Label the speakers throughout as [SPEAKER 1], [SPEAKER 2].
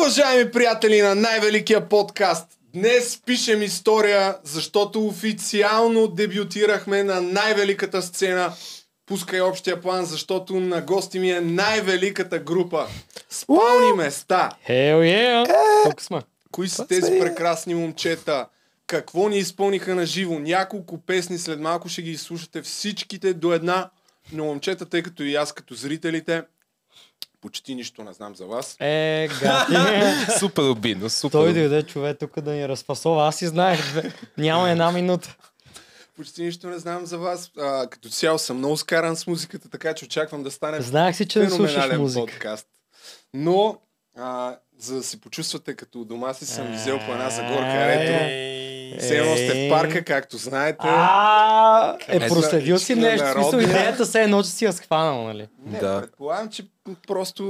[SPEAKER 1] Уважаеми приятели на най-великия подкаст, днес пишем история, защото официално дебютирахме на най-великата сцена. Пускай общия план, защото на гости ми е най-великата група. Спални места.
[SPEAKER 2] Hell yeah! Тук сме.
[SPEAKER 1] Кои са тези прекрасни момчета? Какво ни изпълниха на живо? Няколко песни след малко ще ги изслушате всичките до една. Но момчета, тъй като и аз като зрителите, почти нищо не знам за вас.
[SPEAKER 2] Е, гати.
[SPEAKER 3] Супер обидно, супер.
[SPEAKER 2] Той
[SPEAKER 3] обидно.
[SPEAKER 2] дойде човек тук да ни разфасова. Аз и знаех. Бе. Няма една минута.
[SPEAKER 1] Почти нищо не знам за вас. А, като цяло съм много скаран с музиката, така че очаквам да стане
[SPEAKER 2] Знаех си, че не слушаш
[SPEAKER 1] феноменален
[SPEAKER 2] музика.
[SPEAKER 1] подкаст. Но, а, за да се почувствате като у дома си,
[SPEAKER 2] Е,
[SPEAKER 1] съм взел по една загорка ретро. Все едно сте в парка, както знаете.
[SPEAKER 2] А, е,
[SPEAKER 1] Къде
[SPEAKER 2] проследил
[SPEAKER 1] са
[SPEAKER 2] си нещо. В смисъл,
[SPEAKER 1] народни?
[SPEAKER 2] идеята се е едно, че си я схванал, нали?
[SPEAKER 1] Не,
[SPEAKER 3] Да.
[SPEAKER 1] предполагам, че просто...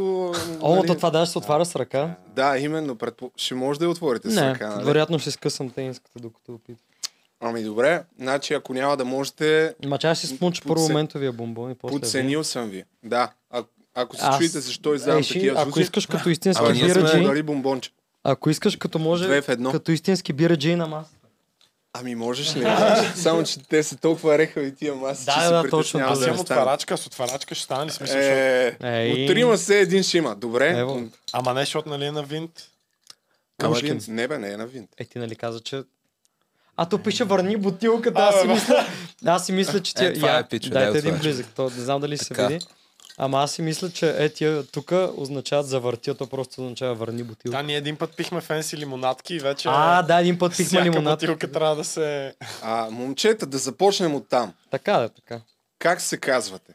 [SPEAKER 2] О,
[SPEAKER 1] нали,
[SPEAKER 2] то това даже се отваря с ръка.
[SPEAKER 1] Да, именно. Предпо... Ще може да я отворите с
[SPEAKER 2] Не,
[SPEAKER 1] ръка, нали?
[SPEAKER 2] вероятно ще скъсам тениската, докато опитам.
[SPEAKER 1] Ами добре, значи ако няма да можете,
[SPEAKER 2] Ма че аз ще смуча първо
[SPEAKER 1] Подце-
[SPEAKER 2] моментовия бомбон и после...
[SPEAKER 1] подценил съм ви. Да, а, ако се
[SPEAKER 2] е. Аз-
[SPEAKER 1] чуете защо
[SPEAKER 2] Ей,
[SPEAKER 1] издавам
[SPEAKER 2] ще-
[SPEAKER 1] такива
[SPEAKER 2] ако
[SPEAKER 1] звуци,
[SPEAKER 2] искаш като
[SPEAKER 3] Ама
[SPEAKER 2] истински
[SPEAKER 3] ние сме-
[SPEAKER 2] бираджи,
[SPEAKER 1] дари бомбонче.
[SPEAKER 2] ако искаш като
[SPEAKER 1] Две
[SPEAKER 2] може,
[SPEAKER 1] в едно.
[SPEAKER 2] като истински бираджи на маса.
[SPEAKER 1] Ами можеш ли? Само, че те са толкова рехави тия маси,
[SPEAKER 2] Да,
[SPEAKER 1] че
[SPEAKER 2] да,
[SPEAKER 1] се
[SPEAKER 2] да,
[SPEAKER 1] притеснявам
[SPEAKER 2] точно,
[SPEAKER 4] Аз
[SPEAKER 1] да не
[SPEAKER 4] имам
[SPEAKER 1] стане.
[SPEAKER 4] отварачка, с отварачка ще стане ли смисъл? защото-
[SPEAKER 1] Е,
[SPEAKER 2] Ей.
[SPEAKER 1] от трима се един ще има. Добре.
[SPEAKER 2] Ево.
[SPEAKER 4] Ама не, защото нали е на винт.
[SPEAKER 1] Ама
[SPEAKER 3] Камъчкин.
[SPEAKER 1] винт. Не бе, не е на винт.
[SPEAKER 2] Е, ти нали каза, че... А то пише върни бутилката,
[SPEAKER 4] А,
[SPEAKER 2] аз си
[SPEAKER 4] бе, бе.
[SPEAKER 2] мисля, аз си мисля, че ти...
[SPEAKER 3] Е, това е пичо,
[SPEAKER 2] дайте
[SPEAKER 3] дай
[SPEAKER 2] един
[SPEAKER 3] отваряш.
[SPEAKER 2] близък, то не знам дали ще се
[SPEAKER 3] Така.
[SPEAKER 2] види. Ама аз си мисля, че е тия тук означават завърти, а то просто означава върни бутилка.
[SPEAKER 4] Да, ние един път пихме фенси лимонадки и вече
[SPEAKER 2] а, да, един път пихме
[SPEAKER 4] всяка
[SPEAKER 2] лимонад.
[SPEAKER 4] бутилка трябва да се...
[SPEAKER 1] А, момчета, да започнем от там.
[SPEAKER 2] Така да, така.
[SPEAKER 1] Как се казвате?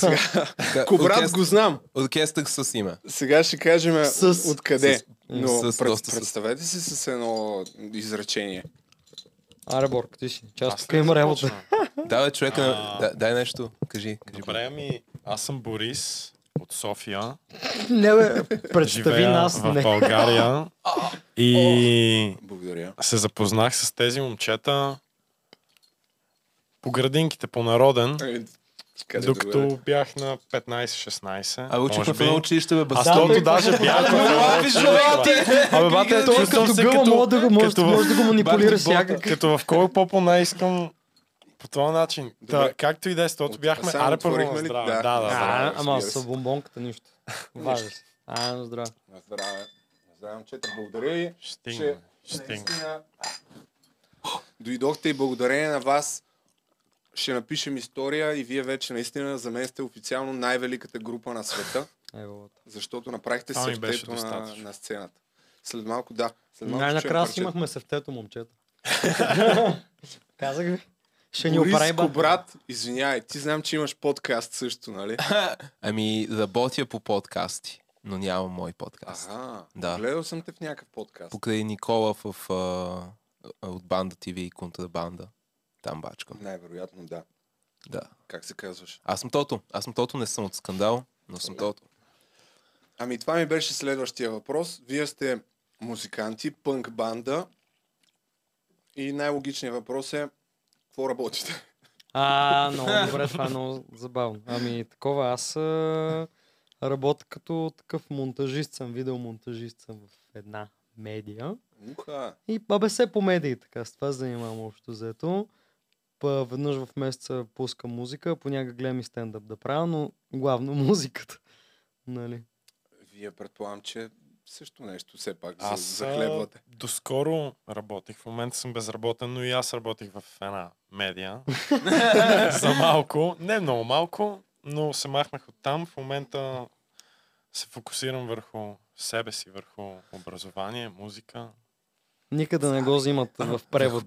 [SPEAKER 3] Така,
[SPEAKER 1] Кобрат
[SPEAKER 3] оркестър-
[SPEAKER 1] го знам.
[SPEAKER 3] Оркестър с име.
[SPEAKER 1] Сега ще кажем е,
[SPEAKER 2] С-
[SPEAKER 1] откъде.
[SPEAKER 3] с-
[SPEAKER 1] Но
[SPEAKER 3] с-
[SPEAKER 1] пред-
[SPEAKER 3] доста с-
[SPEAKER 1] представете си с едно изречение.
[SPEAKER 2] Аре, Борг, ти си. Че аз
[SPEAKER 4] Аз
[SPEAKER 2] тук
[SPEAKER 4] не
[SPEAKER 2] има
[SPEAKER 4] започвам.
[SPEAKER 2] работа.
[SPEAKER 3] Да, бе, човека,
[SPEAKER 4] А.
[SPEAKER 3] да, дай нещо. Кажи. кажи
[SPEAKER 4] Добре, ми, аз съм Борис от София.
[SPEAKER 2] Не, бе, представи
[SPEAKER 4] Живея
[SPEAKER 2] нас,
[SPEAKER 4] в
[SPEAKER 2] не.
[SPEAKER 4] България. и
[SPEAKER 1] Благодаря.
[SPEAKER 4] се запознах с тези момчета по градинките, по народен.
[SPEAKER 1] Е, Къде добре.
[SPEAKER 4] Докато бях на 15-16.
[SPEAKER 3] А
[SPEAKER 4] може
[SPEAKER 3] учихме в
[SPEAKER 4] би.
[SPEAKER 3] едно училище, бе,
[SPEAKER 4] Аз
[SPEAKER 3] бастон.
[SPEAKER 4] тото
[SPEAKER 2] бе,
[SPEAKER 4] даже бях в едно училище, бе. Абе, бате,
[SPEAKER 2] Той
[SPEAKER 4] чувствам
[SPEAKER 2] като
[SPEAKER 4] се
[SPEAKER 2] гъба
[SPEAKER 4] като...
[SPEAKER 2] мога да го може,
[SPEAKER 4] като в-
[SPEAKER 2] може да го манипулира
[SPEAKER 3] Барни
[SPEAKER 2] всякак.
[SPEAKER 4] Като в кой попона искам по този начин. Та,
[SPEAKER 1] Добре.
[SPEAKER 4] както и да е, защото
[SPEAKER 1] От-
[SPEAKER 4] бяхме
[SPEAKER 1] Асана
[SPEAKER 4] аре първо
[SPEAKER 1] отворихме
[SPEAKER 4] на
[SPEAKER 1] ли?
[SPEAKER 4] здраве.
[SPEAKER 1] Да.
[SPEAKER 4] Да, да, да.
[SPEAKER 2] А,
[SPEAKER 1] Здраве,
[SPEAKER 2] ама
[SPEAKER 1] разбира се.
[SPEAKER 2] с бомбонката нищо. Важно си. А, но здраве.
[SPEAKER 1] На здраве. На здраве, момчета. Благодаря ви.
[SPEAKER 4] Ще стигнем. Ще стигнем.
[SPEAKER 1] Наистина, дойдохте и благодарение на вас ще напишем история и вие вече наистина за мен сте официално най-великата група на света,
[SPEAKER 2] Ево.
[SPEAKER 1] защото направихте
[SPEAKER 4] Това ми беше
[SPEAKER 1] сърцето на,
[SPEAKER 4] достатъчно.
[SPEAKER 1] на сцената. След малко, да. След малко ще чуем
[SPEAKER 2] Най-накрая си
[SPEAKER 1] парче.
[SPEAKER 2] имахме сефтето, момчета. Казах ви. Ще ни
[SPEAKER 1] Борис
[SPEAKER 2] оправи баба.
[SPEAKER 1] брат, извинявай, ти знам, че имаш подкаст също, нали?
[SPEAKER 3] Ами, работя по подкасти, но нямам мой подкаст.
[SPEAKER 1] Ага,
[SPEAKER 3] Да.
[SPEAKER 1] гледал съм те в някакъв подкаст.
[SPEAKER 3] Покрай Никола в, а, а, от Банда TV и Контрабанда. Там бачкам.
[SPEAKER 1] Най-вероятно, да.
[SPEAKER 3] Да.
[SPEAKER 1] Как се казваш?
[SPEAKER 3] Аз съм Тото. Аз съм Тото, не съм от скандал, но съм Тото.
[SPEAKER 1] Ами това ми беше следващия въпрос. Вие сте музиканти, пънк банда. И най-логичният въпрос е, какво работите?
[SPEAKER 2] А, много добре, това е много забавно. Ами, такова, аз а, работя като такъв монтажист съм, видеомонтажист съм в една медия.
[SPEAKER 1] Муха.
[SPEAKER 2] И бабе се по медии, така, с това се занимавам общо взето. Па, веднъж в месеца пускам музика, понякога гледам и стендъп да правя, но главно музиката. Нали?
[SPEAKER 1] Вие предполагам, че също нещо все пак
[SPEAKER 4] Аз
[SPEAKER 1] за,
[SPEAKER 4] а,
[SPEAKER 1] захлебвате.
[SPEAKER 4] доскоро работих, в момента съм безработен, но и аз работих в една медия. За малко, не много малко, но се махнах от там. В момента се фокусирам върху себе си, върху образование, музика.
[SPEAKER 2] Никъде не го взимат в превод.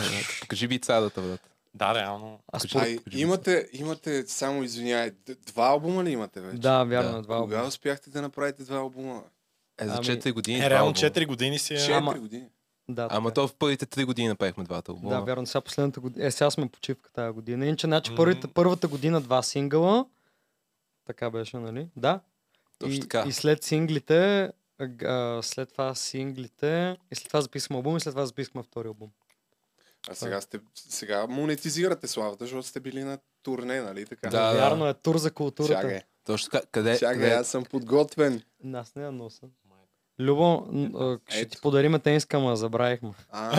[SPEAKER 2] сирата.
[SPEAKER 3] брат. Покажи бицадата, брат.
[SPEAKER 4] Да, реално.
[SPEAKER 2] А
[SPEAKER 3] Кажи.
[SPEAKER 2] според...
[SPEAKER 1] Ай, имате, имате, само извиняй, д- два албума ли имате вече?
[SPEAKER 2] Да, вярно,
[SPEAKER 3] Да.
[SPEAKER 2] е, два албума.
[SPEAKER 1] Кога успяхте да направите два албума?
[SPEAKER 3] Е, за
[SPEAKER 2] Ами,
[SPEAKER 3] 4 години.
[SPEAKER 4] Е,
[SPEAKER 3] това
[SPEAKER 4] реално
[SPEAKER 3] албума.
[SPEAKER 4] 4 години си е...
[SPEAKER 1] Четири
[SPEAKER 2] Ама-
[SPEAKER 1] години.
[SPEAKER 2] Да,
[SPEAKER 3] Ама
[SPEAKER 2] така
[SPEAKER 3] то в първите 3 години направихме
[SPEAKER 2] е.
[SPEAKER 3] двата албума.
[SPEAKER 2] Да, вярно, сега последната година. Е, сега сме почивка тази година. Иначе, значи,
[SPEAKER 4] Мгм.
[SPEAKER 2] първата, първата година два сингъла. Така беше, нали? Да.
[SPEAKER 3] Точно
[SPEAKER 2] и,
[SPEAKER 3] така.
[SPEAKER 2] И след синглите, а, г- а, след това синглите, и след това записахме албум, и след това записахме втори албум.
[SPEAKER 1] А сега, сте, сега монетизирате славата, защото сте били на турне, нали така?
[SPEAKER 3] Да, да.
[SPEAKER 2] Вярно е, тур за културата.
[SPEAKER 1] Чакай,
[SPEAKER 3] Точно така. Къде?
[SPEAKER 1] чакай,
[SPEAKER 3] къде...
[SPEAKER 1] аз съм подготвен.
[SPEAKER 2] Нас не я носа. Любо, н- а, ще ти
[SPEAKER 1] Ето.
[SPEAKER 2] подариме тениска, ама забравихме.
[SPEAKER 1] А,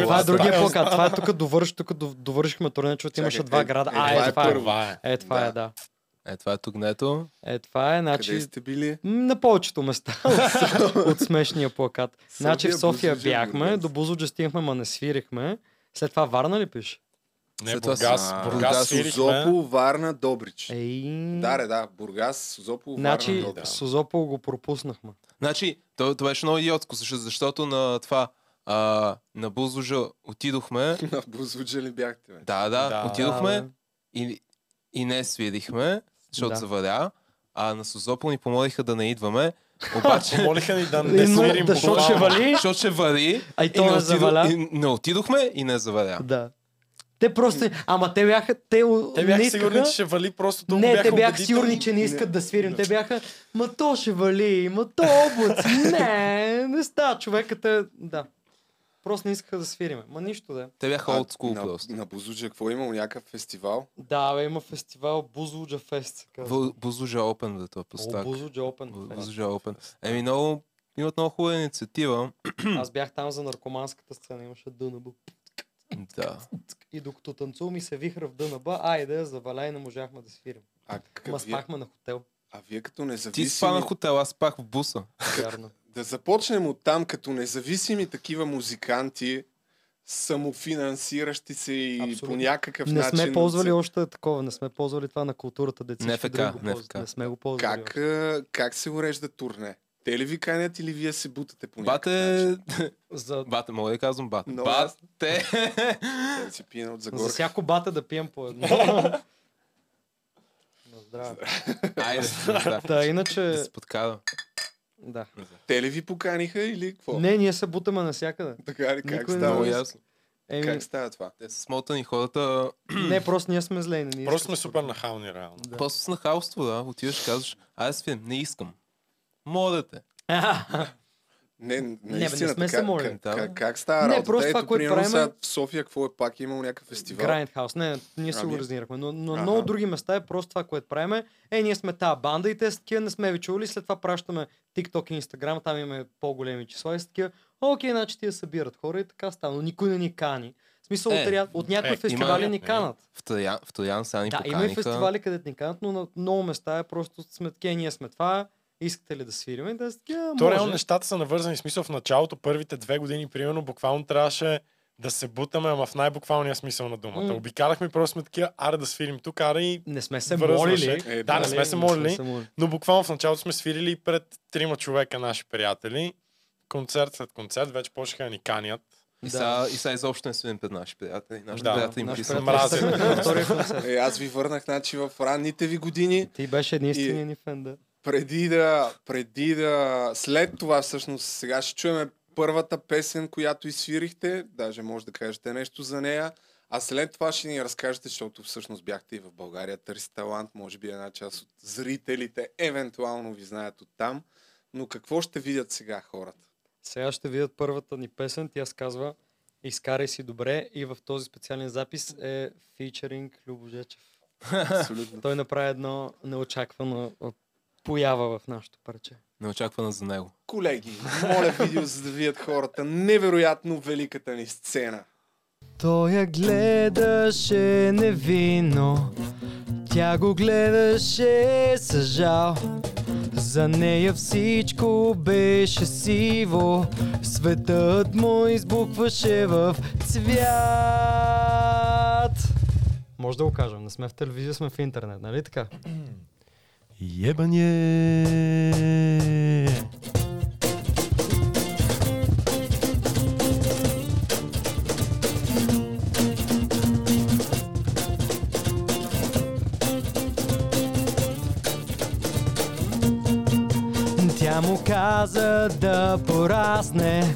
[SPEAKER 2] Това е
[SPEAKER 4] Клас,
[SPEAKER 2] другия
[SPEAKER 4] да.
[SPEAKER 2] плакат. Това е тук довърш, тук дов- довършихме турне, защото
[SPEAKER 1] Чакай,
[SPEAKER 2] имаше два
[SPEAKER 1] е-
[SPEAKER 2] града.
[SPEAKER 1] е,
[SPEAKER 2] А, е, това е.
[SPEAKER 4] Това е.
[SPEAKER 2] Е, това е,
[SPEAKER 1] Да.
[SPEAKER 2] да.
[SPEAKER 3] Е, това е тугнето.
[SPEAKER 2] Е, това е,
[SPEAKER 1] Къде
[SPEAKER 2] значи
[SPEAKER 1] сте били?
[SPEAKER 2] м, на повечето места от- от смешния плакат. Значи в София
[SPEAKER 1] Бузлуджа,
[SPEAKER 2] бяхме,
[SPEAKER 1] Бургас.
[SPEAKER 2] до Бузуджа стигнахме, ма не свирихме. След това Варна ли пише?
[SPEAKER 4] Не,
[SPEAKER 3] След това
[SPEAKER 4] Бургас,
[SPEAKER 3] с-
[SPEAKER 4] Бургас,
[SPEAKER 1] Бургас,
[SPEAKER 4] свирихме.
[SPEAKER 1] Созопол, Варна, Добрич.
[SPEAKER 2] Ей...
[SPEAKER 1] Да, ре, да. Бургас, Созопол, Варна,
[SPEAKER 2] Е, Значи
[SPEAKER 1] Добрич.
[SPEAKER 2] Созопол го пропуснахме.
[SPEAKER 3] Значи, то, това беше много идиотско, защо- защото на това, а, на Бузлужа отидохме.
[SPEAKER 1] На Бузуджа ли бяхте, бе?
[SPEAKER 3] Да, да,
[SPEAKER 4] Да.
[SPEAKER 3] отидохме
[SPEAKER 2] Да, бе.
[SPEAKER 3] и, и не свирихме, защото
[SPEAKER 2] Да.
[SPEAKER 3] да. заваля. А на Созопол ни помолиха да не идваме. Обаче,
[SPEAKER 4] Помолиха ни да
[SPEAKER 2] И,
[SPEAKER 4] не
[SPEAKER 2] но,
[SPEAKER 4] свирим
[SPEAKER 2] да, защото ще
[SPEAKER 4] буквално.
[SPEAKER 2] вали.
[SPEAKER 3] защото ще вали.
[SPEAKER 2] А и
[SPEAKER 3] не,
[SPEAKER 2] то не
[SPEAKER 3] отидох-
[SPEAKER 2] заваля.
[SPEAKER 3] и не отидохме и не заваля.
[SPEAKER 2] Да. Те просто... Ама те бяха... Те, у-
[SPEAKER 4] Те
[SPEAKER 2] не
[SPEAKER 4] бяха
[SPEAKER 2] искаха-
[SPEAKER 4] сигурни, че ще вали, просто толкова
[SPEAKER 2] Не, те бяха
[SPEAKER 4] убедителни. Значи.
[SPEAKER 2] сигурни, че не искат да свирим. Те бяха, ма то ще вали, ма то облаци. Не, не става човекът е... Да. Просто не искаха да свириме. Ма нищо да е.
[SPEAKER 3] Те бяха
[SPEAKER 1] А,
[SPEAKER 3] от скул
[SPEAKER 1] на,
[SPEAKER 3] просто.
[SPEAKER 1] На Бузуджа какво е имало? Някакъв фестивал?
[SPEAKER 2] Да, бе, има фестивал Бузлуджа Фест. се казва.
[SPEAKER 3] В- Бузлужа е Open да това
[SPEAKER 2] О,
[SPEAKER 3] пустак.
[SPEAKER 2] Бузлуджа е Open. Fest.
[SPEAKER 3] Бузлужа Open. Еми много, имат много хубава инициатива.
[SPEAKER 2] Аз бях там за наркоманската сцена. Имаше дънаба.
[SPEAKER 3] Да.
[SPEAKER 2] И докато танцувам и се вихра в дънаба, айде, заваля и не можахме да свирим.
[SPEAKER 1] А,
[SPEAKER 2] Ма
[SPEAKER 1] как вие,
[SPEAKER 2] спахме на хотел.
[SPEAKER 1] а вие като
[SPEAKER 3] Ти
[SPEAKER 1] независими...
[SPEAKER 3] спа на хотел, аз спах в буса.
[SPEAKER 2] Вярно.
[SPEAKER 1] Да започнем от там, като независими такива музиканти, самофинансиращи се и
[SPEAKER 2] Абсолютно.
[SPEAKER 1] по някакъв
[SPEAKER 2] Не
[SPEAKER 1] начин...
[SPEAKER 2] сме ползвали още такова, не сме ползвали това на културата деца.
[SPEAKER 3] Не
[SPEAKER 2] всички
[SPEAKER 3] ФК,
[SPEAKER 2] други го
[SPEAKER 3] не
[SPEAKER 2] ползват.
[SPEAKER 3] ФК.
[SPEAKER 2] не сме го ползвали.
[SPEAKER 1] Как, а, как се урежда турне? Те ли ви канят или вие се бутате по някакъв начин?
[SPEAKER 3] Бате,
[SPEAKER 2] За,
[SPEAKER 3] бате, мога ли казвам бате?
[SPEAKER 1] Много
[SPEAKER 3] Бате!
[SPEAKER 1] Да си пина от
[SPEAKER 2] за
[SPEAKER 1] Загорка.
[SPEAKER 2] всяко бата да пием по едно. На здраве.
[SPEAKER 3] Айде,
[SPEAKER 2] Та,
[SPEAKER 3] да. Да
[SPEAKER 2] иначе...
[SPEAKER 3] се подкара.
[SPEAKER 2] Да.
[SPEAKER 1] Те ли ви поканиха или какво?
[SPEAKER 2] Не, ние се бутаме навсякъде.
[SPEAKER 1] Така ли, как
[SPEAKER 2] Никой не
[SPEAKER 1] става?
[SPEAKER 3] Много
[SPEAKER 2] е.
[SPEAKER 3] ясно. Е,
[SPEAKER 2] Еми,
[SPEAKER 1] Как става това?
[SPEAKER 3] Те са смотани хората.
[SPEAKER 2] не, просто ние сме зле. и Не ни
[SPEAKER 4] Просто
[SPEAKER 2] искат
[SPEAKER 4] сме
[SPEAKER 2] според
[SPEAKER 4] супер
[SPEAKER 2] мен.
[SPEAKER 4] нахални, реално.
[SPEAKER 2] Да.
[SPEAKER 3] Просто с нахалство, да. Отиваш, казваш, аз фин, не искам. Моля те.
[SPEAKER 1] Не, не,
[SPEAKER 2] бе, не
[SPEAKER 1] наистина,
[SPEAKER 2] сме се
[SPEAKER 1] така,
[SPEAKER 2] молили.
[SPEAKER 1] как,
[SPEAKER 3] Да, бе.
[SPEAKER 1] как, как става
[SPEAKER 2] Не,
[SPEAKER 1] работата?
[SPEAKER 2] просто това,
[SPEAKER 1] Ето,
[SPEAKER 2] което
[SPEAKER 1] примерно,
[SPEAKER 2] правим е-
[SPEAKER 1] сега в София какво е пак имало някакъв фестивал?
[SPEAKER 2] Grindhouse. Не, не, ние си го
[SPEAKER 1] Ами.
[SPEAKER 2] разнирахме. Но, но
[SPEAKER 1] Аха.
[SPEAKER 2] много други места е просто това, което правиме. Е, ние сме тази банда и те са такива, не сме ви чували. След това пращаме TikTok и Instagram, там имаме по-големи числа и са такива. Окей, значи тия събират хора и така става. Но никой не ни кани. В смисъл,
[SPEAKER 3] Е,
[SPEAKER 2] от, ря- от някои
[SPEAKER 4] е,
[SPEAKER 2] фестивали
[SPEAKER 4] има-
[SPEAKER 2] ни
[SPEAKER 4] е.
[SPEAKER 2] канат.
[SPEAKER 3] В Троян, в Троян сега ни
[SPEAKER 2] Да,
[SPEAKER 3] поканиха.
[SPEAKER 2] има и фестивали, където ни канат, но на много места е просто сме такива, ние сме това, искате ли да свириме? Да, с такива,
[SPEAKER 4] То реално
[SPEAKER 2] може.
[SPEAKER 4] нещата са навързани. В смисъл в началото, първите две години, примерно, буквално трябваше да се бутаме, ама в най-буквалния смисъл на думата.
[SPEAKER 2] М.
[SPEAKER 4] Обикаляхме и просто сме такива, аре да свирим тук, аре и...
[SPEAKER 2] Не сме се
[SPEAKER 4] връзваше.
[SPEAKER 2] молили.
[SPEAKER 1] Е,
[SPEAKER 4] Да, не
[SPEAKER 2] нали,
[SPEAKER 4] сме се молили.
[SPEAKER 2] се
[SPEAKER 4] Но буквално в началото сме свирили и пред трима човека наши приятели. Концерт след концерт, вече почнаха да ни канят.
[SPEAKER 3] И
[SPEAKER 2] Да.
[SPEAKER 3] сега и сега изобщо не свим пред наши приятели. Нашите
[SPEAKER 4] Да.
[SPEAKER 3] приятели им
[SPEAKER 2] Наш
[SPEAKER 3] писат.
[SPEAKER 2] приятел
[SPEAKER 4] мразен.
[SPEAKER 2] стъпи на втория концерт.
[SPEAKER 1] Е, аз ви върнах, значи, в ранните ви години,
[SPEAKER 2] Ти беше единствения ни фен, да.
[SPEAKER 1] преди да, преди да, след това всъщност, сега ще чуем първата песен, която изсвирихте, даже може да кажете нещо за нея, а след това ще ни разкажете, защото всъщност бяхте и в България търси талант, може би една част от зрителите евентуално ви знаят от там, но какво ще видят сега хората?
[SPEAKER 2] Сега ще видят първата ни песен. Тя се казва Изкарай си добре и в този специален запис е фичеринг Любо Жечев.
[SPEAKER 1] Абсолютно.
[SPEAKER 2] Той направи едно неочаквано а, поява в нашото парче.
[SPEAKER 3] Неочаквана за него.
[SPEAKER 1] Колеги, моля видео, за да видят хората невероятно великата ни сцена.
[SPEAKER 2] Той я гледаше невинно, тя го гледаше с жал. За нея всичко беше сиво, светът му избукваше в цвят. Може да го кажем, не сме в телевизия, сме в интернет, нали така?
[SPEAKER 4] Ебане!
[SPEAKER 2] Тя му каза да порасне,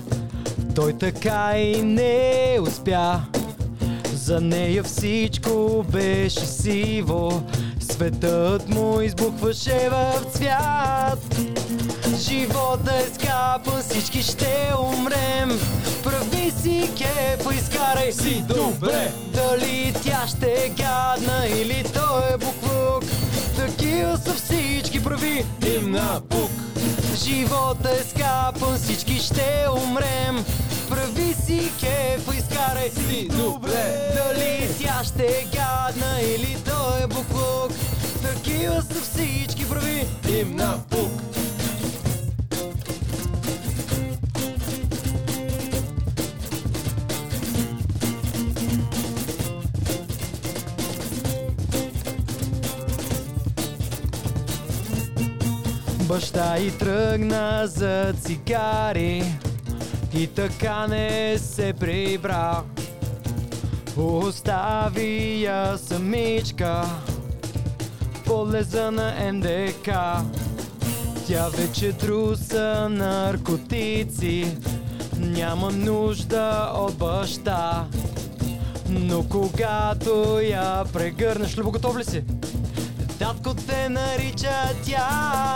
[SPEAKER 2] той така и не успя. За нея всичко беше сиво, светът му избухваше в цвят. Живота е скапан, всички ще умрем. Прави си кеф, изкарай си добре. Дали тя ще е гадна или той е буклук. Такива са всички прави им на пук.
[SPEAKER 5] Живота е скапан, всички ще умрем Прави си кеф, изкарай си добре Дали тя ще е гадна или той е буклук Такива са всички, прави им на пук Баща и тръгна за цигари И така не се прибра Остави я самичка Полеза на МДК Тя вече труса наркотици Няма нужда от баща Но когато я прегърнеш Любоготов ли си? Татко те нарича тя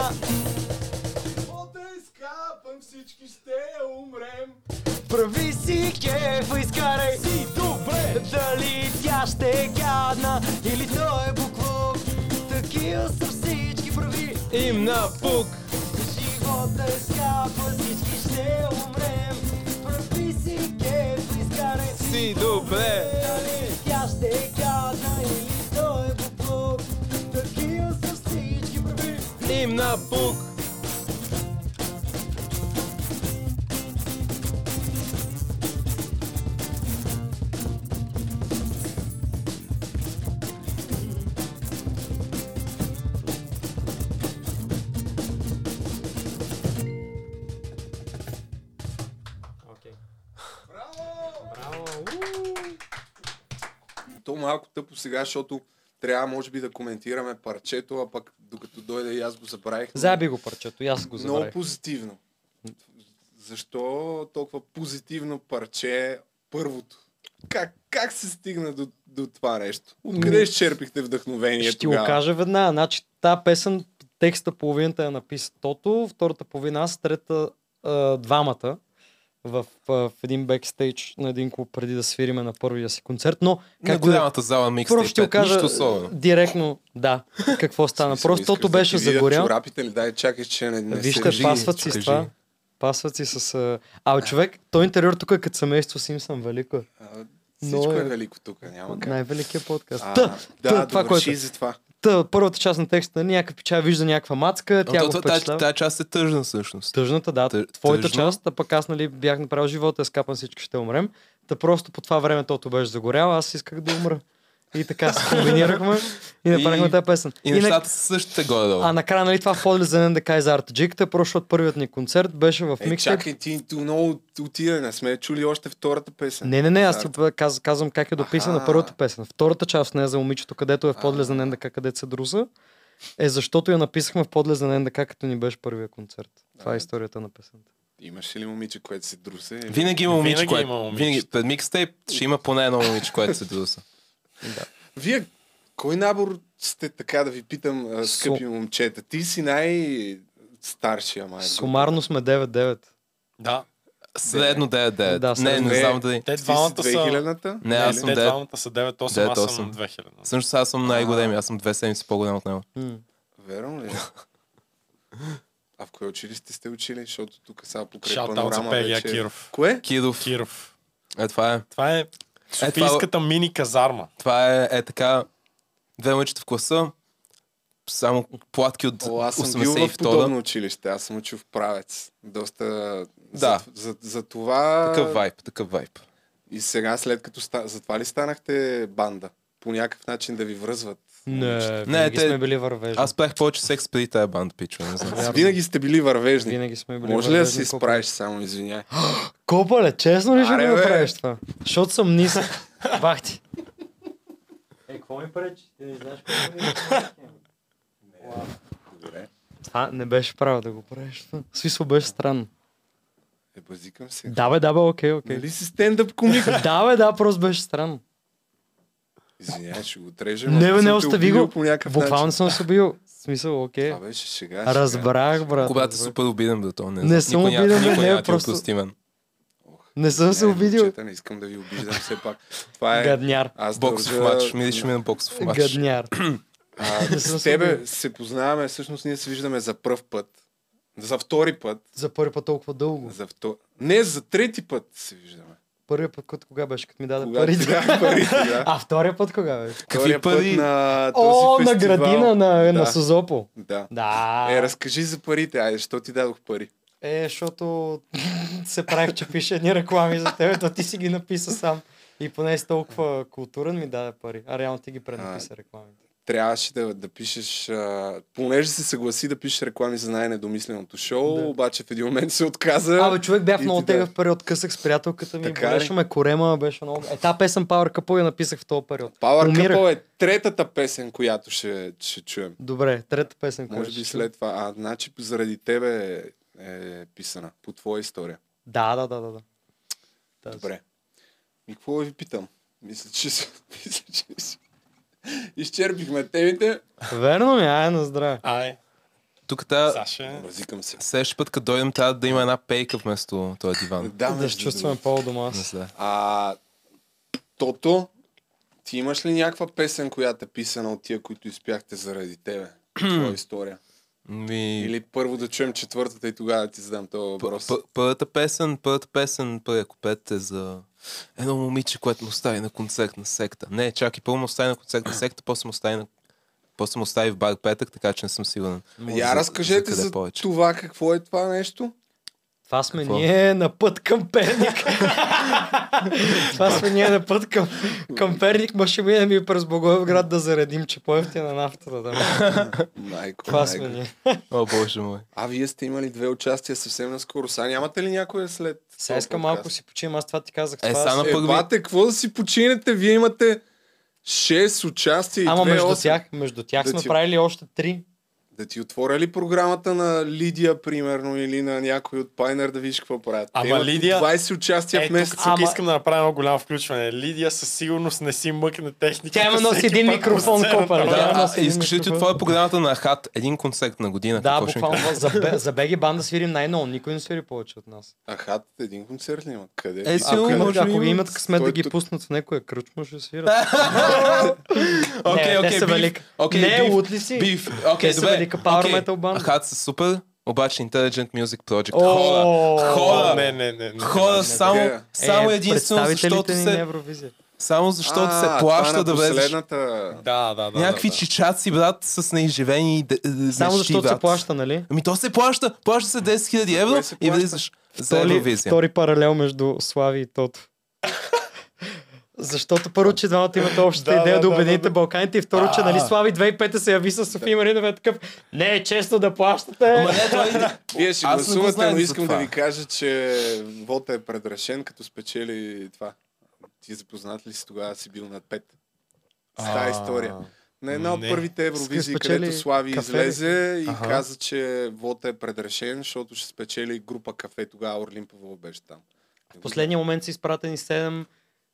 [SPEAKER 1] Живота е скапан, всички ще умрем.
[SPEAKER 5] Прави си кефа, изкарай си добре Дали тя ще е гадна или той е буклук Такива са всички прави им на пук Живота е скапа, всички ще умрем Прави си кефа, изкарай си добре Дали тя ще е гадна или той е буклук Такива са всички прави им на пук
[SPEAKER 2] Окей.
[SPEAKER 1] То малко тъпо сега, защото трябва може би да коментираме парчето, а пък докато дойде и аз го забравих. но
[SPEAKER 2] Заби го парчето, и аз го
[SPEAKER 1] Много
[SPEAKER 2] забравих.
[SPEAKER 1] позитивно. Защо толкова позитивно парче е първото? Как, как се стигна до, до това нещо? Откъде изчерпихте вдъхновение
[SPEAKER 2] Ще ти го
[SPEAKER 1] тогава?
[SPEAKER 2] кажа веднага. Значи, та песен, текста половината я написа Тото, втората половина аз, трета а, двамата в, а, в един бекстейдж на един клуб преди да свириме на първия си концерт, но
[SPEAKER 3] На
[SPEAKER 2] както да,
[SPEAKER 3] голямата зала микстейп.
[SPEAKER 2] просто ще го кажа
[SPEAKER 3] Нищо особено.
[SPEAKER 2] директно, да, какво стана.
[SPEAKER 1] Смисъл,
[SPEAKER 2] Просто
[SPEAKER 1] искаш
[SPEAKER 2] Тото
[SPEAKER 1] да
[SPEAKER 2] беше
[SPEAKER 1] ти видят
[SPEAKER 2] загорял.
[SPEAKER 1] Чорапите ли? Дай, чакай, че не, не
[SPEAKER 2] Вижте,
[SPEAKER 3] кажи,
[SPEAKER 2] пасват си с
[SPEAKER 3] кажи.
[SPEAKER 2] това. Пасват си с... а, А, човек, то интериор тук е като семейство Симсън, велико е.
[SPEAKER 1] А, Всичко
[SPEAKER 2] Но
[SPEAKER 1] е
[SPEAKER 2] е-
[SPEAKER 1] велико тук, няма как.
[SPEAKER 2] Най-великият подкаст.
[SPEAKER 1] А,
[SPEAKER 2] Та,
[SPEAKER 1] да,
[SPEAKER 2] та,
[SPEAKER 1] това,
[SPEAKER 2] това,
[SPEAKER 1] довърши
[SPEAKER 2] което... е.
[SPEAKER 1] за това.
[SPEAKER 2] Та, първата част на текста, някакъв пича вижда някаква мацка,
[SPEAKER 3] Но
[SPEAKER 2] тя
[SPEAKER 3] то-
[SPEAKER 2] го
[SPEAKER 3] то-
[SPEAKER 2] впечатлява.
[SPEAKER 3] тая- Тая част е тъжна всъщност.
[SPEAKER 2] Тъжната, да.
[SPEAKER 3] Тъ-
[SPEAKER 2] твоята
[SPEAKER 3] тъжно.
[SPEAKER 2] част, а пък аз нали, бях направил живота, е скапан, всички ще умрем. Та просто по това време тото беше загоряло, аз исках да умра. И така се комбинирахме и направихме
[SPEAKER 3] И-
[SPEAKER 2] тази песен.
[SPEAKER 3] И
[SPEAKER 2] на-
[SPEAKER 3] нещата са същите горе-долу.
[SPEAKER 2] А накрая, нали, това в подлез за НДК и за RTG-ката, просто от първият ни концерт беше в
[SPEAKER 1] Е,
[SPEAKER 2] микстейп.
[SPEAKER 1] чакай, ти ту много отида, не сме чули още втората песен.
[SPEAKER 2] Не, не, не, аз
[SPEAKER 1] Да.
[SPEAKER 2] ти каз, казвам как е дописана
[SPEAKER 1] Аха.
[SPEAKER 2] първата песен. Втората част не е за момичето, където е в подлез на НДК, където се друса, е защото я написахме в подлез на НДК, като ни беше първия концерт. Това е историята на песента.
[SPEAKER 1] Имаш ли момиче, което се друсе? Или-
[SPEAKER 3] Винаги има момиче,
[SPEAKER 4] Винаги
[SPEAKER 3] което...
[SPEAKER 4] има момиче.
[SPEAKER 3] Винаги... Пред микстейп ще има поне едно момиче, което се дуса.
[SPEAKER 1] Вие, кой набор сте така да ви питам, а, скъпи
[SPEAKER 2] Су-
[SPEAKER 1] момчета? Ти си най-старшия май.
[SPEAKER 2] Сумарно сме 9-9.
[SPEAKER 4] Да.
[SPEAKER 3] Средно 9-9.
[SPEAKER 2] Да,
[SPEAKER 3] не,
[SPEAKER 2] средно.
[SPEAKER 3] не знам дали...
[SPEAKER 4] Те
[SPEAKER 1] Ти си
[SPEAKER 4] двамата са...
[SPEAKER 1] 2000-та?
[SPEAKER 3] Не, аз съм
[SPEAKER 4] Те
[SPEAKER 3] 9.
[SPEAKER 4] Нали? двамата са 9-8, аз съм
[SPEAKER 3] 9-8.
[SPEAKER 4] 2000.
[SPEAKER 3] Всъщност аз съм най-големи, аз съм две седмици по-голям от него.
[SPEAKER 2] М.
[SPEAKER 1] Верно ли? е? А в кое училище сте учили? Защото тук сега покрай
[SPEAKER 4] Shout out за
[SPEAKER 1] панорама
[SPEAKER 4] Пегия
[SPEAKER 1] вече...
[SPEAKER 4] Киров.
[SPEAKER 1] Кое?
[SPEAKER 3] Киров.
[SPEAKER 4] Киров.
[SPEAKER 3] Е, това е.
[SPEAKER 4] Това е Софийската мини казарма.
[SPEAKER 3] Това е, е така. Две момичета в класа, само платки от
[SPEAKER 1] О, аз съм бил в подобно
[SPEAKER 3] 82-та.
[SPEAKER 1] училище. Аз съм учил в правец. Доста...
[SPEAKER 3] Да.
[SPEAKER 1] За, за, за това...
[SPEAKER 3] Такъв вайп, такъв вайп.
[SPEAKER 1] И сега след като... Ста... За това ли станахте банда? По някакъв начин да ви връзват?
[SPEAKER 2] Не,
[SPEAKER 3] Не,
[SPEAKER 2] винаги
[SPEAKER 3] те-
[SPEAKER 2] сме били вървежни.
[SPEAKER 3] Аз правих повече секс преди тая банда, пичове. Не знам.
[SPEAKER 2] Вярно.
[SPEAKER 1] Винаги сте били вървежни.
[SPEAKER 2] Винаги сме били
[SPEAKER 1] Може ли да
[SPEAKER 2] вървежни,
[SPEAKER 1] си
[SPEAKER 2] колко-
[SPEAKER 1] справиш само, извиняй?
[SPEAKER 2] Копале, честно ли ще
[SPEAKER 1] Аре,
[SPEAKER 2] го
[SPEAKER 1] бе.
[SPEAKER 2] направиш това? Защото съм нисък. Бах ти. Е, какво ми пречи? Ти не знаеш какво
[SPEAKER 1] Добре.
[SPEAKER 2] Това не беше право да го правиш. това. В смисъл беше странно.
[SPEAKER 1] Е, базикам се.
[SPEAKER 2] Да бе, да бе, окей, окей.
[SPEAKER 1] Нали си стендъп комик?
[SPEAKER 2] Да бе, да, просто беше странно.
[SPEAKER 1] Извинявай, ще го отрежем.
[SPEAKER 2] Не,
[SPEAKER 1] ако
[SPEAKER 2] бе,
[SPEAKER 1] съм
[SPEAKER 2] не
[SPEAKER 1] те
[SPEAKER 2] остави
[SPEAKER 1] обидил
[SPEAKER 2] го.
[SPEAKER 1] По някакъв
[SPEAKER 2] Буквално е
[SPEAKER 1] начин.
[SPEAKER 2] съм се убил. В смисъл, окей.
[SPEAKER 1] Това беше шега. шега.
[SPEAKER 2] Разбрах, брат.
[SPEAKER 3] Когато е
[SPEAKER 2] разбрах.
[SPEAKER 3] супер обиден, да то не,
[SPEAKER 2] Не
[SPEAKER 3] знам.
[SPEAKER 2] съм
[SPEAKER 3] Никой няма-
[SPEAKER 2] обиден, бе,
[SPEAKER 3] никой
[SPEAKER 2] не,
[SPEAKER 3] няма да ти е
[SPEAKER 2] просто-
[SPEAKER 3] Простимен.
[SPEAKER 2] Не съм се
[SPEAKER 1] Не,
[SPEAKER 2] обидил.
[SPEAKER 1] момчета, не искам да ви обиждам все пак. Това е...
[SPEAKER 2] Гадняр.
[SPEAKER 1] Аз
[SPEAKER 3] Боксов
[SPEAKER 1] дължа-
[SPEAKER 3] матч, мидиш ми на боксов матч.
[SPEAKER 2] Гадняр.
[SPEAKER 1] А,
[SPEAKER 2] Не съм
[SPEAKER 1] с
[SPEAKER 2] се
[SPEAKER 1] тебе
[SPEAKER 2] убил.
[SPEAKER 1] се познаваме, всъщност ние се виждаме за пръв път За втори път.
[SPEAKER 2] За първи път толкова дълго.
[SPEAKER 1] За втори... Не, за трети път се виждаме.
[SPEAKER 2] Първият път кът- кога беше, като ми даде
[SPEAKER 1] Когато ти
[SPEAKER 2] парите.
[SPEAKER 1] бях парите, да.
[SPEAKER 2] А втория път кога беше?
[SPEAKER 1] Втория
[SPEAKER 3] Какви
[SPEAKER 1] път
[SPEAKER 3] пари?
[SPEAKER 1] На този
[SPEAKER 2] О, на
[SPEAKER 1] фестивал.
[SPEAKER 2] градина на,
[SPEAKER 1] да.
[SPEAKER 2] на Созопо.
[SPEAKER 1] Да.
[SPEAKER 2] Да.
[SPEAKER 1] Е, разкажи за парите. Айде, що ти дадох пари?
[SPEAKER 2] Е, защото се правих, че пише едни реклами за теб, то ти си ги написа сам. И поне си толкова културен ми даде пари. А реално ти ги пренаписа рекламите.
[SPEAKER 1] Трябваше да, да пишеш... А... Понеже се съгласи да пишеш реклами за най-недомисленото шоу,
[SPEAKER 2] Да.
[SPEAKER 1] обаче в един момент се отказа.
[SPEAKER 2] Абе, човек бях
[SPEAKER 1] и
[SPEAKER 2] в
[SPEAKER 1] ти
[SPEAKER 2] много
[SPEAKER 1] даде.
[SPEAKER 2] тегъв период, късах с приятелката ми,
[SPEAKER 1] Така ли?
[SPEAKER 2] болеше ме корема, беше много... Е, та песен Power Couple я написах в този период.
[SPEAKER 1] Power
[SPEAKER 2] Умирах.
[SPEAKER 1] Couple е третата песен, която ще, ще чуем.
[SPEAKER 2] Добре, трета песен, която
[SPEAKER 1] Може
[SPEAKER 2] ще
[SPEAKER 1] би
[SPEAKER 2] чуем.
[SPEAKER 1] след това. А, значи заради тебе е, е писана. По твоя история.
[SPEAKER 2] Да, да, да, да. да. Тази.
[SPEAKER 1] Добре. И какво ви питам? Мисля, че си... Мисля, че си... Изчерпихме темите.
[SPEAKER 2] Верно ми, ай, на здраве.
[SPEAKER 4] Ай,
[SPEAKER 3] Тук та,
[SPEAKER 4] Саше. Е,
[SPEAKER 1] Базикам се.
[SPEAKER 3] следващия път, като дойдем, трябва да има една пейка вместо този диван.
[SPEAKER 1] Да,
[SPEAKER 2] Да
[SPEAKER 1] между
[SPEAKER 2] се чувстваме
[SPEAKER 1] другото.
[SPEAKER 2] по-дома.
[SPEAKER 3] Не знам.
[SPEAKER 1] А, Тото, ти имаш ли някаква песен, която е писана от тия, които изпяхте заради тебе? Твоя история.
[SPEAKER 3] Ми...
[SPEAKER 1] Или първо да чуем четвъртата и тогава да ти задам този
[SPEAKER 3] П-
[SPEAKER 1] въпрос.
[SPEAKER 3] п- Първата песен, първата песен, първия купет е за едно момиче, което му остави на концерт на секта. Не, чакай, първо му остави на концерт на секта, после му остави, на... после му остави в бар петък, така че не съм сигурен.
[SPEAKER 1] Я разкажете за,
[SPEAKER 3] къде повече.
[SPEAKER 1] това, какво е това нещо.
[SPEAKER 2] Това сме
[SPEAKER 3] Какво?
[SPEAKER 2] ние на път към Перник. Това сме ние на път към, към Перник, ма ще минем и през Благоевград да заредим, че по-ефти на нафтата. Да.
[SPEAKER 1] Майко,
[SPEAKER 2] Това
[SPEAKER 1] майко.
[SPEAKER 2] сме ние.
[SPEAKER 3] О, боже мой.
[SPEAKER 1] А вие сте имали две участия съвсем наскоро. Сега нямате ли някоя след?
[SPEAKER 2] Сега искам малко си почим, аз това ти казах.
[SPEAKER 3] Е,
[SPEAKER 2] това
[SPEAKER 3] сега на
[SPEAKER 2] си-
[SPEAKER 3] път-
[SPEAKER 1] Пък Бате, какво да си починете? Вие имате 6 участия и
[SPEAKER 2] Ама
[SPEAKER 1] две
[SPEAKER 2] между
[SPEAKER 1] осем.
[SPEAKER 2] тях, между тях
[SPEAKER 1] Да
[SPEAKER 2] сме
[SPEAKER 1] ти-
[SPEAKER 2] правили още три.
[SPEAKER 1] Да ти отворя ли програмата на Лидия, примерно, или на някой от Пайнер да видиш какво правят? Те
[SPEAKER 4] Ама
[SPEAKER 1] имат
[SPEAKER 4] Лидия-
[SPEAKER 1] 20 участия
[SPEAKER 4] Е,
[SPEAKER 1] в
[SPEAKER 4] тук,
[SPEAKER 1] месец.
[SPEAKER 4] тук
[SPEAKER 2] Ама-
[SPEAKER 4] искам да направя едно голямо включване. Лидия със сигурност не си мъкне техниката.
[SPEAKER 2] Тя има носи
[SPEAKER 4] всеки
[SPEAKER 2] един
[SPEAKER 4] път
[SPEAKER 2] микрофон,
[SPEAKER 4] по сцената.
[SPEAKER 2] копа, да.
[SPEAKER 3] Да,
[SPEAKER 2] аз
[SPEAKER 3] а,
[SPEAKER 2] имам
[SPEAKER 3] искаш ли ти
[SPEAKER 2] нещо
[SPEAKER 3] отворя програмата на Хат? Един концерт на година.
[SPEAKER 2] Да,
[SPEAKER 3] какво ще ми кажеш?
[SPEAKER 2] буквално за, Бе- за Беги Банда свирим най-ново. Никой не свири повече от нас.
[SPEAKER 1] А хат, един концерт ли имат? Къде?
[SPEAKER 3] Е,
[SPEAKER 1] а,
[SPEAKER 3] сигурно
[SPEAKER 2] Ако,
[SPEAKER 1] къде?
[SPEAKER 2] имат,
[SPEAKER 3] може би
[SPEAKER 2] ако
[SPEAKER 3] имат.
[SPEAKER 2] имат късмет да
[SPEAKER 1] Той
[SPEAKER 2] ги
[SPEAKER 1] тук-
[SPEAKER 2] пуснат в някоя кръчма, ще свират.
[SPEAKER 3] Окей,
[SPEAKER 2] Не, те
[SPEAKER 3] окей,
[SPEAKER 2] са
[SPEAKER 3] биф.
[SPEAKER 2] велика.
[SPEAKER 3] Окей,
[SPEAKER 2] Не,
[SPEAKER 3] биф.
[SPEAKER 2] лут ли си?
[SPEAKER 3] Биф.
[SPEAKER 2] Те
[SPEAKER 3] Окей,
[SPEAKER 2] са
[SPEAKER 3] добре.
[SPEAKER 2] велика power
[SPEAKER 3] Окей.
[SPEAKER 2] metal банда.
[SPEAKER 3] Хат са супер, обаче Intelligent Music Project.
[SPEAKER 2] О,
[SPEAKER 3] Хора,
[SPEAKER 4] О,
[SPEAKER 3] хора,
[SPEAKER 4] не, не, не. не.
[SPEAKER 3] Хора само,
[SPEAKER 1] Е,
[SPEAKER 3] само
[SPEAKER 2] Е,
[SPEAKER 3] единствено,
[SPEAKER 2] представителите
[SPEAKER 3] защото
[SPEAKER 2] ни на
[SPEAKER 3] се,
[SPEAKER 2] Евровизия.
[SPEAKER 3] само защото
[SPEAKER 1] А,
[SPEAKER 3] се
[SPEAKER 1] това е
[SPEAKER 3] плаща
[SPEAKER 1] на
[SPEAKER 3] да влезеш.
[SPEAKER 1] Последната...
[SPEAKER 4] Да, да, да.
[SPEAKER 3] Някакви
[SPEAKER 4] да, да.
[SPEAKER 3] чичаци, брат, с неизживени д- д-
[SPEAKER 2] Само
[SPEAKER 3] мечти,
[SPEAKER 2] защото се
[SPEAKER 3] брат.
[SPEAKER 2] плаща, нали?
[SPEAKER 3] Ами то се плаща. Плаща се 10 000
[SPEAKER 1] кое
[SPEAKER 3] евро
[SPEAKER 1] се
[SPEAKER 3] и
[SPEAKER 1] плаща?
[SPEAKER 3] влизаш за
[SPEAKER 2] втори,
[SPEAKER 3] Евровизия.
[SPEAKER 2] втори паралел между Слави и Тото. Защото първо, че двамата имат общата
[SPEAKER 4] Да,
[SPEAKER 2] идея
[SPEAKER 4] да,
[SPEAKER 2] да
[SPEAKER 4] да,
[SPEAKER 2] обедините
[SPEAKER 4] да, да.
[SPEAKER 2] Балканите и второ, че
[SPEAKER 4] Да.
[SPEAKER 2] нали Слави 2005 се яви с София Маринова е такъв не е честно да плащате.
[SPEAKER 3] Ама не, това е...
[SPEAKER 1] Вие ще
[SPEAKER 3] Аз не го
[SPEAKER 1] гласувате,
[SPEAKER 3] знаех
[SPEAKER 1] но
[SPEAKER 3] за
[SPEAKER 1] искам да
[SPEAKER 3] това.
[SPEAKER 1] ви кажа, че вота е предрешен, като спечели това. Ти запознат ли си тогава си бил над 5? С тази история. На една от
[SPEAKER 4] Не.
[SPEAKER 1] първите
[SPEAKER 2] Ска
[SPEAKER 1] Евровизии,
[SPEAKER 2] спечели
[SPEAKER 1] където Слави
[SPEAKER 2] кафе ли?
[SPEAKER 1] излезе и
[SPEAKER 4] Аха.
[SPEAKER 1] каза, че вота е предрешен, защото ще спечели група кафе. Тогава Орлин Павлов беше там.
[SPEAKER 2] В последния момент са изпратени 7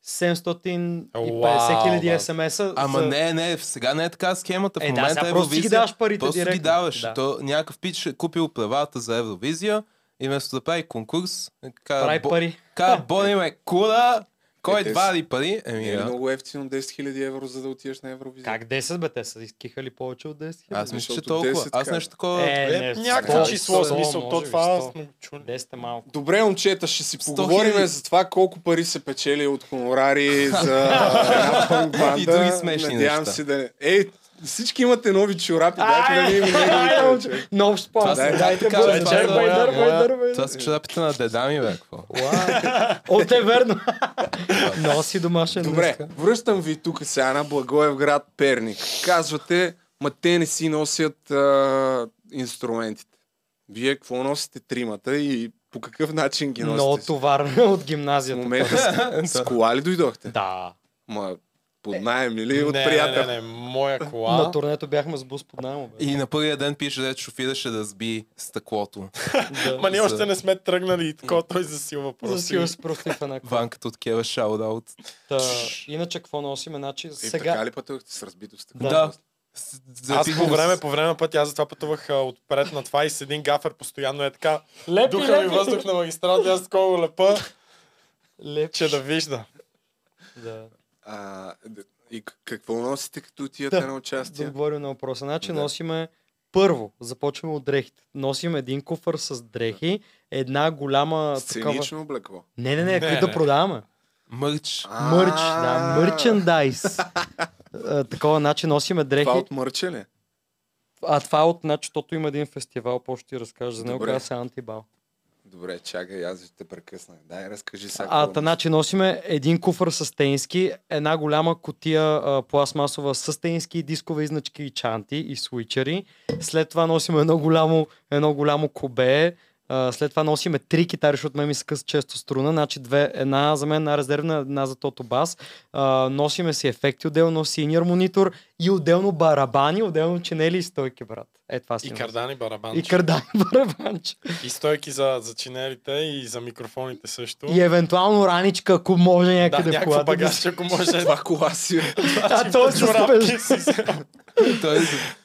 [SPEAKER 2] 750
[SPEAKER 4] Уау,
[SPEAKER 2] хиляди
[SPEAKER 4] брат.
[SPEAKER 2] смс-а.
[SPEAKER 3] Ама
[SPEAKER 2] за-
[SPEAKER 3] не, не, сега не е така схемата. В
[SPEAKER 2] Е, да,
[SPEAKER 3] момента
[SPEAKER 2] сега просто си
[SPEAKER 3] Евровизия...
[SPEAKER 2] ги даваш парите
[SPEAKER 3] Просто ги
[SPEAKER 2] директно.
[SPEAKER 3] даваш.
[SPEAKER 2] Да.
[SPEAKER 3] То, някакъв пич е купил правата за Евровизия и вместо да прави конкурс, кара,
[SPEAKER 2] Прави пари.
[SPEAKER 3] кара бониме кула, кой
[SPEAKER 1] Е, те
[SPEAKER 3] е, вади пари. Еми,
[SPEAKER 1] Е,
[SPEAKER 3] е,
[SPEAKER 1] много ефтино 10 000 евро, за да отидеш на Евровизия.
[SPEAKER 2] Как 10 бе, те са изкихали повече от 10 хиляди.
[SPEAKER 3] аз мисля, че
[SPEAKER 1] защото
[SPEAKER 3] толкова.
[SPEAKER 1] 10
[SPEAKER 3] Аз
[SPEAKER 1] кара.
[SPEAKER 3] нещо такова...
[SPEAKER 2] Е, не,
[SPEAKER 4] Е, някакво
[SPEAKER 2] сто,
[SPEAKER 4] число,
[SPEAKER 2] сто,
[SPEAKER 4] смисъл,
[SPEAKER 2] може
[SPEAKER 4] то
[SPEAKER 2] би,
[SPEAKER 4] това
[SPEAKER 2] сто.
[SPEAKER 4] сме го чули.
[SPEAKER 2] 10 е малко.
[SPEAKER 1] Добре, момчета, ще си
[SPEAKER 3] 100
[SPEAKER 1] поговорим
[SPEAKER 3] 000.
[SPEAKER 1] за това колко пари се печели от хонорари за една пънк банда.
[SPEAKER 3] И други смешни
[SPEAKER 1] Надявам
[SPEAKER 3] неща.
[SPEAKER 1] се да не... Е, всички имате нови чорапи, дайте да
[SPEAKER 2] Ай,
[SPEAKER 1] видим
[SPEAKER 2] ай,
[SPEAKER 1] неговите.
[SPEAKER 2] ай,
[SPEAKER 1] човек.
[SPEAKER 2] На общ план.
[SPEAKER 3] Това
[SPEAKER 1] Дай,
[SPEAKER 3] са-
[SPEAKER 1] дай,
[SPEAKER 3] така,
[SPEAKER 2] Бързо,
[SPEAKER 3] това
[SPEAKER 4] бъде,
[SPEAKER 3] са-
[SPEAKER 2] чай,
[SPEAKER 4] да,
[SPEAKER 2] бай,
[SPEAKER 4] да,
[SPEAKER 2] дърбай,
[SPEAKER 4] да.
[SPEAKER 2] дърбай.
[SPEAKER 3] Това са чорапите на деда ми, бе, какво?
[SPEAKER 2] О, те верно. Но си домашен.
[SPEAKER 1] Добре,
[SPEAKER 2] днес.
[SPEAKER 1] връщам ви тук сега на Благоевград, Перник. Казвате, ма те не си носят а, инструментите. Вие какво носите тримата и по какъв начин ги
[SPEAKER 2] Много
[SPEAKER 1] носите?
[SPEAKER 2] товар от
[SPEAKER 1] В
[SPEAKER 2] гимназията.
[SPEAKER 1] момента с, с кола ли дойдохте?
[SPEAKER 2] Да.
[SPEAKER 1] Ма, под найем ли или от
[SPEAKER 4] не,
[SPEAKER 1] приятел?
[SPEAKER 4] Не, не, не, моя кола.
[SPEAKER 2] На турнето бяхме с бус под найма. бе.
[SPEAKER 3] И на първия ден пише, да шофира ще да сби стъклото.
[SPEAKER 2] Да.
[SPEAKER 4] Ма ние
[SPEAKER 3] за-
[SPEAKER 4] още не сме тръгнали и тако, той засилва просто.
[SPEAKER 2] Засила се просто и в една кола.
[SPEAKER 3] Ванката от Кева Шаудаут.
[SPEAKER 2] Та, Иначе какво носим? Значи
[SPEAKER 1] И
[SPEAKER 2] сега...
[SPEAKER 1] Е, така ли пътувахте с разбито стъкло?
[SPEAKER 2] Да.
[SPEAKER 3] Да.
[SPEAKER 4] Аз по време, по време на пътя, аз затова пътувах а, отпред на това и с един гафер постоянно е така.
[SPEAKER 2] Лепи,
[SPEAKER 4] Духа ми
[SPEAKER 2] лепи.
[SPEAKER 4] въздух на магистралата, аз такова го лепа,
[SPEAKER 2] Лепи.
[SPEAKER 4] че да вижда.
[SPEAKER 2] Да.
[SPEAKER 1] А, д- и к- какво носите като отидете
[SPEAKER 2] Да,
[SPEAKER 1] на
[SPEAKER 2] Да
[SPEAKER 1] участие?
[SPEAKER 2] отговорим на въпроса. Значи
[SPEAKER 1] Да.
[SPEAKER 2] носиме Първо, започваме от дрехите. Носим един куфър с дрехи, една голяма такава...
[SPEAKER 1] Сценично облекло.
[SPEAKER 2] Не, не, не,
[SPEAKER 4] Не,
[SPEAKER 2] които да
[SPEAKER 4] не.
[SPEAKER 2] продаваме.
[SPEAKER 3] Мърч.
[SPEAKER 1] А,
[SPEAKER 2] Мърч, да, мърчендайз. А, Такова начин носиме дрехи.
[SPEAKER 1] Това от мърче ли?
[SPEAKER 2] А това е от значи, защото има един фестивал, по ще ти разкажа за него,
[SPEAKER 1] Добре.
[SPEAKER 2] казва се антибал.
[SPEAKER 1] Добре, чакай, аз ще те прекъснах. Дай, разкажи сега.
[SPEAKER 4] е.
[SPEAKER 2] А,
[SPEAKER 1] какво
[SPEAKER 2] та,
[SPEAKER 1] мислиш.
[SPEAKER 2] значи носиме един куфър с тенски, една голяма котия а, пластмасова с тенски, дискове, изначки и чанти и свичери. След това носим едно голямо, едно голямо кубе. А, след това носиме три китари, защото ме ми се къс често струна. Значи две, една за мен, една резервна, една за тото бас. А, носиме си ефекти отделно, синьор монитор и отделно барабани, отделно чинели и стойки, брат. Е, това си
[SPEAKER 4] И
[SPEAKER 2] носи.
[SPEAKER 4] кардани барабанче.
[SPEAKER 2] И кардани барабанче.
[SPEAKER 4] И стойки за, за чинелите и за микрофоните също.
[SPEAKER 2] И евентуално раничка, ако може
[SPEAKER 4] да,
[SPEAKER 2] някъде в
[SPEAKER 4] някакво
[SPEAKER 2] колата.
[SPEAKER 4] багаж, ако може.
[SPEAKER 1] Това кола си. е.
[SPEAKER 2] А то ще
[SPEAKER 4] Чорапки
[SPEAKER 2] спеш.
[SPEAKER 4] си.
[SPEAKER 3] Той е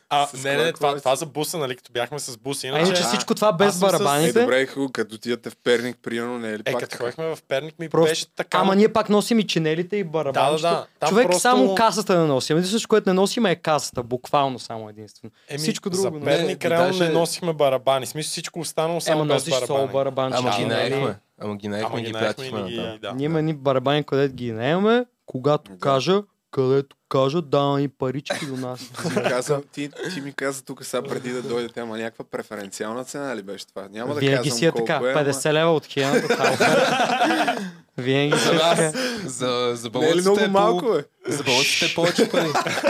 [SPEAKER 4] А,
[SPEAKER 1] С
[SPEAKER 4] не,
[SPEAKER 1] кола, кола
[SPEAKER 4] не, това,
[SPEAKER 1] си.
[SPEAKER 4] това за буса, нали, като бяхме с буса.
[SPEAKER 2] А иначе
[SPEAKER 4] Иначе,
[SPEAKER 1] си-
[SPEAKER 2] всичко това без
[SPEAKER 4] аз съм с-
[SPEAKER 1] Е,
[SPEAKER 2] барабаните.
[SPEAKER 1] добре, е хубаво, като отидете в Перник, приемно не е ли
[SPEAKER 4] е,
[SPEAKER 1] пак
[SPEAKER 4] като
[SPEAKER 1] така?
[SPEAKER 4] ходихме в Перник, ми
[SPEAKER 2] Просто-
[SPEAKER 4] беше така.
[SPEAKER 2] Ама ние пак носим и чинелите и барабаните.
[SPEAKER 4] Да, да, да. Там
[SPEAKER 2] Човек
[SPEAKER 4] просто-
[SPEAKER 2] само касата не носи. Единственото, което не носим е касата. Буквално само единствено.
[SPEAKER 4] Еми,
[SPEAKER 2] всичко
[SPEAKER 4] за
[SPEAKER 2] друго, нали?
[SPEAKER 4] Перник
[SPEAKER 3] Не,
[SPEAKER 4] реално
[SPEAKER 3] даже-
[SPEAKER 4] не носихме барабани. В Смисъл всичко останало само
[SPEAKER 2] Ема
[SPEAKER 4] без
[SPEAKER 2] носиш сол,
[SPEAKER 4] барабани.
[SPEAKER 2] барабан,
[SPEAKER 3] Ама ги
[SPEAKER 2] чинели.
[SPEAKER 3] наехме. Ама ги наехме
[SPEAKER 4] Ама
[SPEAKER 3] и
[SPEAKER 4] ги
[SPEAKER 3] ги
[SPEAKER 4] наехме и
[SPEAKER 3] пратихме
[SPEAKER 4] ни
[SPEAKER 3] натам.
[SPEAKER 4] ги... Да.
[SPEAKER 2] Ние имаме ни барабани, където ги наемаме. Когато кажа, където кажа, давам и парички до нас.
[SPEAKER 1] Каза, ти, ти ми каза тук сега преди да дойдете, ама някаква преференциална цена ли беше това? Няма да
[SPEAKER 2] Винаги
[SPEAKER 1] казвам
[SPEAKER 2] си е
[SPEAKER 1] колко
[SPEAKER 2] така.
[SPEAKER 1] е, ама-
[SPEAKER 2] 50 лева от хиената. това е оферта. Винаги си е
[SPEAKER 3] За
[SPEAKER 2] така.
[SPEAKER 3] нас, за, за
[SPEAKER 1] Не е ли много
[SPEAKER 3] балоците е
[SPEAKER 1] малко,
[SPEAKER 3] по...
[SPEAKER 1] бе?
[SPEAKER 3] За балоците е повече пари.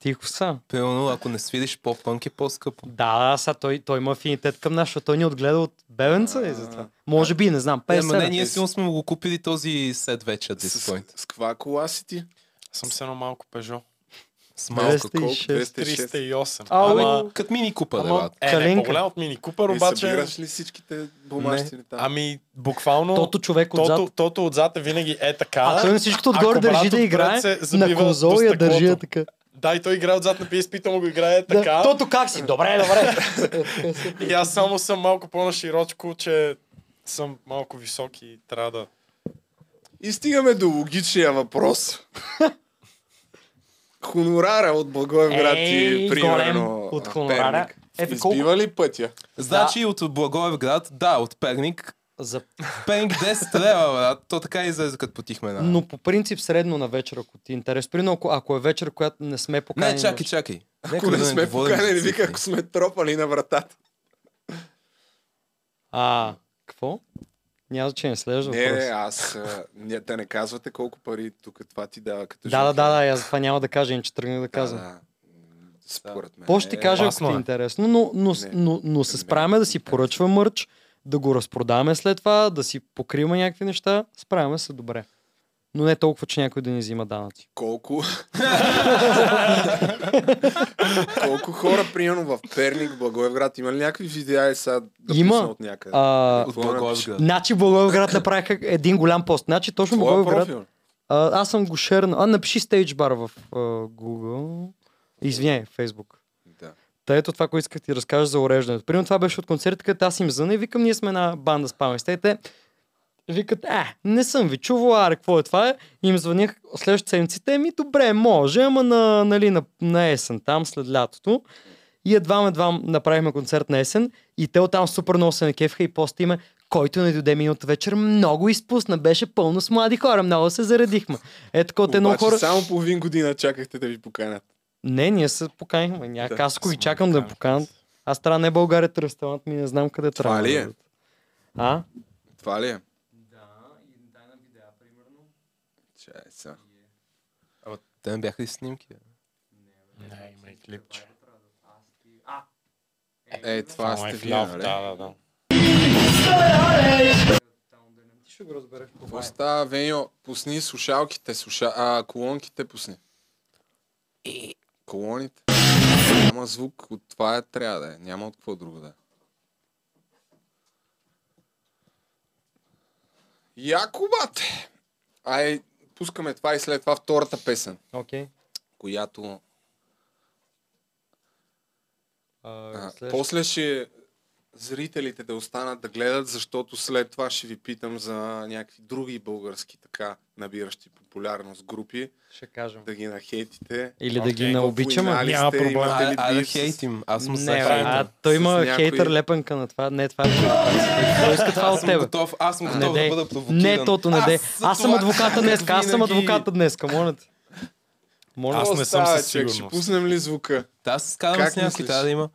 [SPEAKER 2] Тихо са.
[SPEAKER 3] Примерно, ако не свидиш по-пънк е по-скъпо.
[SPEAKER 2] Да, да, сега той, той има афинитет към нас, защото той ни отгледа от бебенца и затова. Може би, не знам,
[SPEAKER 3] Е, ама
[SPEAKER 2] 50.
[SPEAKER 3] не, ние сигурно сме му го купили този сет вече at this
[SPEAKER 1] С,
[SPEAKER 3] point.
[SPEAKER 1] с каква кола си ти?
[SPEAKER 4] Съм с едно малко Пежо.
[SPEAKER 3] С малко.
[SPEAKER 2] 206.
[SPEAKER 1] Колко? 306.
[SPEAKER 4] 308.
[SPEAKER 2] А,
[SPEAKER 3] Абе,
[SPEAKER 2] Ама-
[SPEAKER 3] като мини купа,
[SPEAKER 2] Ама-
[SPEAKER 3] брат.
[SPEAKER 4] Е, не,
[SPEAKER 2] Калинка.
[SPEAKER 4] по-голям от мини Купер,
[SPEAKER 1] И
[SPEAKER 4] обаче...
[SPEAKER 1] събираш ли всичките бумащи
[SPEAKER 4] Не.
[SPEAKER 1] ли там?
[SPEAKER 4] Ами, буквално...
[SPEAKER 2] Тото човек отзад.
[SPEAKER 4] Тото, тото отзад е винаги е така.
[SPEAKER 2] А той на всичкото отгоре
[SPEAKER 4] Ако брат
[SPEAKER 2] държи да
[SPEAKER 4] отпред
[SPEAKER 2] играе
[SPEAKER 4] се забива
[SPEAKER 2] на
[SPEAKER 4] до
[SPEAKER 2] конзол и я държи я
[SPEAKER 4] стъклото.
[SPEAKER 2] така.
[SPEAKER 4] Да, и той играе отзад на PSP, то му го играе
[SPEAKER 2] Да,
[SPEAKER 4] така.
[SPEAKER 2] Тото как си? Добре, добре.
[SPEAKER 4] И аз само съм малко по-наширочко, че съм малко висок и трябва да...
[SPEAKER 1] И стигаме до логичния въпрос. Хонорара от Благоевград
[SPEAKER 2] Ей,
[SPEAKER 1] и
[SPEAKER 2] голем
[SPEAKER 1] примерно
[SPEAKER 2] от
[SPEAKER 1] а,
[SPEAKER 2] хонорара.
[SPEAKER 1] Перник.
[SPEAKER 2] Е, бе, колко-
[SPEAKER 1] Избива ли пътя?
[SPEAKER 3] Значи от Благоевград, да, от Перник.
[SPEAKER 2] За...
[SPEAKER 3] Перник 10 лева, брат. То така излезе, като потихме една.
[SPEAKER 2] Но по принцип средно на вечер, ако ти е интерес. Прино, ако, ако е вечер, която не сме поканени.
[SPEAKER 3] Не, чакай, чакай.
[SPEAKER 1] Ако
[SPEAKER 3] Нека
[SPEAKER 1] не
[SPEAKER 3] да
[SPEAKER 1] сме
[SPEAKER 3] говорим за
[SPEAKER 1] поканени, вика,
[SPEAKER 3] цифри.
[SPEAKER 1] ако сме тропали на вратата.
[SPEAKER 2] А, какво? Няма значение, следващ
[SPEAKER 1] Не, не,
[SPEAKER 2] въпрос.
[SPEAKER 1] аз... а, Не, да не казвате колко пари тук това ти дава като
[SPEAKER 2] Да, да,
[SPEAKER 1] жонка.
[SPEAKER 2] да, да, аз това няма да кажа, иначе тръгнах да казвам.
[SPEAKER 1] Да, М, Според мен.
[SPEAKER 2] По ще
[SPEAKER 1] е-
[SPEAKER 2] кажа, ако ти
[SPEAKER 4] опасно
[SPEAKER 2] е
[SPEAKER 4] е.
[SPEAKER 2] интересно, но, но,
[SPEAKER 1] Не,
[SPEAKER 2] но, но се
[SPEAKER 1] не,
[SPEAKER 2] справяме да си
[SPEAKER 1] не.
[SPEAKER 2] поръчва мърч, да го разпродаваме след това, да си покриваме някакви неща, справяме се добре. Но не толкова, че някой да ни взима данъци.
[SPEAKER 1] Колко... колко хора, примерно в Перник, Благоевград, има ли някакви видеа и сега да
[SPEAKER 2] Има.
[SPEAKER 1] пусна от някъде?
[SPEAKER 2] А,
[SPEAKER 3] От
[SPEAKER 1] Какво напиша?
[SPEAKER 3] Благоевград.
[SPEAKER 2] значи Благоевград направиха един голям пост. Значи точно
[SPEAKER 1] Твоя
[SPEAKER 2] Благоевград...
[SPEAKER 1] е профил?
[SPEAKER 2] А, аз съм го шернал. А, напиши Stage Bar в а, Google. Извиняй, Facebook.
[SPEAKER 1] Да.
[SPEAKER 2] Та ето това, което исках ти да разкажа за уреждането. Примерно това беше от концерта, където аз им зъна и викам, ние сме една банда с паместите. Викат, а, не съм ви чувал, аре, какво е това? И им звънях следващата седмица, те ми добре, може, ама на, нали, на, на есен там, след лятото. И едва едва направихме концерт на есен и те оттам супер много се накефха и после има който не дойде миналата вечер, много изпусна, беше пълно с млади хора, много се заредихме. Е така от едно
[SPEAKER 1] Обаче
[SPEAKER 2] хора...
[SPEAKER 1] само половин година чакахте да ви поканят.
[SPEAKER 2] Не, ние се поканихме. Някак
[SPEAKER 1] Да,
[SPEAKER 2] аз ако ги чакам да я поканят. Аз трябва не България ресторант ми, не знам къде
[SPEAKER 1] Това
[SPEAKER 2] трябва. да
[SPEAKER 1] ли е?
[SPEAKER 2] бъдат. А?
[SPEAKER 1] Това ли е? Да, и дай на видеа, примерно. Чай са.
[SPEAKER 3] Ама те не бяха ли снимки? бе?
[SPEAKER 4] Не, има и клипче.
[SPEAKER 1] Е, това
[SPEAKER 4] Ама е
[SPEAKER 1] сте вие,
[SPEAKER 4] вляво,
[SPEAKER 1] нали?
[SPEAKER 4] да, да, да.
[SPEAKER 2] Ти ще го разбереш.
[SPEAKER 1] Какво става, Веньо? Пусни слушалките, слуша... а, колонките пусни. Колоните. Няма звук, от това е, трябва да е. Няма от какво друго да е. Яко, бате! Ай, пускаме това и след това втората песен,
[SPEAKER 2] Окей.
[SPEAKER 1] която...
[SPEAKER 2] А,
[SPEAKER 1] А,
[SPEAKER 2] следващ-
[SPEAKER 1] после ще... зрителите да останат да гледат, защото след това ще ви питам за някакви други български така набиращи популярност групи,
[SPEAKER 2] Ще кажем.
[SPEAKER 1] да ги нахейтите.
[SPEAKER 2] Или да ги
[SPEAKER 4] Окей.
[SPEAKER 2] наобичаме.
[SPEAKER 1] Финали
[SPEAKER 4] Няма
[SPEAKER 1] сте,
[SPEAKER 4] проблем.
[SPEAKER 1] имате
[SPEAKER 3] А,
[SPEAKER 1] ли
[SPEAKER 3] а да
[SPEAKER 1] биф с-
[SPEAKER 3] хейтим. Аз съм
[SPEAKER 2] Не, бе, а
[SPEAKER 3] сега
[SPEAKER 2] той
[SPEAKER 1] С
[SPEAKER 2] има
[SPEAKER 1] някой-
[SPEAKER 2] хейтър лепенка на това. Не, това е Той иска това от
[SPEAKER 3] Аз съм
[SPEAKER 2] тебе.
[SPEAKER 3] готов, аз съм
[SPEAKER 2] Не,
[SPEAKER 3] готов да
[SPEAKER 2] дей.
[SPEAKER 3] бъда провокиран.
[SPEAKER 2] не, тото, не, дей.
[SPEAKER 3] за
[SPEAKER 2] Аз съм
[SPEAKER 3] това
[SPEAKER 2] адвоката днес. Аз съм
[SPEAKER 3] винаги-
[SPEAKER 2] адвоката днес. Моля ти. Моля
[SPEAKER 4] Аз
[SPEAKER 1] Какво
[SPEAKER 4] не съм
[SPEAKER 1] става,
[SPEAKER 4] със
[SPEAKER 1] човек? Ще
[SPEAKER 4] сигурност.
[SPEAKER 1] пуснем ли звука?
[SPEAKER 3] Да, аз се скарам
[SPEAKER 1] Как
[SPEAKER 3] с някой,
[SPEAKER 1] мислиш?
[SPEAKER 3] трябва да има.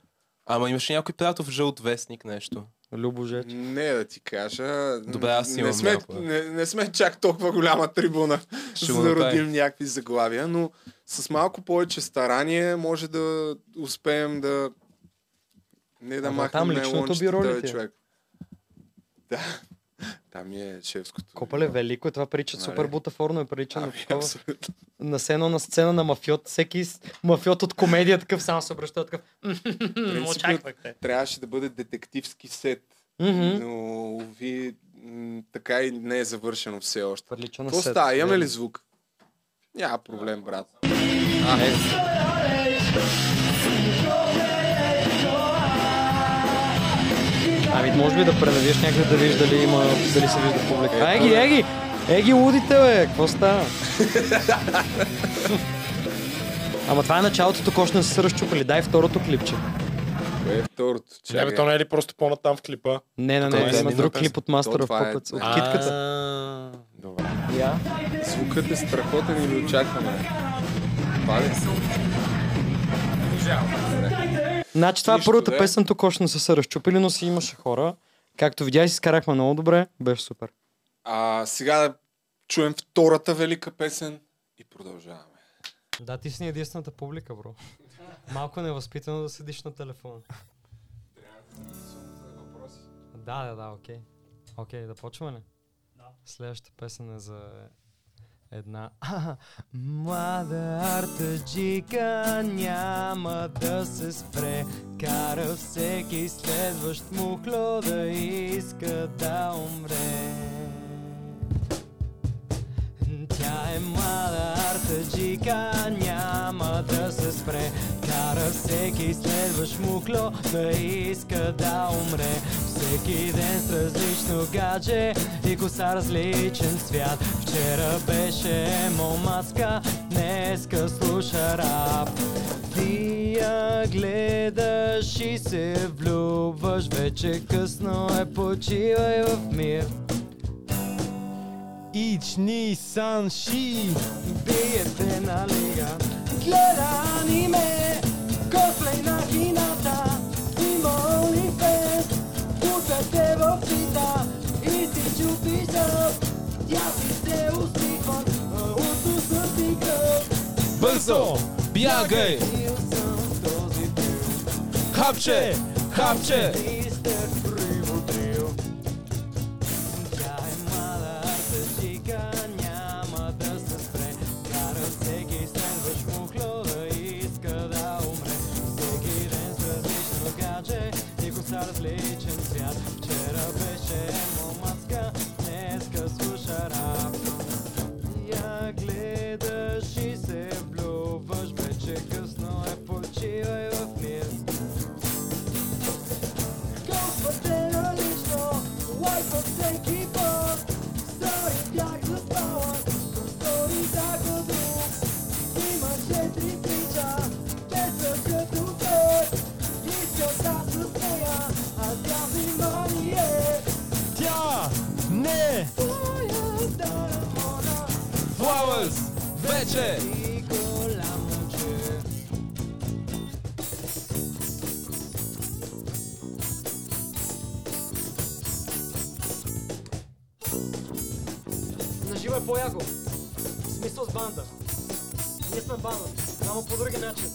[SPEAKER 3] Ама имаше някой приятел в жълт вестник нещо.
[SPEAKER 2] Любо Жечо.
[SPEAKER 1] Не да ти кажа.
[SPEAKER 3] Добре, аз
[SPEAKER 1] не
[SPEAKER 3] имам
[SPEAKER 1] сме,
[SPEAKER 3] някаква.
[SPEAKER 1] не, не сме чак толкова голяма трибуна,
[SPEAKER 3] Ще
[SPEAKER 1] за
[SPEAKER 3] го
[SPEAKER 1] да
[SPEAKER 3] направим.
[SPEAKER 1] родим някакви заглавия, но с малко повече старание може да успеем да не да
[SPEAKER 2] Ама
[SPEAKER 1] махнем
[SPEAKER 2] там личното
[SPEAKER 1] найлончетата,
[SPEAKER 2] бюро ли
[SPEAKER 1] бе,
[SPEAKER 2] ти е?
[SPEAKER 1] човек. Да. Там е шефското.
[SPEAKER 2] Копале велико, е, това прилича
[SPEAKER 1] Нали?
[SPEAKER 2] супер бутафорно, е прилича на
[SPEAKER 1] Ами,
[SPEAKER 2] такова.
[SPEAKER 1] абсолютно.
[SPEAKER 2] На сено на сцена на мафиот, всеки с- мафиот от комедия такъв само се обръща такъв.
[SPEAKER 1] Принципно-
[SPEAKER 2] Очаквахте.
[SPEAKER 1] Трябваше да бъде детективски сет,
[SPEAKER 2] Мгм.
[SPEAKER 1] но ви м, така и не е завършено все още.
[SPEAKER 2] Прилича на
[SPEAKER 1] Какво
[SPEAKER 2] сет. нали?
[SPEAKER 1] става? Имаме ли звук? Няма проблем, брат.
[SPEAKER 2] Ами може би да пренавиеш някъде да видиш дали има, дали се вижда публика. Еги, еги! Еги, лудите, бе! Какво става? Ама това е началото, тук още не са се разчупили. Дай второто клипче.
[SPEAKER 1] Кое е второто?
[SPEAKER 4] Не, бе, то не е ли просто по-натам в клипа?
[SPEAKER 2] Не, не,
[SPEAKER 3] Той
[SPEAKER 2] не,
[SPEAKER 3] е
[SPEAKER 2] има
[SPEAKER 3] минал
[SPEAKER 2] друг
[SPEAKER 3] през-
[SPEAKER 2] клип от Мастера в
[SPEAKER 1] това е-
[SPEAKER 2] Пъпец. От китката.
[SPEAKER 4] А, Добре.
[SPEAKER 2] Я.
[SPEAKER 1] Звукът е страхотен и ви очакваме. Пали.
[SPEAKER 2] Значи това е
[SPEAKER 1] Нищо,
[SPEAKER 2] първата
[SPEAKER 1] бе.
[SPEAKER 2] песен, тук още не са се разчупили, но си имаше хора. Както видя, и си скарахме много добре. Беше супер.
[SPEAKER 1] А сега да чуем втората велика песен и продължаваме.
[SPEAKER 2] Да, ти си ни единствената публика, бро. Малко невъзпитано да седиш на телефона. Да, да, да, окей. Окей, да почваме ли? Да. Следващата песен е за една... Млада артаджика няма да се спре Кара всеки следващ мухло да иска да умре тя е млада артаджика, няма да се спре Кара всеки следващ мукло да иска да умре Всеки ден с различно гадже и коса различен свят Вчера беше момаска, днеска слуша рап Ти я гледаш и се влюбваш Вече късно е, почивай в мир Each Nissan She Биете на лига Гледа аниме Косплей на кината Има OnlyFans Путате в фита И си чупиш зъб Я си се усмихвам Уто съм ти гръб
[SPEAKER 3] Бързо! Бягай!
[SPEAKER 2] Бил съм в този филм
[SPEAKER 3] Хапче! Хапче!
[SPEAKER 2] Ти сте приводил Тя е млада артистика, няма да се спре. Кара всеки следващ мухло да иска да умре. Всеки ден с различно гадже и коса различен цвят. Вчера беше момацка, днеска слуша рап. Я гледаш и се влюбваш, вече късно е, почивай в мир.
[SPEAKER 6] Тя не
[SPEAKER 3] Flowers! Вече!
[SPEAKER 2] Наживо е по-яко. В смисъл с банда. Ние сме банда, ама по други начин.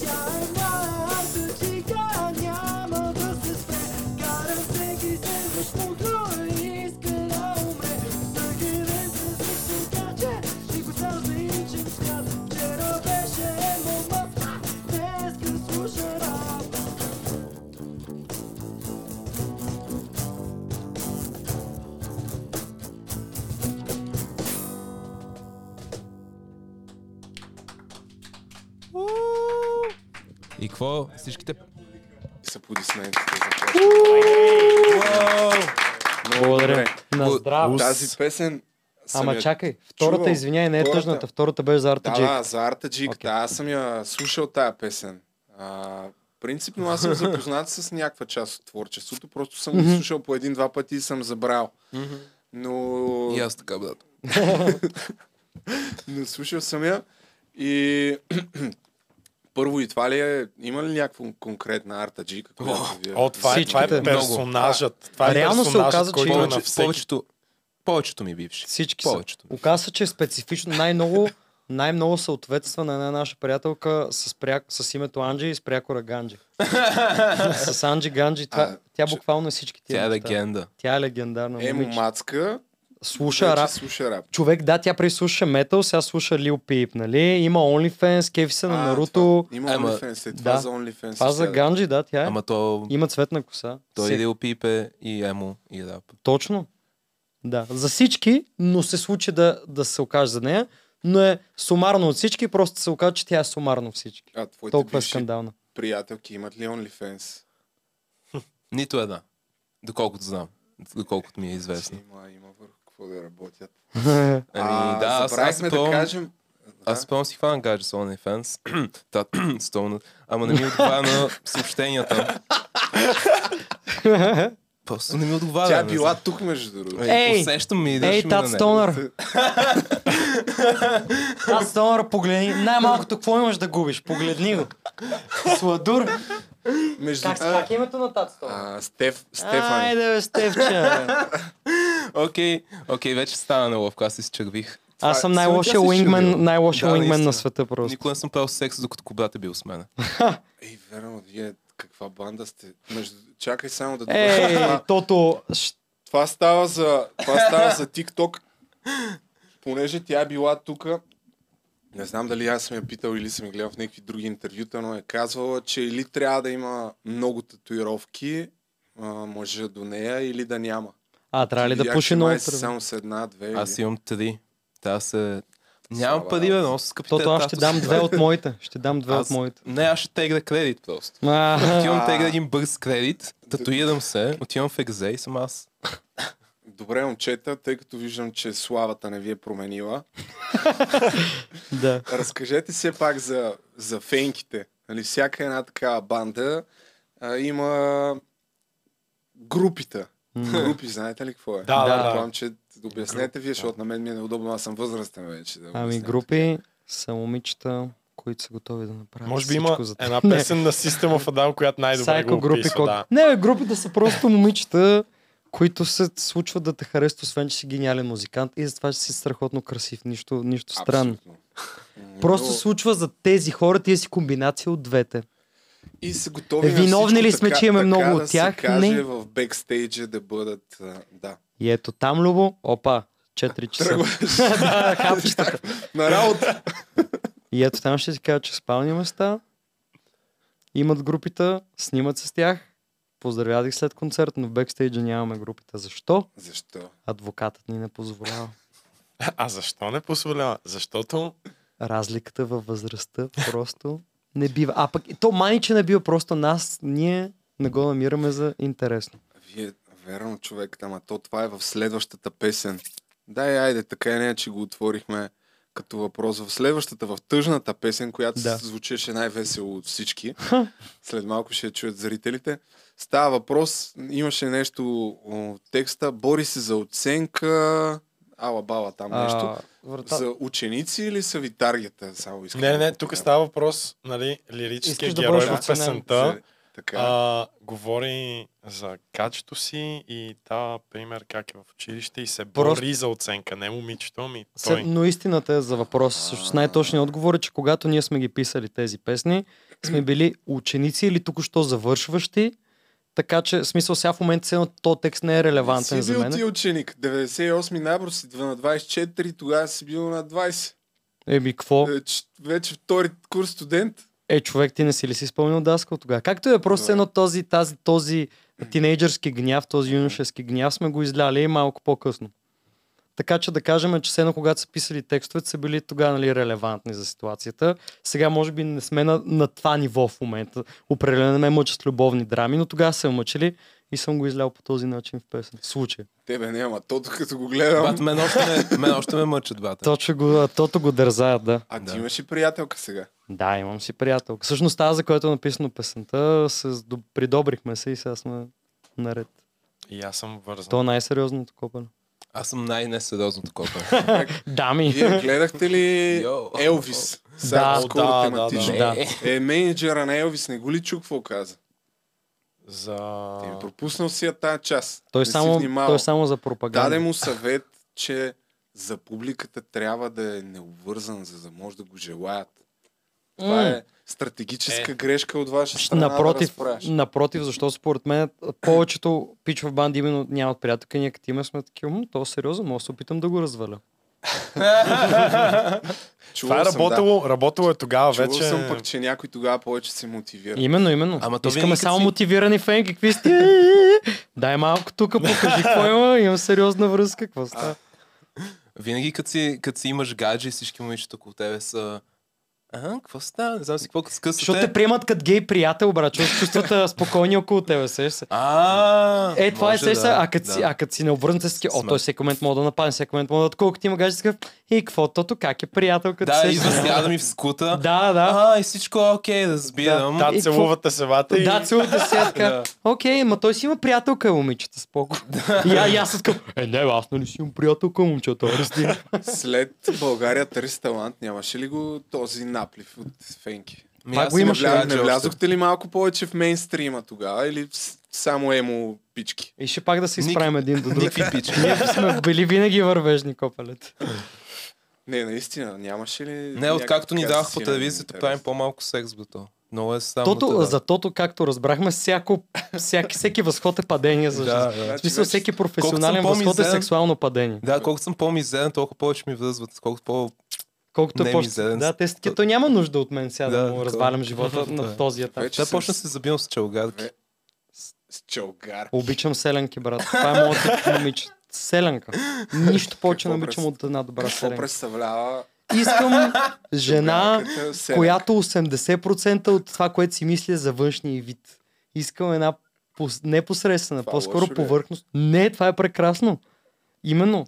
[SPEAKER 7] Тя е моята чика, няма да се спре. Кара всеки следващ мокро и иска да умре. Всеки ден с различно каче и го цял заичен свят. Вчера беше момък, днеска слуша рап.
[SPEAKER 3] И какво? Всичките...
[SPEAKER 1] аплодисментите. започват.
[SPEAKER 2] Благодаря.
[SPEAKER 1] добре.
[SPEAKER 2] На
[SPEAKER 3] Бу-
[SPEAKER 2] здраво.
[SPEAKER 1] Тази песен... съм
[SPEAKER 2] Ама
[SPEAKER 1] я-
[SPEAKER 2] чакай, втората,
[SPEAKER 1] чувал.
[SPEAKER 2] извиняй, не е
[SPEAKER 1] Втората.
[SPEAKER 2] тъжната. Втората беше за Арта
[SPEAKER 1] Да,
[SPEAKER 2] Джейк.
[SPEAKER 1] да, за Арта Джик.
[SPEAKER 2] Окей.
[SPEAKER 1] Да, аз съм я слушал тая песен. А, принципно аз съм запознат с някаква част от творчеството. Просто съм
[SPEAKER 2] Мгм.
[SPEAKER 1] го слушал по един-два пъти и съм забрал. Но...
[SPEAKER 3] И аз така, брат.
[SPEAKER 1] Не слушал съм я. И първо и това ли е, има ли някаква конкретна арта джика? която ви е-
[SPEAKER 4] О, това е, това е
[SPEAKER 2] Всичките.
[SPEAKER 4] персонажът. Това е
[SPEAKER 2] Реално се
[SPEAKER 4] персонажът,
[SPEAKER 2] оказа, че
[SPEAKER 4] който е
[SPEAKER 3] Повече,
[SPEAKER 4] на всеки.
[SPEAKER 3] повечето, повечето ми бивши.
[SPEAKER 2] Всички са.
[SPEAKER 3] Повечето.
[SPEAKER 2] Оказва, се, че специфично най-много най-много съответства на една наша приятелка с, пря... с името Анджи и с прякора Ганджи. с Анджи Ганджи, това...
[SPEAKER 1] А,
[SPEAKER 2] тя
[SPEAKER 1] че-
[SPEAKER 2] буквално е всички тия
[SPEAKER 3] Тя е
[SPEAKER 2] неща.
[SPEAKER 3] легенда.
[SPEAKER 2] Тя е легендарна.
[SPEAKER 1] Е,
[SPEAKER 2] момиче.
[SPEAKER 1] момацка.
[SPEAKER 2] Слуша
[SPEAKER 1] Слуша
[SPEAKER 2] рап.
[SPEAKER 1] рап. Слуша рап.
[SPEAKER 2] Човек, да, тя преслуша метал, сега слуша Лил Пип, нали? Има OnlyFans, кефи се на
[SPEAKER 1] А,
[SPEAKER 2] Наруто.
[SPEAKER 1] това- Има
[SPEAKER 3] Ама-
[SPEAKER 1] OnlyFans. е, Това
[SPEAKER 2] Да.
[SPEAKER 1] за OnlyFans.
[SPEAKER 2] Това за
[SPEAKER 1] сега.
[SPEAKER 2] Ганджи, да, тя е.
[SPEAKER 3] Ама то,
[SPEAKER 2] Има цветна коса.
[SPEAKER 3] той е-
[SPEAKER 2] Се-
[SPEAKER 3] и Лил Пипе, и Емо, и рап.
[SPEAKER 2] Точно. Да. За всички, но се случи да, да се окаже за нея, но е сумарно от всички, просто се окаже, че тя е сумарно всички.
[SPEAKER 1] А твоите
[SPEAKER 2] Толкова е
[SPEAKER 1] бивши
[SPEAKER 2] скандална.
[SPEAKER 1] приятелки имат ли OnlyFans?
[SPEAKER 3] Нито една. Доколкото знам. Доколкото ми е известно.
[SPEAKER 1] Има, има върху какво да работят.
[SPEAKER 3] Ами, да, аз, аз,
[SPEAKER 1] забравихме да
[SPEAKER 3] спомням-
[SPEAKER 1] кажем...
[SPEAKER 3] аз спомням си хвана гадже с OnlyFans. Та, стомна. Ама не ми отговаря на съобщенията. Просто не ми отговаря.
[SPEAKER 1] Тя
[SPEAKER 3] не
[SPEAKER 1] била тук, между другото.
[SPEAKER 3] знам.
[SPEAKER 2] Ей!
[SPEAKER 3] Ей, усещам ми и
[SPEAKER 2] Ей,
[SPEAKER 3] дъшно
[SPEAKER 2] Тат
[SPEAKER 3] на нея.
[SPEAKER 2] Стонър! Тат Стонър, погледни. Най-малкото, какво имаш да губиш? Погледни го. Сладур.
[SPEAKER 1] Между...
[SPEAKER 2] Как се пак е? името на Тат Стонър?
[SPEAKER 1] А, Стеф, Стефан.
[SPEAKER 2] Айде, бе, Стефче. бе.
[SPEAKER 3] Окей, окей, вече стана неловко, аз се изчервих.
[SPEAKER 2] Аз съм
[SPEAKER 3] е-
[SPEAKER 2] най-лошия
[SPEAKER 3] сега си ще
[SPEAKER 2] уингмен,
[SPEAKER 3] видя.
[SPEAKER 2] най-лошия
[SPEAKER 3] Да,
[SPEAKER 2] уингмен на
[SPEAKER 3] наистина.
[SPEAKER 2] света просто.
[SPEAKER 3] Никога не съм правил секс, докато кобрата е бил с мен.
[SPEAKER 1] Ей, верно, вие каква банда сте. Между... Чакай само да
[SPEAKER 2] Ей,
[SPEAKER 1] довърша това.
[SPEAKER 2] Тото, щ-
[SPEAKER 1] Това става за, това става за TikTok. Понеже тя е била тук, не знам дали аз съм я питал или съм я гледал в някакви други интервюта, но е казвала, че или трябва да има много татуировки, а, мъжа до нея, или да няма.
[SPEAKER 2] а, трябва ли да
[SPEAKER 1] Видях,
[SPEAKER 2] пуши
[SPEAKER 1] че май
[SPEAKER 2] много?
[SPEAKER 1] са Само с една, две.
[SPEAKER 3] Аз
[SPEAKER 1] или-
[SPEAKER 3] имам три. Та се... Нямам
[SPEAKER 1] Слаба
[SPEAKER 3] пари, бе,
[SPEAKER 1] работа.
[SPEAKER 3] много са скъпи.
[SPEAKER 2] Тото,
[SPEAKER 3] те
[SPEAKER 2] аз ще
[SPEAKER 3] татус.
[SPEAKER 2] дам две от моите. Ще дам две от
[SPEAKER 3] Аз-
[SPEAKER 2] моите.
[SPEAKER 3] Не, аз ще тегля кредит просто.
[SPEAKER 2] А,
[SPEAKER 3] Отивам
[SPEAKER 1] А.
[SPEAKER 3] тегля един бърз кредит, татуирам се, отивам в екзе и съм аз.
[SPEAKER 1] Добре, момчета, тъй като виждам, че славата не ви е променила.
[SPEAKER 2] да.
[SPEAKER 1] Разкажете се пак за, за фенките. Нали, всяка една такава банда а, има групите. Групи, знаете ли какво е?
[SPEAKER 4] Да, да, да.
[SPEAKER 1] Предполагам, че обяснете вие, защото на мен ми е неудобно, аз съм възрастен вече. Да
[SPEAKER 2] Ами
[SPEAKER 1] обясням.
[SPEAKER 2] групи са момичета, които са готови да направят
[SPEAKER 4] Може би
[SPEAKER 2] всичко
[SPEAKER 4] има
[SPEAKER 2] за теб.
[SPEAKER 4] една
[SPEAKER 2] Не,
[SPEAKER 4] песен на System of a Down, която най-добре
[SPEAKER 2] Psycho
[SPEAKER 4] го
[SPEAKER 2] групи.
[SPEAKER 4] описва.
[SPEAKER 2] кой-
[SPEAKER 4] Да.
[SPEAKER 2] Не, бе, групите са просто момичета, които се случват да те харесват, освен че си гениален музикант и затова, че си страхотно красив. Нищо, нищо странно.
[SPEAKER 1] Абсолютно.
[SPEAKER 2] Просто
[SPEAKER 1] Но-
[SPEAKER 2] случва за тези хора, тия си комбинация от двете.
[SPEAKER 1] И са готови
[SPEAKER 2] Е, Виновни
[SPEAKER 1] на всичко,
[SPEAKER 2] ли сме,
[SPEAKER 1] така,
[SPEAKER 2] че имаме
[SPEAKER 1] така
[SPEAKER 2] много
[SPEAKER 1] да
[SPEAKER 2] от
[SPEAKER 1] се
[SPEAKER 2] тях?
[SPEAKER 1] Каже,
[SPEAKER 2] Не.
[SPEAKER 1] в бекстейджа да бъдат... а, Да.
[SPEAKER 2] И ето там, Любо, опа, 4 часа.
[SPEAKER 1] Тръгваш
[SPEAKER 2] да, хапчетата.
[SPEAKER 1] на работа.
[SPEAKER 2] И ето там ще си кажа, че спални места имат групите, снимат с тях. Поздравяват ги след концерт, но в бекстейджа нямаме групите. Защо?
[SPEAKER 1] Защо?
[SPEAKER 2] Адвокатът ни не позволява.
[SPEAKER 4] А защо не позволява? Защото
[SPEAKER 2] Разликата във възрастта просто не бива. А пък то мани, че не бива просто нас, ние не го намираме за интересно.
[SPEAKER 1] Вие, верно човек, ама то това е в следващата песен. Да, и айде, така и не, че го отворихме като въпрос в следващата, в тъжната песен, която
[SPEAKER 2] Да.
[SPEAKER 1] да. звучеше най-весело от всички. След малко ще я чуят зрителите. Става въпрос, имаше нещо от текста, бори се за оценка, ала бала там нещо.
[SPEAKER 2] врата...
[SPEAKER 1] За ученици или са ви таргета? Само искам
[SPEAKER 4] Не, не,
[SPEAKER 1] да
[SPEAKER 4] не,
[SPEAKER 1] попитам.
[SPEAKER 4] тук става въпрос, нали,
[SPEAKER 2] Искаш
[SPEAKER 4] лирическия
[SPEAKER 2] да
[SPEAKER 4] герой
[SPEAKER 2] бъдеш
[SPEAKER 4] в
[SPEAKER 2] оценен.
[SPEAKER 4] песента
[SPEAKER 1] Така.
[SPEAKER 4] а, говори за качето си и дава пример как е в училище и се бори
[SPEAKER 2] Просто-
[SPEAKER 4] за оценка. Не момичето, ми
[SPEAKER 2] Се,
[SPEAKER 4] той.
[SPEAKER 2] но истината е за въпроса. Също най-точният отговор е, че когато ние сме ги писали тези песни, сме били ученици или току-що завършващи, така че в смисъл сега в момента цено то текст не е
[SPEAKER 1] Си
[SPEAKER 2] релевантен за
[SPEAKER 1] бил ти
[SPEAKER 2] мен.
[SPEAKER 1] ученик. 98 набор си 2 на 24, тогава си бил на 20.
[SPEAKER 2] Еми, какво?
[SPEAKER 1] Е, ч- вече втори курс студент.
[SPEAKER 2] Е, човек, ти не си ли си спомнил даска от тогава? Както е просто
[SPEAKER 1] Да.
[SPEAKER 2] едно този, тази, този тинейджърски гняв, този юношески гняв сме го изляли малко по-късно. Така че да кажем, че все едно когато са писали текстовете, са били тогава нали, релевантни за ситуацията. Сега може би не сме на, на това ниво в момента. Определено не ме мъчат любовни драми, но тогава се мъчили и съм го излял по този начин в песен. В случай.
[SPEAKER 1] Тебе няма. Тото като го гледам.
[SPEAKER 3] Бат, мен още, ме, мен още ме мъчат двата.
[SPEAKER 2] Точно го, тото го дързаят, да.
[SPEAKER 1] А ти
[SPEAKER 3] Да.
[SPEAKER 1] имаш и приятелка сега.
[SPEAKER 2] Да, имам си приятел. Всъщност тази, за която е написано песента, се сдо- придобрихме се и сега сме наред.
[SPEAKER 4] И аз съм вързан.
[SPEAKER 2] То е най-сериозното копане.
[SPEAKER 3] Аз съм най-несериозното копа.
[SPEAKER 2] Дами!
[SPEAKER 1] Вие гледахте ли
[SPEAKER 3] Йо.
[SPEAKER 1] Елвис?
[SPEAKER 2] Да,
[SPEAKER 1] Сега скоро
[SPEAKER 4] да, да,
[SPEAKER 1] тематично.
[SPEAKER 2] да.
[SPEAKER 1] Е, менеджера на Елвис не го ли чу какво каза?
[SPEAKER 4] За...
[SPEAKER 1] Ти ми пропуснал си я тая част.
[SPEAKER 2] Той
[SPEAKER 1] не си
[SPEAKER 2] само,
[SPEAKER 1] внимавал.
[SPEAKER 2] той е само за пропаганда.
[SPEAKER 1] Даде му съвет, че за публиката трябва да е необвързан, за да може да го желаят. Това
[SPEAKER 2] М.
[SPEAKER 1] е
[SPEAKER 3] Е.
[SPEAKER 1] стратегическа грешка от ваша
[SPEAKER 2] Щ-
[SPEAKER 1] страна
[SPEAKER 2] напротив,
[SPEAKER 1] да разправяш.
[SPEAKER 2] напротив, защото според мен повечето пичва банди именно нямат приятелка, ние като имаме сме такива, «М, то е сериозно, може да се опитам да го разваля.
[SPEAKER 1] Чувал
[SPEAKER 4] Това е
[SPEAKER 1] съм, да.
[SPEAKER 4] работило, работило е тогава
[SPEAKER 1] Чувал
[SPEAKER 4] вече.
[SPEAKER 1] съм пък, че някой тогава повече се мотивира.
[SPEAKER 2] Именно, именно.
[SPEAKER 3] Ама то
[SPEAKER 2] Искаме
[SPEAKER 3] винаги
[SPEAKER 2] само
[SPEAKER 3] си-
[SPEAKER 2] мотивирани фен, какви сте? Дай малко тук, покажи какво има, имам сериозна връзка, какво става?
[SPEAKER 3] Винаги като си, като си имаш гадже, всички момичета около тебе са... Ага, какво става? Не знам си какво като
[SPEAKER 2] Защото
[SPEAKER 3] скъсате.
[SPEAKER 2] те приемат като гей приятел, брат, защото се чувстват а, спокойни около тебе, сеш се.
[SPEAKER 3] А,
[SPEAKER 2] Е, това е
[SPEAKER 3] може
[SPEAKER 2] сеса, а като
[SPEAKER 3] да.
[SPEAKER 2] си, а като си необвързан, се ски, о,
[SPEAKER 3] Сме.
[SPEAKER 2] той всеки момент мога да нападне, всеки момент мога да колко ти има гаджет, си такъв, и какво, тото, как е приятел, като
[SPEAKER 3] Да,
[SPEAKER 2] се-
[SPEAKER 3] идва сяда ми в скута.
[SPEAKER 2] Да, да.
[SPEAKER 3] А, и всичко е окей, да разбирам.
[SPEAKER 4] Да,
[SPEAKER 2] И
[SPEAKER 4] целувате севата и...
[SPEAKER 2] Да, целата си е така.
[SPEAKER 3] Да.
[SPEAKER 2] Окей, ма той си има приятелка, момичета, споко. И, а- и аз съм такъв, е, не, бе, аз нали си имам приятелка, момчета, арести.
[SPEAKER 1] След България Търси талант нямаше ли го този наплив от фенки?
[SPEAKER 3] Ми,
[SPEAKER 2] пак
[SPEAKER 3] аз
[SPEAKER 2] го
[SPEAKER 3] си
[SPEAKER 2] имаш
[SPEAKER 3] не
[SPEAKER 1] Вля,
[SPEAKER 3] влязох
[SPEAKER 1] не
[SPEAKER 3] още.
[SPEAKER 1] влязохте ли малко повече в мейнстрима тогава или с- само емо пички?
[SPEAKER 2] И ще пак да се
[SPEAKER 3] Ник-
[SPEAKER 2] изправим един до друг.
[SPEAKER 3] Никакви пички.
[SPEAKER 2] Ние сме били винаги вървежни копалет.
[SPEAKER 1] Не, наистина, нямаше ли...
[SPEAKER 3] Не,
[SPEAKER 1] някакъв
[SPEAKER 3] откакто ни
[SPEAKER 1] така
[SPEAKER 3] давах по
[SPEAKER 1] силен
[SPEAKER 3] телевизията,
[SPEAKER 1] интерес?
[SPEAKER 3] правим по-малко секс, бато. Много е само
[SPEAKER 2] Тото,
[SPEAKER 3] да.
[SPEAKER 2] за тото, както разбрахме, всяко, всяки, всеки възход е падение за
[SPEAKER 3] да,
[SPEAKER 2] жизнь.
[SPEAKER 3] да.
[SPEAKER 2] В смисъл,
[SPEAKER 1] вече-
[SPEAKER 2] всеки професионален
[SPEAKER 3] Колкото съм
[SPEAKER 2] възход е
[SPEAKER 3] по-мизерен-
[SPEAKER 2] сексуално падение.
[SPEAKER 3] Да, колкото съм по-мизерен, толкова повече ми връзват, колкото по...
[SPEAKER 2] Колкото
[SPEAKER 3] Не
[SPEAKER 2] е
[SPEAKER 3] ми
[SPEAKER 2] по
[SPEAKER 3] зелен.
[SPEAKER 2] Да, те са такива, то няма нужда от мен сега да,
[SPEAKER 3] Да,
[SPEAKER 2] му
[SPEAKER 3] такова.
[SPEAKER 2] развалям живота на
[SPEAKER 3] Да.
[SPEAKER 2] този етап.
[SPEAKER 1] Вече
[SPEAKER 3] Да,
[SPEAKER 1] съм
[SPEAKER 3] почна
[SPEAKER 1] с-
[SPEAKER 3] се забивам с челгарки.
[SPEAKER 1] Ве- с чалгар.
[SPEAKER 2] Обичам селенки, брат. Това е моят тип момиче. Селенка. Нищо повече не
[SPEAKER 1] Какво
[SPEAKER 2] обичам
[SPEAKER 1] през-
[SPEAKER 2] от една добра
[SPEAKER 1] Какво
[SPEAKER 2] селенка.
[SPEAKER 1] представлява
[SPEAKER 2] Искам жена,
[SPEAKER 1] чалгарката в селянка?
[SPEAKER 2] която 80% от това, което си мисля за външния й вид. Искам една пос... непосредствена,
[SPEAKER 1] Това
[SPEAKER 2] по-скоро
[SPEAKER 1] лошо ли е?
[SPEAKER 2] повърхност. Не, това е прекрасно. Именно.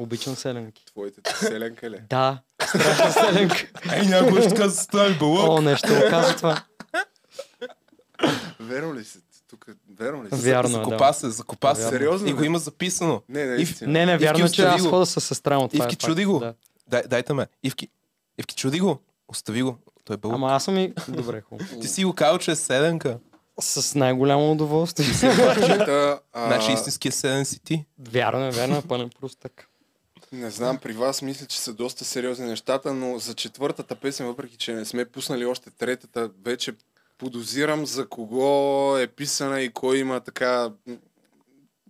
[SPEAKER 2] Обичам селенки.
[SPEAKER 1] Твоите селенка ли?
[SPEAKER 2] Да, страшна селенка.
[SPEAKER 1] е,
[SPEAKER 3] Ей, някой ще каза, стай, бълък.
[SPEAKER 2] О, нещо го каза това.
[SPEAKER 1] Верно ли си? Тук, верно ли си?
[SPEAKER 2] Вярно е, да.
[SPEAKER 3] Закопа се, закопа се.
[SPEAKER 1] Сериозно
[SPEAKER 3] И го
[SPEAKER 1] ли?
[SPEAKER 3] има записано.
[SPEAKER 1] Не, не,
[SPEAKER 3] И-
[SPEAKER 1] истина.
[SPEAKER 2] Не, не,
[SPEAKER 3] Ивки,
[SPEAKER 2] вярно, е, че
[SPEAKER 3] остави
[SPEAKER 2] аз
[SPEAKER 3] го.
[SPEAKER 2] хода с сестра му. Това
[SPEAKER 3] Ивки,
[SPEAKER 2] е факт,
[SPEAKER 3] чуди го.
[SPEAKER 2] Да.
[SPEAKER 3] Дай, дайте ме. Ивки, Ивки, чуди го. Остави го. Той е бълък.
[SPEAKER 2] Ама аз съм и... Добре, хубаво.
[SPEAKER 3] Ти си го казал, че е седенка.
[SPEAKER 2] С най-голямо удоволствие.
[SPEAKER 1] Момчета, а,
[SPEAKER 3] Значи истинския седен си ти.
[SPEAKER 2] Вярно е, вярно е, пълен простък.
[SPEAKER 1] Не знам, при вас мисля, че са доста сериозни нещата, но за четвъртата песен, въпреки че не сме пуснали още третата, вече подозирам за кого е писана и кой има така... м,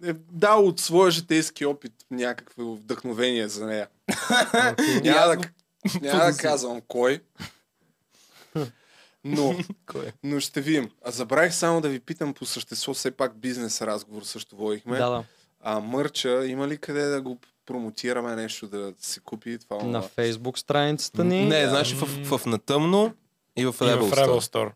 [SPEAKER 1] Е дал от своя житейски опит някакво вдъхновение за нея. няма да, няма да казвам кой. Но,
[SPEAKER 3] Кой е?
[SPEAKER 1] но ще видим. А забравих само да ви питам по същество, все пак бизнес разговор също водихме.
[SPEAKER 2] Да, да.
[SPEAKER 1] А мърча, има ли къде да го промотираме нещо, да се купи това?
[SPEAKER 2] На
[SPEAKER 1] онова?
[SPEAKER 2] фейсбук страницата ни.
[SPEAKER 3] Не, значи в, в натъмно и в
[SPEAKER 4] И в
[SPEAKER 3] Rebel
[SPEAKER 4] Rebel
[SPEAKER 3] Store.
[SPEAKER 4] Store.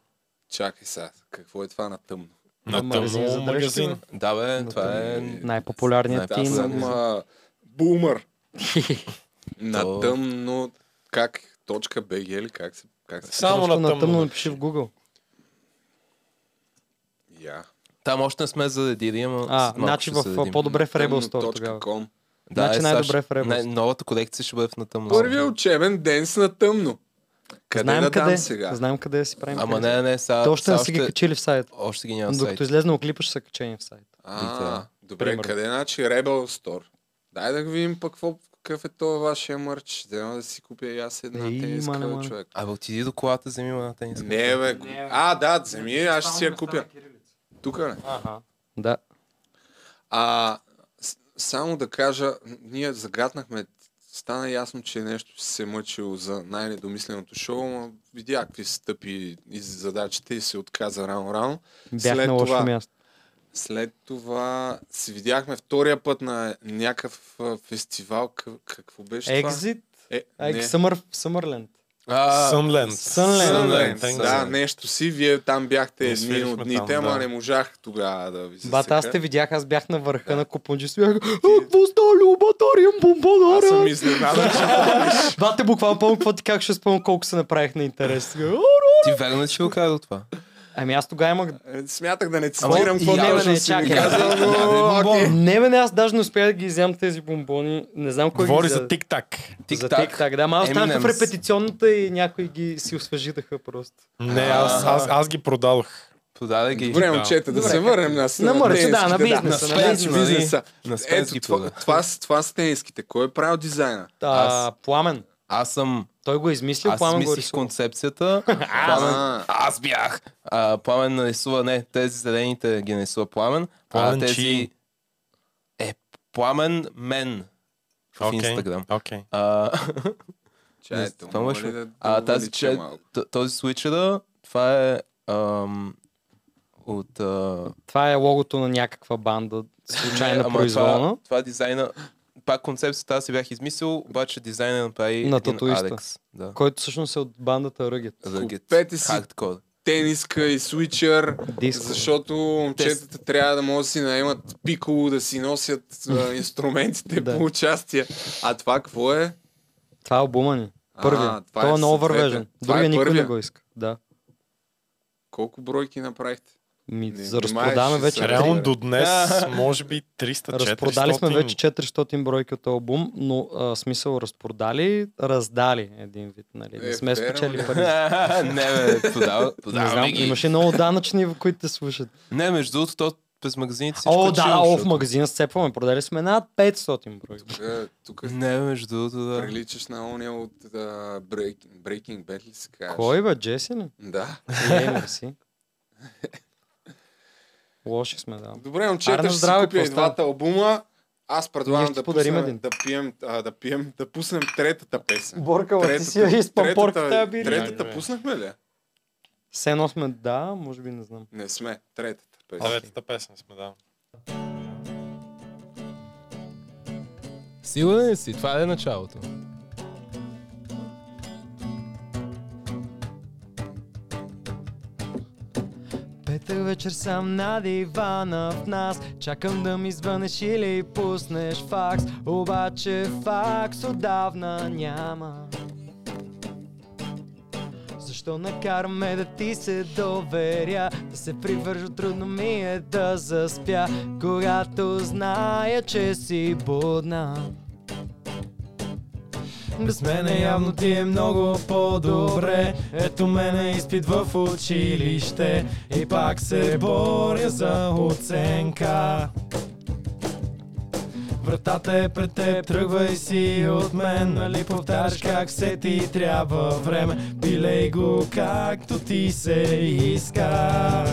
[SPEAKER 1] Чакай сега, какво е това на тъмно?
[SPEAKER 4] На
[SPEAKER 2] магазин за
[SPEAKER 4] тъмно
[SPEAKER 2] дръжки, бе.
[SPEAKER 4] магазин.
[SPEAKER 3] Да, бе, това е...
[SPEAKER 2] Най-популярният ти.
[SPEAKER 3] Да,
[SPEAKER 1] Аз съм
[SPEAKER 3] да.
[SPEAKER 1] а, бумър. на
[SPEAKER 3] То-
[SPEAKER 1] тъмно, как, точка BG или как се... Как се...
[SPEAKER 4] Само на
[SPEAKER 2] на тъмно
[SPEAKER 4] тъмно.
[SPEAKER 2] напиши в Google.
[SPEAKER 1] Я.
[SPEAKER 3] Там още не сме заредили, ама...
[SPEAKER 2] А,
[SPEAKER 3] след малко
[SPEAKER 2] значи
[SPEAKER 3] ще
[SPEAKER 2] в,
[SPEAKER 3] заредим.
[SPEAKER 2] по-добре в Rebel Store тогава.
[SPEAKER 1] Тъмно.com.
[SPEAKER 2] значи
[SPEAKER 3] е,
[SPEAKER 2] най-добре
[SPEAKER 3] Саш,
[SPEAKER 2] в Rebel
[SPEAKER 3] най-
[SPEAKER 2] Store.
[SPEAKER 3] Новата колекция ще бъде в натъмно.
[SPEAKER 1] Първият учебен ден с на тъмно. Къде
[SPEAKER 2] Знаем
[SPEAKER 1] да
[SPEAKER 2] къде,
[SPEAKER 1] дам сега?
[SPEAKER 2] знаем къде да си правим.
[SPEAKER 3] Ама
[SPEAKER 2] тези.
[SPEAKER 3] не, не, сега...
[SPEAKER 2] Те още не
[SPEAKER 3] сега
[SPEAKER 2] са ги качили в сайта.
[SPEAKER 3] Още ги няма в
[SPEAKER 2] Докато
[SPEAKER 3] сайта.
[SPEAKER 2] излезна клипа, ще са качени в сайта.
[SPEAKER 1] А,
[SPEAKER 3] Да.
[SPEAKER 1] добре,
[SPEAKER 2] е. Примерно.
[SPEAKER 1] къде значи Rebel Store? Дай да го видим пък какво, какъв е това вашия мърч. Ще дам да си купя и аз една
[SPEAKER 2] Ей,
[SPEAKER 1] тениска,
[SPEAKER 2] мале, мале.
[SPEAKER 1] човек.
[SPEAKER 3] Абе, отиди до колата, вземи една тениска.
[SPEAKER 1] Не, бе. го- А, да, вземи, я, аз ще си я купя. Тук ли?
[SPEAKER 2] Да.
[SPEAKER 1] А, с- само да кажа, н- ние загаднахме, стана ясно, че нещо си се мъчил за най-недомисленото шоу, но видя какви стъпи и задачите и се отказа рано-рано.
[SPEAKER 2] Бях
[SPEAKER 1] След
[SPEAKER 2] на лошо
[SPEAKER 1] това-
[SPEAKER 2] място.
[SPEAKER 1] След това си видяхме втория път на някакъв а, фестивал. К- Какво беше това?
[SPEAKER 2] Екзит?
[SPEAKER 1] Е,
[SPEAKER 2] Ай,
[SPEAKER 1] не.
[SPEAKER 2] Съмър, Съмърленд. Сънленд.
[SPEAKER 4] Сънленд.
[SPEAKER 1] Сънленд.
[SPEAKER 4] Сънленд.
[SPEAKER 1] Да, нещо си. Вие там бяхте
[SPEAKER 4] Ние
[SPEAKER 1] едни
[SPEAKER 4] свирихме
[SPEAKER 1] от дните,
[SPEAKER 4] там,
[SPEAKER 1] ама
[SPEAKER 4] да.
[SPEAKER 1] не можах тогава да ви засека.
[SPEAKER 2] Бата, аз те видях, аз бях на върха на купунджи. Бях, а, какво става, лобатариум,
[SPEAKER 1] Аз съм
[SPEAKER 2] бомбонара?
[SPEAKER 1] изненадан, че
[SPEAKER 2] Бате, буквално помня какво ти как ще спомня колко се направих на интерес. Сега, «О,
[SPEAKER 3] Ти верно ли си го казал това?
[SPEAKER 2] Ами аз тогава имах...
[SPEAKER 1] Е, смятах да не цитирам какво
[SPEAKER 2] и- не, бе,
[SPEAKER 1] точно
[SPEAKER 3] е
[SPEAKER 2] не,
[SPEAKER 1] си ми
[SPEAKER 2] чакай.
[SPEAKER 1] казал, но... окей.
[SPEAKER 2] Не, бе, не, аз даже не успях да ги изям тези бомбони. Не знам кой
[SPEAKER 4] Говори
[SPEAKER 2] ги взе.
[SPEAKER 4] за тик-так.
[SPEAKER 2] За тик-так, да, ама аз останах в
[SPEAKER 3] Eminem's.
[SPEAKER 2] репетиционната и някои ги си освежитаха просто.
[SPEAKER 4] Не, аз, аз, аз ги продадох.
[SPEAKER 3] Продаде ги.
[SPEAKER 1] Добре, момчета, да се върнем на
[SPEAKER 2] На мърча, да, на
[SPEAKER 1] тениските,
[SPEAKER 2] бизнеса,
[SPEAKER 1] на
[SPEAKER 2] на
[SPEAKER 1] спенс
[SPEAKER 3] бизнеса.
[SPEAKER 1] бизнеса.
[SPEAKER 3] На Спенс
[SPEAKER 1] Ето,
[SPEAKER 3] ги
[SPEAKER 1] това,
[SPEAKER 3] продаде.
[SPEAKER 1] това, с- това с тениските. Кой е правил дизайна?
[SPEAKER 2] А, пламен.
[SPEAKER 3] Аз съм
[SPEAKER 2] Той го е измислил,
[SPEAKER 3] Аз
[SPEAKER 2] пламен го
[SPEAKER 3] мислих
[SPEAKER 2] рисува.
[SPEAKER 3] концепцията.
[SPEAKER 1] А.
[SPEAKER 3] пламен, аз бях. А, пламен нарисува, не, тези зелените ги нарисува пламен.
[SPEAKER 4] Пламен
[SPEAKER 3] а,
[SPEAKER 4] чии?
[SPEAKER 3] тези... Е, пламен мен. В
[SPEAKER 4] Окей.
[SPEAKER 3] Инстаграм.
[SPEAKER 4] Окей.
[SPEAKER 3] А,
[SPEAKER 1] Чай,
[SPEAKER 3] не, това мъж ли?
[SPEAKER 1] да- да
[SPEAKER 3] а, тази
[SPEAKER 1] увелича
[SPEAKER 3] че,
[SPEAKER 1] малко.
[SPEAKER 3] т- този свичера, това е ам, от... А,
[SPEAKER 2] Това е логото на някаква банда, случайно
[SPEAKER 3] ама
[SPEAKER 2] произволна.
[SPEAKER 3] Това, това дизайна... Пак концепцията аз си бях измислил, обаче дизайна направи
[SPEAKER 2] На
[SPEAKER 3] на един
[SPEAKER 2] татуиста.
[SPEAKER 3] Алекс. Да.
[SPEAKER 2] Който всъщност е от бандата Ръгет.
[SPEAKER 3] Ръгет.
[SPEAKER 1] Купете си
[SPEAKER 3] Хардкор.
[SPEAKER 1] Тениска и свичър,
[SPEAKER 2] Диско.
[SPEAKER 1] защото момчетата трябва да могат да си наемат пиколо, да си носят а, инструментите
[SPEAKER 2] Да.
[SPEAKER 1] по участие. А това какво е?
[SPEAKER 2] Това е албума ни.
[SPEAKER 1] А,
[SPEAKER 2] Първият.
[SPEAKER 1] това
[SPEAKER 2] Той е
[SPEAKER 1] е
[SPEAKER 2] много
[SPEAKER 1] съответен.
[SPEAKER 2] вървежен.
[SPEAKER 1] Това е
[SPEAKER 2] Другия никой не
[SPEAKER 1] първия.
[SPEAKER 2] го иска. Да.
[SPEAKER 1] Колко бройки направихте?
[SPEAKER 2] Ми,
[SPEAKER 1] Не,
[SPEAKER 2] за
[SPEAKER 1] внимавай,
[SPEAKER 2] разпродаваме
[SPEAKER 1] ще
[SPEAKER 2] вече.
[SPEAKER 1] се
[SPEAKER 2] три.
[SPEAKER 1] радвам.
[SPEAKER 4] Реално до днес, може би 300-400.
[SPEAKER 2] Разпродали сме вече 400 бройки от този албум, но а, смисъл разпродали, раздали един вид. Нали.
[SPEAKER 1] Е,
[SPEAKER 2] Не сме
[SPEAKER 1] верно
[SPEAKER 2] спечели
[SPEAKER 1] ли?
[SPEAKER 2] пари.
[SPEAKER 3] не, бе, подава,
[SPEAKER 2] Не
[SPEAKER 3] подаваме
[SPEAKER 2] знам,
[SPEAKER 3] ги.
[SPEAKER 2] имаше много данъчни, в които те слушат.
[SPEAKER 3] Не, между другото, то през магазините всичко
[SPEAKER 2] О,
[SPEAKER 3] е
[SPEAKER 2] да,
[SPEAKER 3] чил,
[SPEAKER 2] о, в
[SPEAKER 3] защото-
[SPEAKER 2] магазина сцепваме. Продали сме над 500 бройки.
[SPEAKER 1] Е, Тук
[SPEAKER 3] Не, бе, между другото, да.
[SPEAKER 1] приличаш на ония от а, Breaking, Breaking Bad ли се казваш?
[SPEAKER 2] Кой бе, Джеси ли?
[SPEAKER 1] Да.
[SPEAKER 2] Леймер си. Лоши сме, да.
[SPEAKER 1] Добре, момчета,
[SPEAKER 2] Арно,
[SPEAKER 1] ще
[SPEAKER 2] здраве,
[SPEAKER 1] си купя и
[SPEAKER 2] какво става?
[SPEAKER 1] двата албума. Аз
[SPEAKER 2] Ние
[SPEAKER 1] предлагам
[SPEAKER 2] ще
[SPEAKER 1] да
[SPEAKER 2] подарим
[SPEAKER 1] пуснем,
[SPEAKER 2] един.
[SPEAKER 1] да, пием, а, да пием, да пуснем третата песен.
[SPEAKER 2] Боркала ти си я и с пампорката я били.
[SPEAKER 1] третата пуснахме ли?
[SPEAKER 2] Все едно сме, да, може би не знам.
[SPEAKER 1] Не сме. Третата песен.
[SPEAKER 4] Деветата песен сме, да.
[SPEAKER 3] Сигурен ли си? Това е началото.
[SPEAKER 7] Петък вечер съм на дивана в нас Чакам да ми звънеш или пуснеш факс Обаче факс отдавна няма защо накараме да ти се доверя? Да се привържа, трудно ми е да заспя Когато зная, че си будна без мене явно ти е много по-добре Ето мене изпит в училище И пак се боря за оценка Вратата е пред теб, тръгвай си от мен Нали повтаряш как се ти трябва време Пилей го както ти се иска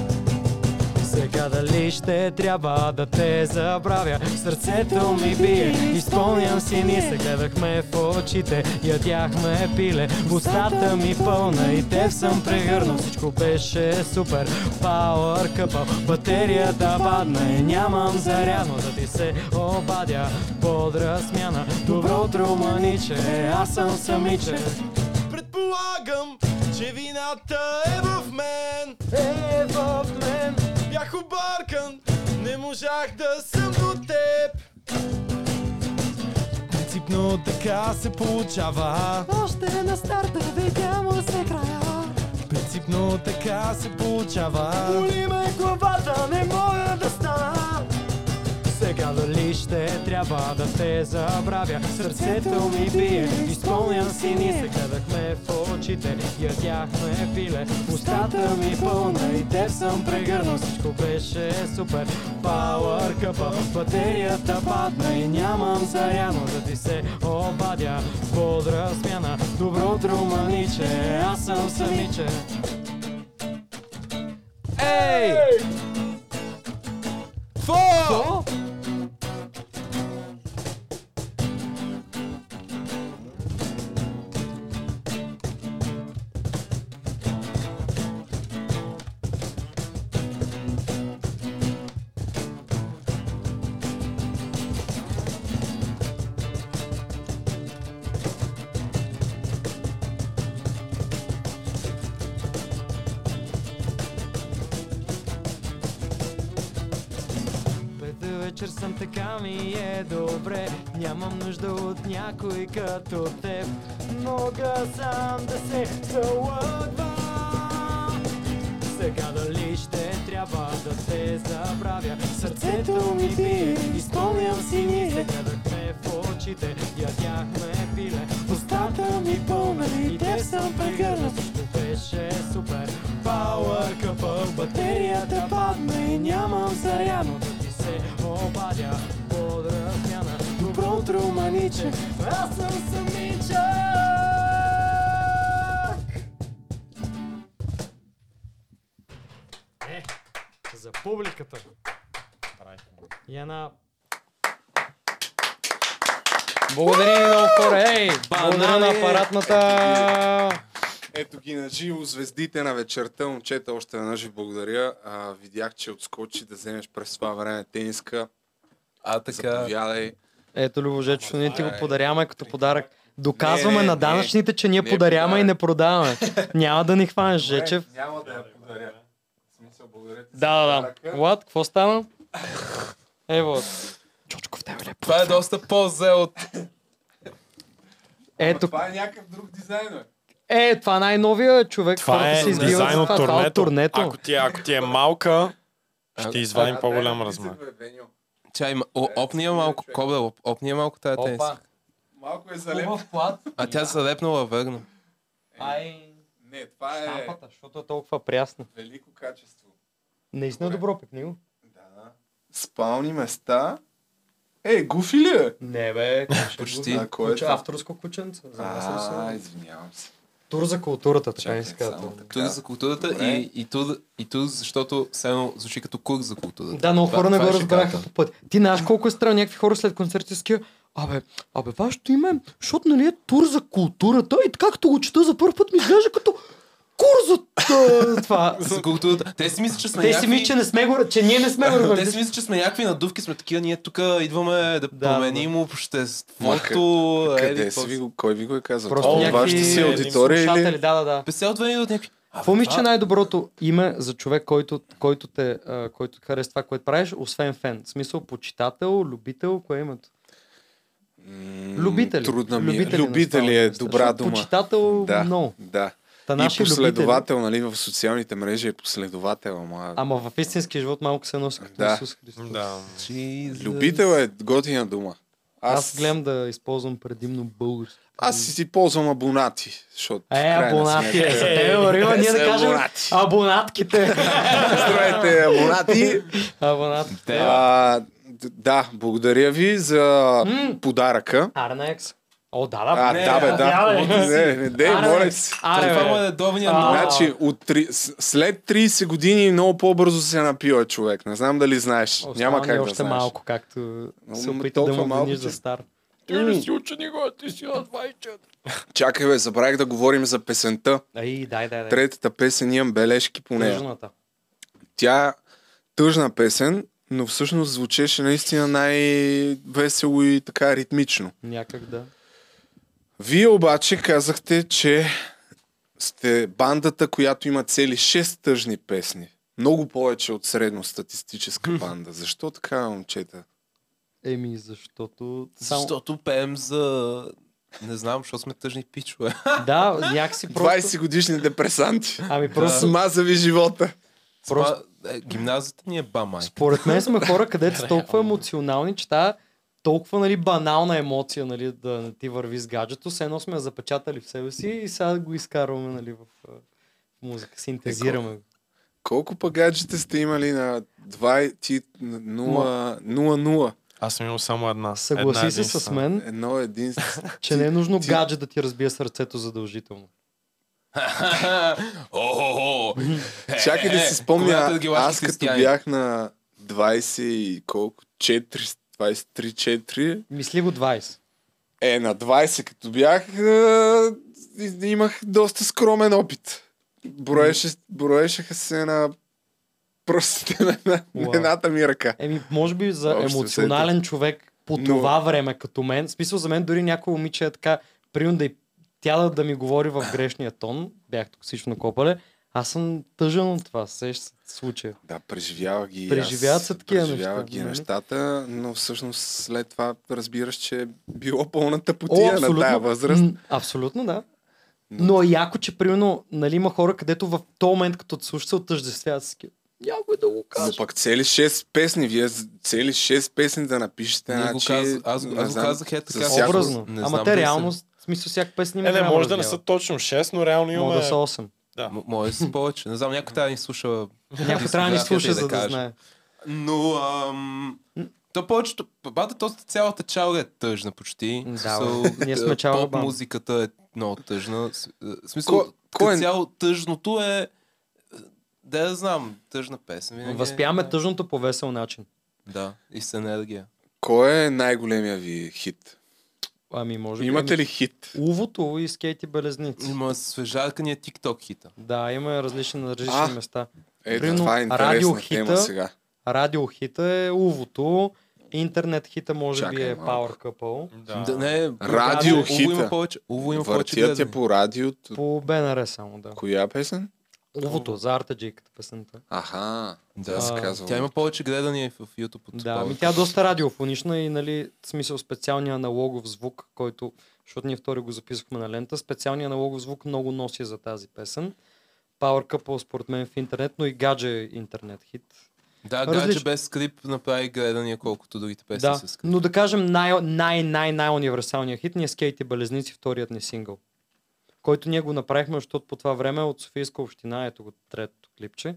[SPEAKER 7] сега дали ще трябва да те забравя Сърцето ми бие и спомням си Ние се гледахме в очите, ядяхме пиле Устата ми пълна и теб съм прегърнал Всичко беше супер, пауър къпъл Батерията падна и нямам зарядно Да ти се обадя, бодра смяна Добро утро, маниче, аз съм самиче Предполагам, че вината е в мен Е в мен Бях объркан, не можах да съм до теб Принципно така се получава Още на старта видямо се края Принципно така се получава Боли ме главата, не мога да стана сега дали ще трябва да те забравя Сърцето ми бие, изпълням си ни Се гледахме в очите, ядяхме пиле Устата ми пълна и теб съм прегърнал Всичко беше супер, пауър къпа Батерията падна и нямам заряно Да ти се обадя, бодра смяна Добро утро, маниче, аз съм самиче Ей! Фо! така ми е добре Нямам нужда от някой като теб Мога сам да се залъдвам сега дали ще трябва да те забравя Сърцето ми бие и спомням си ние Се гледахме в очите, ядяхме пиле Устата ми пълна и те съм прегърнат Всичко беше супер Power къпа, батерията падна и нямам зарядно Да ти се обадя под размяна Добро утро, маниче, аз съм самичък Е, за публиката. И една...
[SPEAKER 2] Благодаря ви много хора. Ей, банана
[SPEAKER 7] Благодаря ви.
[SPEAKER 2] апаратната.
[SPEAKER 1] Ето ги на живо звездите на вечерта, момчета, още веднъж ви благодаря. А, видях, че отскочи да вземеш през това време тениска.
[SPEAKER 3] А така.
[SPEAKER 1] Заповядай.
[SPEAKER 2] Ето, Любожечо, ние ти го подаряваме като подарък. Доказваме
[SPEAKER 1] Не, не,
[SPEAKER 2] на
[SPEAKER 1] не.
[SPEAKER 2] данъчните, че ние
[SPEAKER 1] Не е
[SPEAKER 2] подаряваме и
[SPEAKER 1] подарък.
[SPEAKER 2] не продаваме. Няма да ни хванеш, Жечев.
[SPEAKER 1] Добре, Няма да я подаря. В смисъл, благодаря ти.
[SPEAKER 2] Да, да, да.
[SPEAKER 1] Подаръка.
[SPEAKER 2] What? Какво стана? Е, Ево. Чочков, тебе ли е
[SPEAKER 3] Това е доста по-зе от...
[SPEAKER 1] Ама
[SPEAKER 2] Ето,
[SPEAKER 1] Това е някакъв друг дизайн, бе.
[SPEAKER 2] е, това е най-новия човек.
[SPEAKER 4] Това
[SPEAKER 2] хората
[SPEAKER 4] е
[SPEAKER 2] се избиват за
[SPEAKER 4] дизайн от
[SPEAKER 2] това, това е
[SPEAKER 4] турнето.
[SPEAKER 2] от турнето.
[SPEAKER 4] Ако ти, е- ако ти е малка,
[SPEAKER 3] А,
[SPEAKER 4] ще извадим
[SPEAKER 1] А,
[SPEAKER 4] Е, по-голям
[SPEAKER 1] дай да
[SPEAKER 4] размер.
[SPEAKER 1] писах, бе, Веньо.
[SPEAKER 3] Чай, ма- о, опни я малко, кобла, оп- опни я малко тая тенис.
[SPEAKER 1] Малко е залеп.
[SPEAKER 2] плат.
[SPEAKER 3] А тя се залепнала верно.
[SPEAKER 2] Ай,
[SPEAKER 1] Не, това е
[SPEAKER 2] штампата, защото е толкова прясна.
[SPEAKER 1] велико качество.
[SPEAKER 2] Наистина е
[SPEAKER 1] Добре.
[SPEAKER 2] добро пипни го.
[SPEAKER 1] Да, да. Спални места. Е, гуфи ли е?
[SPEAKER 2] Не бе,
[SPEAKER 3] Почти.
[SPEAKER 1] А, кой е това?
[SPEAKER 2] авторско кученце. е
[SPEAKER 1] А, извинявам се.
[SPEAKER 2] Тур за културата, така
[SPEAKER 1] Чакай,
[SPEAKER 2] ми се казва.
[SPEAKER 1] само така.
[SPEAKER 3] Тур за културата
[SPEAKER 1] Добре.
[SPEAKER 3] и, и, тур, и тур, защото само звучи като курс за културата.
[SPEAKER 2] Да, много
[SPEAKER 3] Това-
[SPEAKER 2] хора не
[SPEAKER 3] това
[SPEAKER 2] го
[SPEAKER 3] е
[SPEAKER 2] разбраха
[SPEAKER 3] шегата.
[SPEAKER 2] по път. Ти знаеш колко е странно някакви хора след концерти с кия, Абе, абе, вашето име, защото нали е тур за културата и така като го чета за първ път ми изглежда като курс от а, това.
[SPEAKER 3] За културата. Те си мислят, че сме
[SPEAKER 2] Те си
[SPEAKER 3] някакви-
[SPEAKER 2] мислят, че не сме го, че ние не сме го
[SPEAKER 3] Те си
[SPEAKER 2] разбрали.
[SPEAKER 3] мислят, че сме някакви надувки, сме такива, ние тук идваме да, променим обществото.
[SPEAKER 1] Мака,
[SPEAKER 3] е,
[SPEAKER 1] Къде
[SPEAKER 3] ли,
[SPEAKER 1] си
[SPEAKER 3] какво
[SPEAKER 1] ви
[SPEAKER 3] си.
[SPEAKER 1] го, кой ви го е казал?
[SPEAKER 2] Просто
[SPEAKER 1] Просто О,
[SPEAKER 2] някакви
[SPEAKER 1] вашата си аудитория
[SPEAKER 2] слушатели,
[SPEAKER 1] или?
[SPEAKER 2] да, да, да.
[SPEAKER 3] Песе от от някакви. А,
[SPEAKER 2] Какво мислиш, че е
[SPEAKER 3] това-
[SPEAKER 2] най-доброто име за човек, който, който, те, а, който харесва това, което правиш, освен фен? В смисъл, почитател, любител, кое е името?
[SPEAKER 1] М,
[SPEAKER 2] Любители.
[SPEAKER 1] Трудна ми е.
[SPEAKER 2] Любители,
[SPEAKER 1] Любители е
[SPEAKER 2] настава.
[SPEAKER 1] добра
[SPEAKER 2] Защото
[SPEAKER 1] дума.
[SPEAKER 2] Почитател,
[SPEAKER 1] Да,
[SPEAKER 2] много.
[SPEAKER 1] да.
[SPEAKER 2] Та
[SPEAKER 1] И
[SPEAKER 2] наши любители. Ами
[SPEAKER 1] последовател, нали, в социалните мрежи е последовател, ама...
[SPEAKER 2] Ама в истински живот малко се носи като
[SPEAKER 1] Да.
[SPEAKER 2] Исус Христос.
[SPEAKER 4] Да.
[SPEAKER 3] Jesus.
[SPEAKER 1] Любител е готина дума.
[SPEAKER 2] Аз... гледам да използвам предимно български.
[SPEAKER 1] Аз си си ползвам абонати, защото... в
[SPEAKER 2] Е,
[SPEAKER 1] крайна
[SPEAKER 2] абонати.
[SPEAKER 1] сметка-
[SPEAKER 2] Е, за тебе вървима, ние да
[SPEAKER 1] Е,
[SPEAKER 2] кажем
[SPEAKER 1] абонати.
[SPEAKER 2] абонатките.
[SPEAKER 1] Здравейте, абонати!
[SPEAKER 2] Абонатките.
[SPEAKER 1] А, д- Да, благодаря ви за
[SPEAKER 2] М.
[SPEAKER 1] подаръка.
[SPEAKER 2] Арнекс. О, да, да.
[SPEAKER 1] А,
[SPEAKER 2] не,
[SPEAKER 1] да, бе,
[SPEAKER 2] няма,
[SPEAKER 1] да. Не, не, дей,
[SPEAKER 2] Аре,
[SPEAKER 1] моля
[SPEAKER 2] бе.
[SPEAKER 1] ти се.
[SPEAKER 2] е. Аре,
[SPEAKER 3] Това му
[SPEAKER 2] бе.
[SPEAKER 3] е редовния
[SPEAKER 2] А.
[SPEAKER 3] номер.
[SPEAKER 1] Значи, от три, с- след 30 години много по-бързо се напива човек. Не знам дали знаеш.
[SPEAKER 2] Остава
[SPEAKER 1] Няма
[SPEAKER 2] ни
[SPEAKER 1] как да
[SPEAKER 2] още
[SPEAKER 1] знаеш.
[SPEAKER 2] малко, както се
[SPEAKER 1] М,
[SPEAKER 2] опита да
[SPEAKER 1] толкова
[SPEAKER 2] му
[SPEAKER 1] малко,
[SPEAKER 2] обвиниш
[SPEAKER 1] че-
[SPEAKER 2] за стар.
[SPEAKER 1] Чакай, бе, забравих да говорим за песента.
[SPEAKER 2] Ай, дай, дай, дай.
[SPEAKER 1] Третата песен имам бележки по нея.
[SPEAKER 2] Тъжната.
[SPEAKER 1] Тя тъжна песен, но всъщност звучеше наистина най-весело и така ритмично.
[SPEAKER 2] Някак да.
[SPEAKER 1] Вие обаче казахте, че сте бандата, която има цели 6 тъжни песни. Много повече от средностатистическа банда. Защо така, момчета?
[SPEAKER 2] Еми, защото... Само...
[SPEAKER 3] Защото пеем за... Не знам, защото сме тъжни пичове.
[SPEAKER 2] Да, някакси просто...
[SPEAKER 1] 20 годишни депресанти.
[SPEAKER 2] Ами просто...
[SPEAKER 1] Смаза ви живота.
[SPEAKER 3] Просто... Е, гимназията ни е ба май.
[SPEAKER 2] Според мен сме хора, където са толкова емоционални, че тая толкова нали, банална емоция нали, да не ти върви с гаджето, все едно сме я запечатали в себе си и сега го изкарваме нали, в, а, в музика. Синтезираме го.
[SPEAKER 1] Колко пък гаджета сте имали на 20, 0, 0,
[SPEAKER 4] Аз съм имал само една.
[SPEAKER 2] Съгласи
[SPEAKER 4] една
[SPEAKER 2] се с
[SPEAKER 4] единствена.
[SPEAKER 2] мен,
[SPEAKER 1] 0, 1, единствено.
[SPEAKER 2] че не е нужно гадже да ти разбие сърцето задължително.
[SPEAKER 3] О,
[SPEAKER 1] Чакай да си
[SPEAKER 3] когато
[SPEAKER 1] спомня,
[SPEAKER 3] да ги лашиш
[SPEAKER 1] аз като
[SPEAKER 3] християни.
[SPEAKER 1] бях на 20 и колко, 4, 23-4,
[SPEAKER 2] Мисли го 20.
[SPEAKER 1] е на 20 като бях, е, и- имах доста скромен опит. Броеше, броешеха се на пръстите на, на, на
[SPEAKER 2] Уау.
[SPEAKER 1] едната ми ръка.
[SPEAKER 2] Еми, може би за
[SPEAKER 1] Общо
[SPEAKER 2] емоционален човек по
[SPEAKER 1] Но-
[SPEAKER 2] това време, като мен. В смисъл за мен дори някой момиче е така, примерно да и тя да, да ми говори в грешния тон, бях токсично копале, Аз съм тъжен от това, сещ случая.
[SPEAKER 1] Да, преживява ги. и
[SPEAKER 2] Преживяват
[SPEAKER 1] аз,
[SPEAKER 2] се такива
[SPEAKER 1] преживява
[SPEAKER 2] неща,
[SPEAKER 1] ги
[SPEAKER 2] нали?
[SPEAKER 1] нещата, но всъщност след това разбираш, че е било пълната потия на
[SPEAKER 2] абсолютно.
[SPEAKER 1] тая възраст.
[SPEAKER 2] М, Абсолютно, да. Но е яко, че примерно, нали, има хора, където в този момент, като те слушат, се отъждествяват с такива. Някой да го
[SPEAKER 1] Но
[SPEAKER 2] каже.
[SPEAKER 1] пък цели 6 песни, вие с- цели 6 песни да напишете.
[SPEAKER 3] Ние го
[SPEAKER 1] значи,
[SPEAKER 3] каз- аз го-
[SPEAKER 1] не
[SPEAKER 3] аз го
[SPEAKER 1] знам,
[SPEAKER 3] казах е така.
[SPEAKER 1] за всяко-
[SPEAKER 2] Образно.
[SPEAKER 3] не знам
[SPEAKER 2] Ама
[SPEAKER 3] дали
[SPEAKER 2] те
[SPEAKER 3] са-
[SPEAKER 2] реално, в смисъл всяка песен има.
[SPEAKER 4] Е, не,
[SPEAKER 2] голяма
[SPEAKER 4] може да не
[SPEAKER 2] раздяла.
[SPEAKER 4] са точно 6, но реално
[SPEAKER 2] Мога
[SPEAKER 4] имаме...
[SPEAKER 2] да са 8.
[SPEAKER 4] Да.
[SPEAKER 3] М- Може да си повече. Не знам, някой трябва да ни слуша.
[SPEAKER 2] Някой трябва да ни
[SPEAKER 3] дискографията и
[SPEAKER 2] слуша, за да
[SPEAKER 3] каже.
[SPEAKER 2] знае.
[SPEAKER 3] Но, ам... То повечето, бата, то цялата чалга е тъжна почти.
[SPEAKER 2] Да,
[SPEAKER 3] В смисъл, е,
[SPEAKER 2] бе. Ние сме чалга
[SPEAKER 3] Поп
[SPEAKER 2] банда.
[SPEAKER 3] музиката е много тъжна. С- е, В смисъл,
[SPEAKER 1] Ко- кой е-
[SPEAKER 3] като цяло тъжното е... Да, да знам, тъжна песен. винаги е-
[SPEAKER 2] Възпяваме тъжното по весел начин.
[SPEAKER 3] Да, и с енергия.
[SPEAKER 1] Кой е най-големия ви хит?
[SPEAKER 2] Ами, може би.
[SPEAKER 1] Имате ли хит?
[SPEAKER 2] Увото и скейти белезници.
[SPEAKER 3] Има свежарка ни е TikTok хита.
[SPEAKER 2] Да, има различни на различни
[SPEAKER 1] А.
[SPEAKER 2] места.
[SPEAKER 1] Е,
[SPEAKER 2] Примерно,
[SPEAKER 1] това е интересна
[SPEAKER 2] радиохита,
[SPEAKER 1] тема сега.
[SPEAKER 2] Радиохита е увото, интернет хита може би
[SPEAKER 1] Чакай
[SPEAKER 2] е
[SPEAKER 1] малко.
[SPEAKER 2] Power Couple.
[SPEAKER 4] Да.
[SPEAKER 3] Да, не, е,
[SPEAKER 1] Радиохита.
[SPEAKER 3] Уво има повече, Уво има повече
[SPEAKER 1] Въртят я
[SPEAKER 3] гледане.
[SPEAKER 1] по радиото.
[SPEAKER 2] По БНР само, да.
[SPEAKER 1] Коя песен?
[SPEAKER 2] Увото, за Артаджиката песента.
[SPEAKER 1] Аха,
[SPEAKER 3] Да.
[SPEAKER 1] да, се
[SPEAKER 2] А,
[SPEAKER 1] казва.
[SPEAKER 3] Тя има повече гледания в YouTube от
[SPEAKER 2] Да,
[SPEAKER 3] Power
[SPEAKER 2] ми тя е доста радиофонична и нали, в смисъл специалния аналогов звук, който, защото ние втори го записахме на лента, специалния аналогов звук много носи за тази песен. Power Couple според мен в интернет, но и гадже е интернет хит.
[SPEAKER 3] Да,
[SPEAKER 2] Различно.
[SPEAKER 3] гадже без скрип направи гледания, колкото другите песни
[SPEAKER 2] да,
[SPEAKER 3] с скрип.
[SPEAKER 2] но да кажем най- най- най- най- универсалният хит ни е Скейт и Белезници, вторият ни сингъл. Който ние го направихме, защото по това време от Софийска община, ето го третото клипче,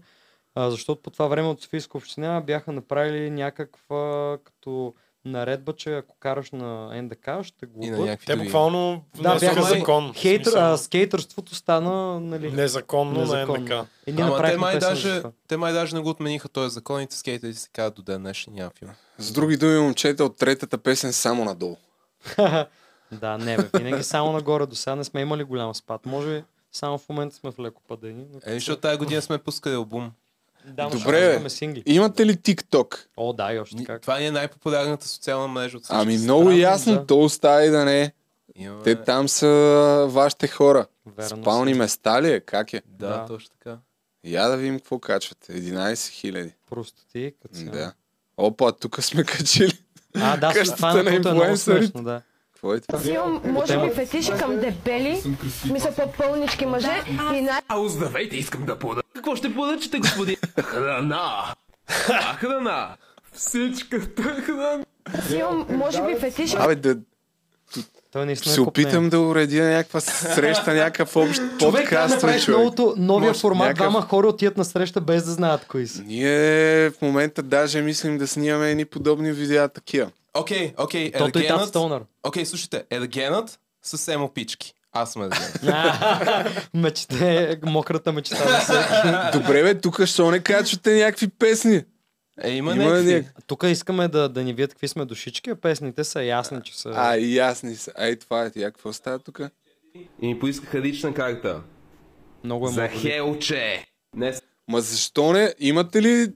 [SPEAKER 2] а, защото по това време от Софийска община бяха направили някаква като наредба, че ако караш на НДК, ще го
[SPEAKER 3] И на някакви
[SPEAKER 4] Те
[SPEAKER 3] други.
[SPEAKER 4] буквално
[SPEAKER 2] Да,
[SPEAKER 4] внесоха
[SPEAKER 2] бяха-
[SPEAKER 4] закон. в
[SPEAKER 2] Хейтър,
[SPEAKER 4] смисъл,
[SPEAKER 2] а, скейтърството стана, нали?
[SPEAKER 4] Незаконно,
[SPEAKER 2] незаконно.
[SPEAKER 4] на НДК.
[SPEAKER 2] Е, ние
[SPEAKER 3] Ама те
[SPEAKER 2] направихме
[SPEAKER 3] май,
[SPEAKER 2] песен за
[SPEAKER 3] даже,
[SPEAKER 2] това.
[SPEAKER 3] те май даже не го отмениха този закон и скейтери си казват до ден днешен няма филм. Е,
[SPEAKER 1] С други думи, момчета от третата песен само надолу.
[SPEAKER 2] Да, не бе, винаги само нагоре. До сега не сме имали голям спад. Може само в момента сме в леко падение. но-
[SPEAKER 3] Е, защото тази година сме пускали албум.
[SPEAKER 2] Да,
[SPEAKER 1] Добре,
[SPEAKER 2] Добре,
[SPEAKER 1] бе.
[SPEAKER 2] ще имаме сингли.
[SPEAKER 1] Имате ли TikTok?
[SPEAKER 2] О, да, и още
[SPEAKER 3] Ни-
[SPEAKER 2] как.
[SPEAKER 3] Това ни е най-популярната социална мрежа от всички.
[SPEAKER 1] Ами много
[SPEAKER 2] странно,
[SPEAKER 1] ясно,
[SPEAKER 2] да.
[SPEAKER 1] то остава и да не. е.
[SPEAKER 3] Имаме...
[SPEAKER 1] Те там са вашите хора.
[SPEAKER 2] Верно
[SPEAKER 1] Спални
[SPEAKER 2] си.
[SPEAKER 1] места ли е? Как е?
[SPEAKER 3] Да,
[SPEAKER 2] Да.
[SPEAKER 3] точно така.
[SPEAKER 1] Я да видим какво качвате. 11 хиляди.
[SPEAKER 2] Просто ти, като си.
[SPEAKER 1] Да. Опа, тук сме качили.
[SPEAKER 2] А, да, с-
[SPEAKER 1] Къщата
[SPEAKER 2] това е
[SPEAKER 1] на
[SPEAKER 2] на е много
[SPEAKER 1] инфлуенсърите.
[SPEAKER 2] смешно, да.
[SPEAKER 1] Какво е това?
[SPEAKER 8] Аз имам, може
[SPEAKER 2] Тема.
[SPEAKER 8] би, фетиш към дебели, мисля по-пълнички мъже и най-
[SPEAKER 9] Ало, здравейте, искам да пода. Какво ще поръчате, господин? Храна! А, храна! Всичката храна!
[SPEAKER 8] Аз имам,
[SPEAKER 7] Е,
[SPEAKER 8] може би, фетиш
[SPEAKER 1] Абе, да
[SPEAKER 2] Той наистина е
[SPEAKER 1] се опитам
[SPEAKER 2] купнен.
[SPEAKER 1] да уредя някаква среща, някакъв общ
[SPEAKER 2] Човек, трябва да
[SPEAKER 1] подкаст. бе,
[SPEAKER 2] направиш
[SPEAKER 1] човек.
[SPEAKER 2] новото, новия
[SPEAKER 1] Може
[SPEAKER 2] формат.
[SPEAKER 1] някакъв-
[SPEAKER 2] Двама хора отиват на среща без да знаят кои са.
[SPEAKER 1] Ние в момента даже мислим да снимаме едни подобни видеа такива.
[SPEAKER 3] Окей, окей,
[SPEAKER 1] Е,
[SPEAKER 2] Тото и Тат
[SPEAKER 3] Ергенът...
[SPEAKER 2] Стонър.
[SPEAKER 3] Окей, слушайте, Ергенът с емопички. Аз съм Ерген.
[SPEAKER 2] Мечте, е, мократа мечта на всеки.
[SPEAKER 1] Добре, бе, тук що не качвате някакви песни?
[SPEAKER 3] Е, има,
[SPEAKER 1] Има
[SPEAKER 3] някакви...
[SPEAKER 1] някакви.
[SPEAKER 2] Тук искаме да, да ни видят какви сме душички, а песните са ясни, че са...
[SPEAKER 1] А, и ясни са. Ай, това е. Я какво става тук?
[SPEAKER 9] И ми поискаха лична карта.
[SPEAKER 2] много е
[SPEAKER 9] За
[SPEAKER 2] модно.
[SPEAKER 9] хелче! Не
[SPEAKER 2] е
[SPEAKER 1] Ма защо не? Имате ли...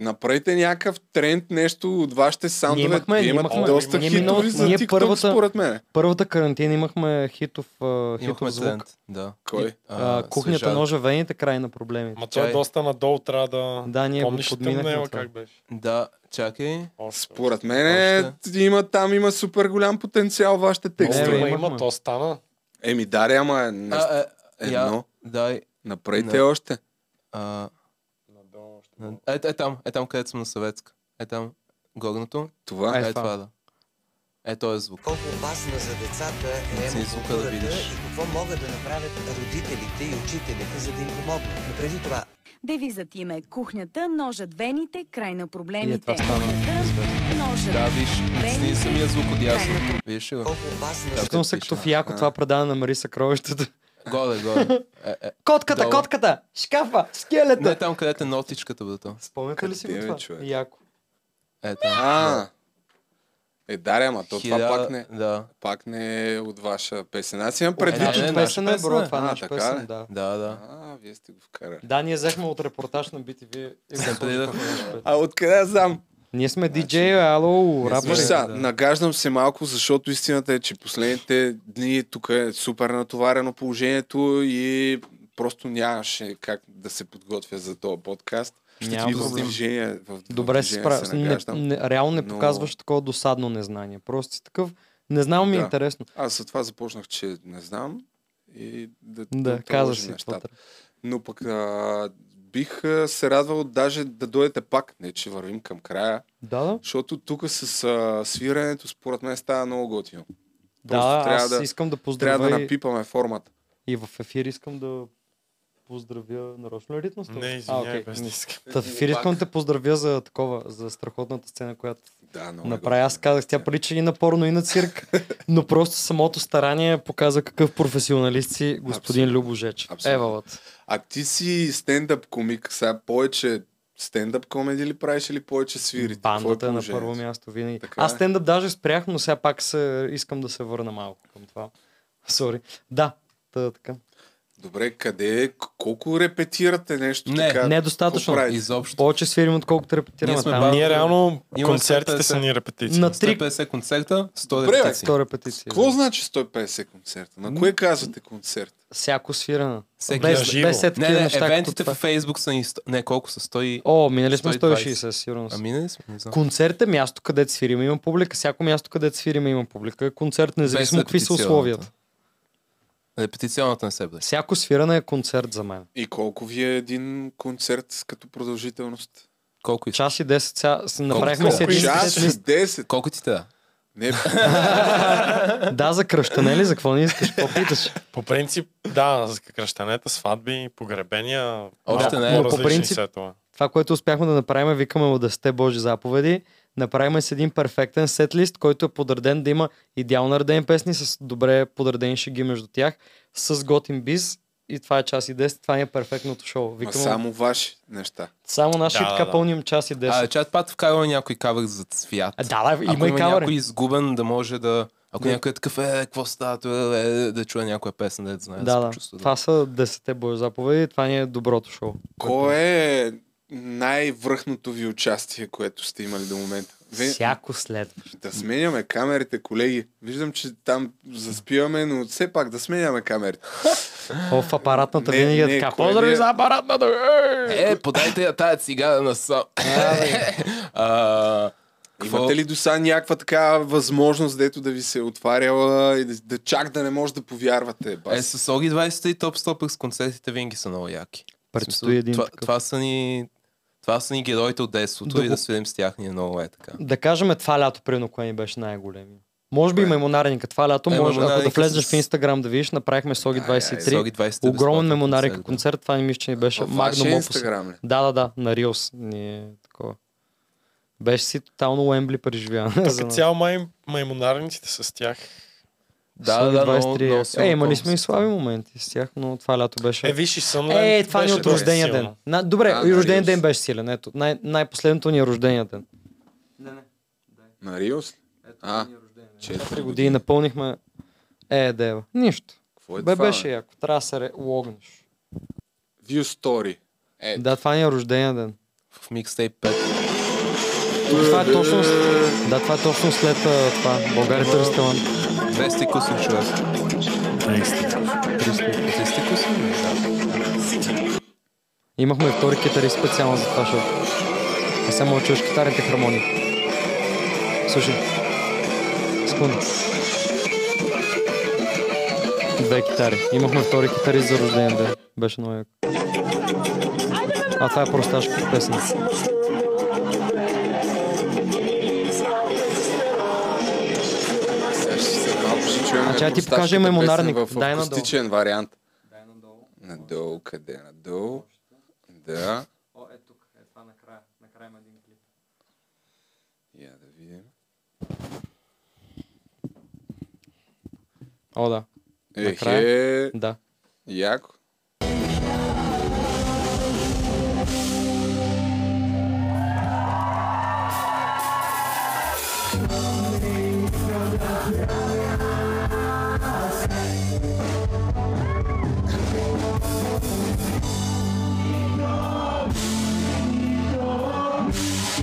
[SPEAKER 1] Направете някакъв тренд, нещо от вашите саундове.
[SPEAKER 2] имахме,
[SPEAKER 1] Вие
[SPEAKER 2] ние
[SPEAKER 1] имате
[SPEAKER 2] имахме.
[SPEAKER 1] доста
[SPEAKER 2] Ние
[SPEAKER 1] хитови
[SPEAKER 2] минал-
[SPEAKER 1] за
[SPEAKER 2] ние
[SPEAKER 1] TikTok,
[SPEAKER 2] първата-
[SPEAKER 1] според мен.
[SPEAKER 2] Първата карантина имахме хитов, а,
[SPEAKER 3] Имахме
[SPEAKER 2] хитов звук.
[SPEAKER 3] тренд. Да.
[SPEAKER 1] Кой?
[SPEAKER 2] А, кухнята,
[SPEAKER 3] свежар.
[SPEAKER 2] ножа, вените, край на проблемите.
[SPEAKER 4] Ма той
[SPEAKER 3] Чай.
[SPEAKER 4] е доста надолу, трябва да...
[SPEAKER 2] Да, ние го
[SPEAKER 4] Помниш ли
[SPEAKER 2] подминахме
[SPEAKER 4] тъмнела
[SPEAKER 2] това.
[SPEAKER 4] как беше?
[SPEAKER 3] Да, чакай.
[SPEAKER 4] Още.
[SPEAKER 1] Според мен има, там има супер голям потенциал вашите
[SPEAKER 4] Е,
[SPEAKER 2] Е,
[SPEAKER 1] текстове.
[SPEAKER 2] бе,
[SPEAKER 4] има,
[SPEAKER 2] имахме.
[SPEAKER 4] има, то стана.
[SPEAKER 1] Еми, даре, ама е, не...
[SPEAKER 3] А, е,
[SPEAKER 1] едно.
[SPEAKER 3] я, дай.
[SPEAKER 1] Направете
[SPEAKER 3] не.
[SPEAKER 1] още.
[SPEAKER 3] А, на- е, е там, е там, където съм на съветска. Е там, горното.
[SPEAKER 1] Това
[SPEAKER 2] Е,
[SPEAKER 1] е.
[SPEAKER 3] Е,
[SPEAKER 2] това.
[SPEAKER 3] това да. Е, този звук.
[SPEAKER 10] Колко опасна за децата е
[SPEAKER 3] Си звука да
[SPEAKER 10] културата
[SPEAKER 3] видиш.
[SPEAKER 10] и какво могат да направят родителите и учителите, за да им помогнат. Но преди това,
[SPEAKER 11] Девизът им е кухнята, ножът вените, край на
[SPEAKER 2] И е
[SPEAKER 11] проблемите.
[SPEAKER 2] това стана.
[SPEAKER 11] Кухнята, ножът.
[SPEAKER 3] Да, виж, сни самия звук от ясно. Виж ли го?
[SPEAKER 10] колко опасна за
[SPEAKER 2] Чувствам се
[SPEAKER 3] пише,
[SPEAKER 2] като в яко това предаване на Мари Съкровището.
[SPEAKER 3] Горе, горе. Е, е.
[SPEAKER 2] Котката,
[SPEAKER 3] Долу.
[SPEAKER 2] котката! Шкафа! Скелета!
[SPEAKER 3] Не там, където е нотичката, бето.
[SPEAKER 2] Спомняте ли си го
[SPEAKER 1] Къде, бе,
[SPEAKER 2] това?
[SPEAKER 1] човек?
[SPEAKER 2] Яко.
[SPEAKER 3] Е, там.
[SPEAKER 1] А, е, даре, ама то това
[SPEAKER 3] Хиляда-
[SPEAKER 1] пак не,
[SPEAKER 3] Да,
[SPEAKER 1] пак не е от ваша песен. Аз имам
[SPEAKER 2] Преди
[SPEAKER 1] предвид,
[SPEAKER 3] Е,
[SPEAKER 1] че...
[SPEAKER 3] не,
[SPEAKER 2] е,
[SPEAKER 3] наша
[SPEAKER 2] песен е,
[SPEAKER 3] песен
[SPEAKER 2] бро,
[SPEAKER 3] е.
[SPEAKER 2] това е
[SPEAKER 1] А,
[SPEAKER 2] наша
[SPEAKER 1] така ли?
[SPEAKER 2] песен, да.
[SPEAKER 3] да, да.
[SPEAKER 1] А, вие сте го вкарали.
[SPEAKER 2] Да, ние взехме от репортаж на BTV. и го
[SPEAKER 3] Семплирах.
[SPEAKER 2] сложихме.
[SPEAKER 1] А значи- откъде аз знам?
[SPEAKER 2] Ние сме диджей, ало,
[SPEAKER 1] Виж
[SPEAKER 2] рапъри.
[SPEAKER 1] сега,
[SPEAKER 3] да.
[SPEAKER 1] нагаждам се малко, защото истината е, че последните дни тук е супер натоварено положението и просто нямаше как да се подготвя за този подкаст.
[SPEAKER 2] Няма
[SPEAKER 1] Няма
[SPEAKER 2] проблем.
[SPEAKER 1] движение, в, в
[SPEAKER 2] Добре се
[SPEAKER 1] движение
[SPEAKER 2] справя.
[SPEAKER 1] се
[SPEAKER 2] Не,
[SPEAKER 1] нагаждам.
[SPEAKER 2] не, реално не
[SPEAKER 1] Но-
[SPEAKER 2] показваш такова досадно незнание. Просто си такъв. Не знам ми е
[SPEAKER 1] Да.
[SPEAKER 2] интересно.
[SPEAKER 1] Аз затова започнах, че не знам и да,
[SPEAKER 2] Да,
[SPEAKER 1] да
[SPEAKER 2] каза
[SPEAKER 1] тръгваш
[SPEAKER 2] си
[SPEAKER 1] нещата.
[SPEAKER 2] какво
[SPEAKER 1] Но пък а, бих а, се радвал даже да дойдете пак, не че вървим към края,
[SPEAKER 2] Да, да.
[SPEAKER 1] защото тук с а, свирането според мен става много готино.
[SPEAKER 2] Да,
[SPEAKER 1] Просто
[SPEAKER 2] аз искам да поздравя
[SPEAKER 1] Трябва да
[SPEAKER 2] и-
[SPEAKER 1] напипаме формата.
[SPEAKER 2] И в ефир искам да поздравя нарочно ли ритм сте?
[SPEAKER 4] Не,
[SPEAKER 2] а,
[SPEAKER 4] извинявай,
[SPEAKER 2] окей.
[SPEAKER 4] без да искам.
[SPEAKER 2] Та, в ефир искам да те поздравя за такова, за страхотната сцена, която
[SPEAKER 1] да,
[SPEAKER 2] направи. Аз казах, тя прилича и на порно, и на цирк, но просто самото старание показа какъв професионалист си господин
[SPEAKER 1] Абсолютно.
[SPEAKER 2] Любо Жечев.
[SPEAKER 1] Абсолютно.
[SPEAKER 2] Евалът.
[SPEAKER 1] А ти си стендъп комик, сега повече стендъп комеди ли правиш или повече свири?
[SPEAKER 2] Бандата е на първо място винаги.
[SPEAKER 1] Така
[SPEAKER 2] Аз
[SPEAKER 1] е.
[SPEAKER 2] стендъп даже спрях, но сега пак се, искам да се върна малко към това. Сори. Да, та, така.
[SPEAKER 1] Добре, къде е? К- Колко репетирате нещо
[SPEAKER 2] Не,
[SPEAKER 1] така?
[SPEAKER 2] не е достатъчно.
[SPEAKER 1] Какво правите?
[SPEAKER 3] Изобщо.
[SPEAKER 2] Повече свирим, отколкото репетираме.
[SPEAKER 3] Ние сме
[SPEAKER 2] там.
[SPEAKER 3] бавни. Ние
[SPEAKER 4] реално
[SPEAKER 3] Имаме 150.
[SPEAKER 4] концертите са ни репетиции.
[SPEAKER 2] На
[SPEAKER 3] На
[SPEAKER 2] три-
[SPEAKER 3] 350 концерта, 100
[SPEAKER 1] Добре, бе,
[SPEAKER 3] репетиции.
[SPEAKER 2] Втора репетиция.
[SPEAKER 1] Какво значи 150 концерта? На кое казвате концерт?
[SPEAKER 2] Всяко свиране.
[SPEAKER 3] Всеки
[SPEAKER 2] без,
[SPEAKER 3] на живо.
[SPEAKER 2] без все
[SPEAKER 3] не,
[SPEAKER 2] такива
[SPEAKER 3] не,
[SPEAKER 2] неща, като
[SPEAKER 3] евентите
[SPEAKER 2] това. е.
[SPEAKER 3] във Facebook са ни... сто- Не, колко са? 100...
[SPEAKER 2] О, минали сме
[SPEAKER 3] 120.
[SPEAKER 2] 160, сигурно.
[SPEAKER 3] А минали сме, не знам.
[SPEAKER 2] Концерт е място, където свирим, има публика. Всяко място, където свирим, има публика. Концерт, независимо
[SPEAKER 3] Без
[SPEAKER 2] какви са
[SPEAKER 3] репетиционната.
[SPEAKER 2] условията.
[SPEAKER 3] Репетиционната не се бъде.
[SPEAKER 2] Всяко свиране е концерт за мен.
[SPEAKER 1] И колко ви е един концерт като продължителност?
[SPEAKER 3] Колко искаш?
[SPEAKER 2] Час и 10 сега си направихме си
[SPEAKER 1] Колко?
[SPEAKER 2] един
[SPEAKER 1] Час и
[SPEAKER 2] лист.
[SPEAKER 1] 10.
[SPEAKER 3] Колко ти те да?
[SPEAKER 1] Не,
[SPEAKER 2] Да, за кръщане ли? За какво не искаш? Какво питаш?
[SPEAKER 4] По принцип, да, за кръщанета, сватби, погребения,
[SPEAKER 3] Още
[SPEAKER 4] малко
[SPEAKER 3] не е.
[SPEAKER 4] по-различни
[SPEAKER 2] По принцип-
[SPEAKER 4] сетове.
[SPEAKER 2] Това, което успяхме да направим, е, викаме му да сте Божи заповеди. Направим с един перфектен сетлист, който е подреден да има идеално наредени песни с добре подредени шеги между тях, с готин биз и това е час и 10. Това ни е перфектното шоу.
[SPEAKER 1] ма
[SPEAKER 2] Викаме, само,
[SPEAKER 1] само ваши неща.
[SPEAKER 2] само наши
[SPEAKER 4] Да,
[SPEAKER 2] да, така
[SPEAKER 4] да, да.
[SPEAKER 2] пълним час и 10.
[SPEAKER 3] А, чат пат вкарваме някой кавър за цвят.
[SPEAKER 2] А, да, да,
[SPEAKER 3] Ако
[SPEAKER 2] има и
[SPEAKER 3] има
[SPEAKER 2] кавър.
[SPEAKER 3] някой изгубен, да може да... Ако
[SPEAKER 2] Да.
[SPEAKER 3] някой е такъв, е, какво става, това, е, е, да чуе някоя песен, да я знае,
[SPEAKER 2] Да,
[SPEAKER 3] се
[SPEAKER 2] да.
[SPEAKER 3] почувства
[SPEAKER 2] Това са 10-те Божи заповеди. Това ни е доброто шоу.
[SPEAKER 1] Кое е най-връхното ви участие, което сте имали до момента? Ви...
[SPEAKER 2] Всяко следващо.
[SPEAKER 1] Да сменяме камерите, колеги. Виждам, че там заспиваме, но все пак да сменяме камерите.
[SPEAKER 2] О, в апаратната
[SPEAKER 1] Не,
[SPEAKER 2] винаги е
[SPEAKER 1] не,
[SPEAKER 2] така.
[SPEAKER 1] кое
[SPEAKER 2] Поздрави
[SPEAKER 1] ви е-
[SPEAKER 2] за апаратната!
[SPEAKER 3] Е, подайте я тая цигара на сам.
[SPEAKER 1] Имате ли до сега някаква така възможност, дето да ви се е отваряла и да, да чак да не може да повярвате? Бас.
[SPEAKER 3] Е, с Оги 20 и Топ 100 пък с концертите винаги са много яки. В
[SPEAKER 2] Предстои
[SPEAKER 3] смисъл,
[SPEAKER 2] един
[SPEAKER 3] това,
[SPEAKER 2] такъв.
[SPEAKER 3] това, са ни... Това са ни героите от детството
[SPEAKER 2] Да
[SPEAKER 3] и
[SPEAKER 2] го-
[SPEAKER 3] да свидим с тях ни е много е така.
[SPEAKER 2] Да кажем, това лято, примерно, кое ни беше най-големия. Може би мемонарника. Това лято,
[SPEAKER 3] Е,
[SPEAKER 2] може, ако да
[SPEAKER 3] мемонарника
[SPEAKER 2] влезеш
[SPEAKER 3] с-
[SPEAKER 2] в Инстаграм да видиш, направихме Соги
[SPEAKER 3] Соги
[SPEAKER 2] 23.
[SPEAKER 3] 20
[SPEAKER 2] Огромен
[SPEAKER 3] безплатен
[SPEAKER 2] мемонарика
[SPEAKER 3] да.
[SPEAKER 2] концерт, това не мисля, че ни беше
[SPEAKER 1] Във
[SPEAKER 2] магнум
[SPEAKER 1] вашия
[SPEAKER 2] опус.
[SPEAKER 1] инстаграм ли?
[SPEAKER 2] Да, да, да, на Риос ни е такова. Беше си тотално Уембли преживяване. за
[SPEAKER 4] Тук е
[SPEAKER 2] нас.
[SPEAKER 4] цял май маймунарниците с тях.
[SPEAKER 3] Да,
[SPEAKER 2] Соги
[SPEAKER 3] да, да,
[SPEAKER 2] 23.
[SPEAKER 3] много, много
[SPEAKER 2] Е,
[SPEAKER 3] силна
[SPEAKER 2] имали
[SPEAKER 3] помощ.
[SPEAKER 2] сме и слаби моменти с тях, но това лято беше...
[SPEAKER 4] Е, виж и Сънлен.
[SPEAKER 2] Е, това ни е
[SPEAKER 4] беше
[SPEAKER 2] от
[SPEAKER 4] доста
[SPEAKER 2] рождения
[SPEAKER 4] силно.
[SPEAKER 2] ден. На, добре,
[SPEAKER 1] А,
[SPEAKER 2] и
[SPEAKER 1] на
[SPEAKER 2] рождения
[SPEAKER 1] Риос.
[SPEAKER 2] ден беше силен. Ето, най- най-последното ни е рождения ден.
[SPEAKER 1] На Риос? ли? А,
[SPEAKER 2] Три
[SPEAKER 1] четири
[SPEAKER 2] години напълнихме. Е, дева. Нищо.
[SPEAKER 1] Какво е
[SPEAKER 2] Бе,
[SPEAKER 1] това?
[SPEAKER 2] беше яко. Трябва да се ре- логнеш.
[SPEAKER 1] View Story. Е,
[SPEAKER 2] Да, това ни е рождения ден.
[SPEAKER 3] В микстейп 5.
[SPEAKER 2] Това е точно, с- да, това е точно след а, това. България търси талант.
[SPEAKER 3] 200 кусин човек. 200 кусин?
[SPEAKER 2] Имахме втори китарист специално за това шоу. Не само да чуеш китарните хармонии. Слушай. Секунда. Две китари. Имахме втори китарист за рожден ден. Беше много яко. А това е просташка песен.
[SPEAKER 1] Е, сега ще се малко ще чуем.
[SPEAKER 2] А, чай, ти
[SPEAKER 1] просташката
[SPEAKER 2] покажи мемонарник.
[SPEAKER 1] песен В
[SPEAKER 2] Дай надолу.
[SPEAKER 1] акустичен вариант. Дай надолу. Надолу, къде? Надолу. Да.
[SPEAKER 2] О, е тук. Е това накрая. Накрая има един клип.
[SPEAKER 1] Я да видим.
[SPEAKER 2] О, да.
[SPEAKER 1] Е,
[SPEAKER 2] Накрая?
[SPEAKER 1] Ехе,
[SPEAKER 2] Да.
[SPEAKER 1] яко.
[SPEAKER 12] Никой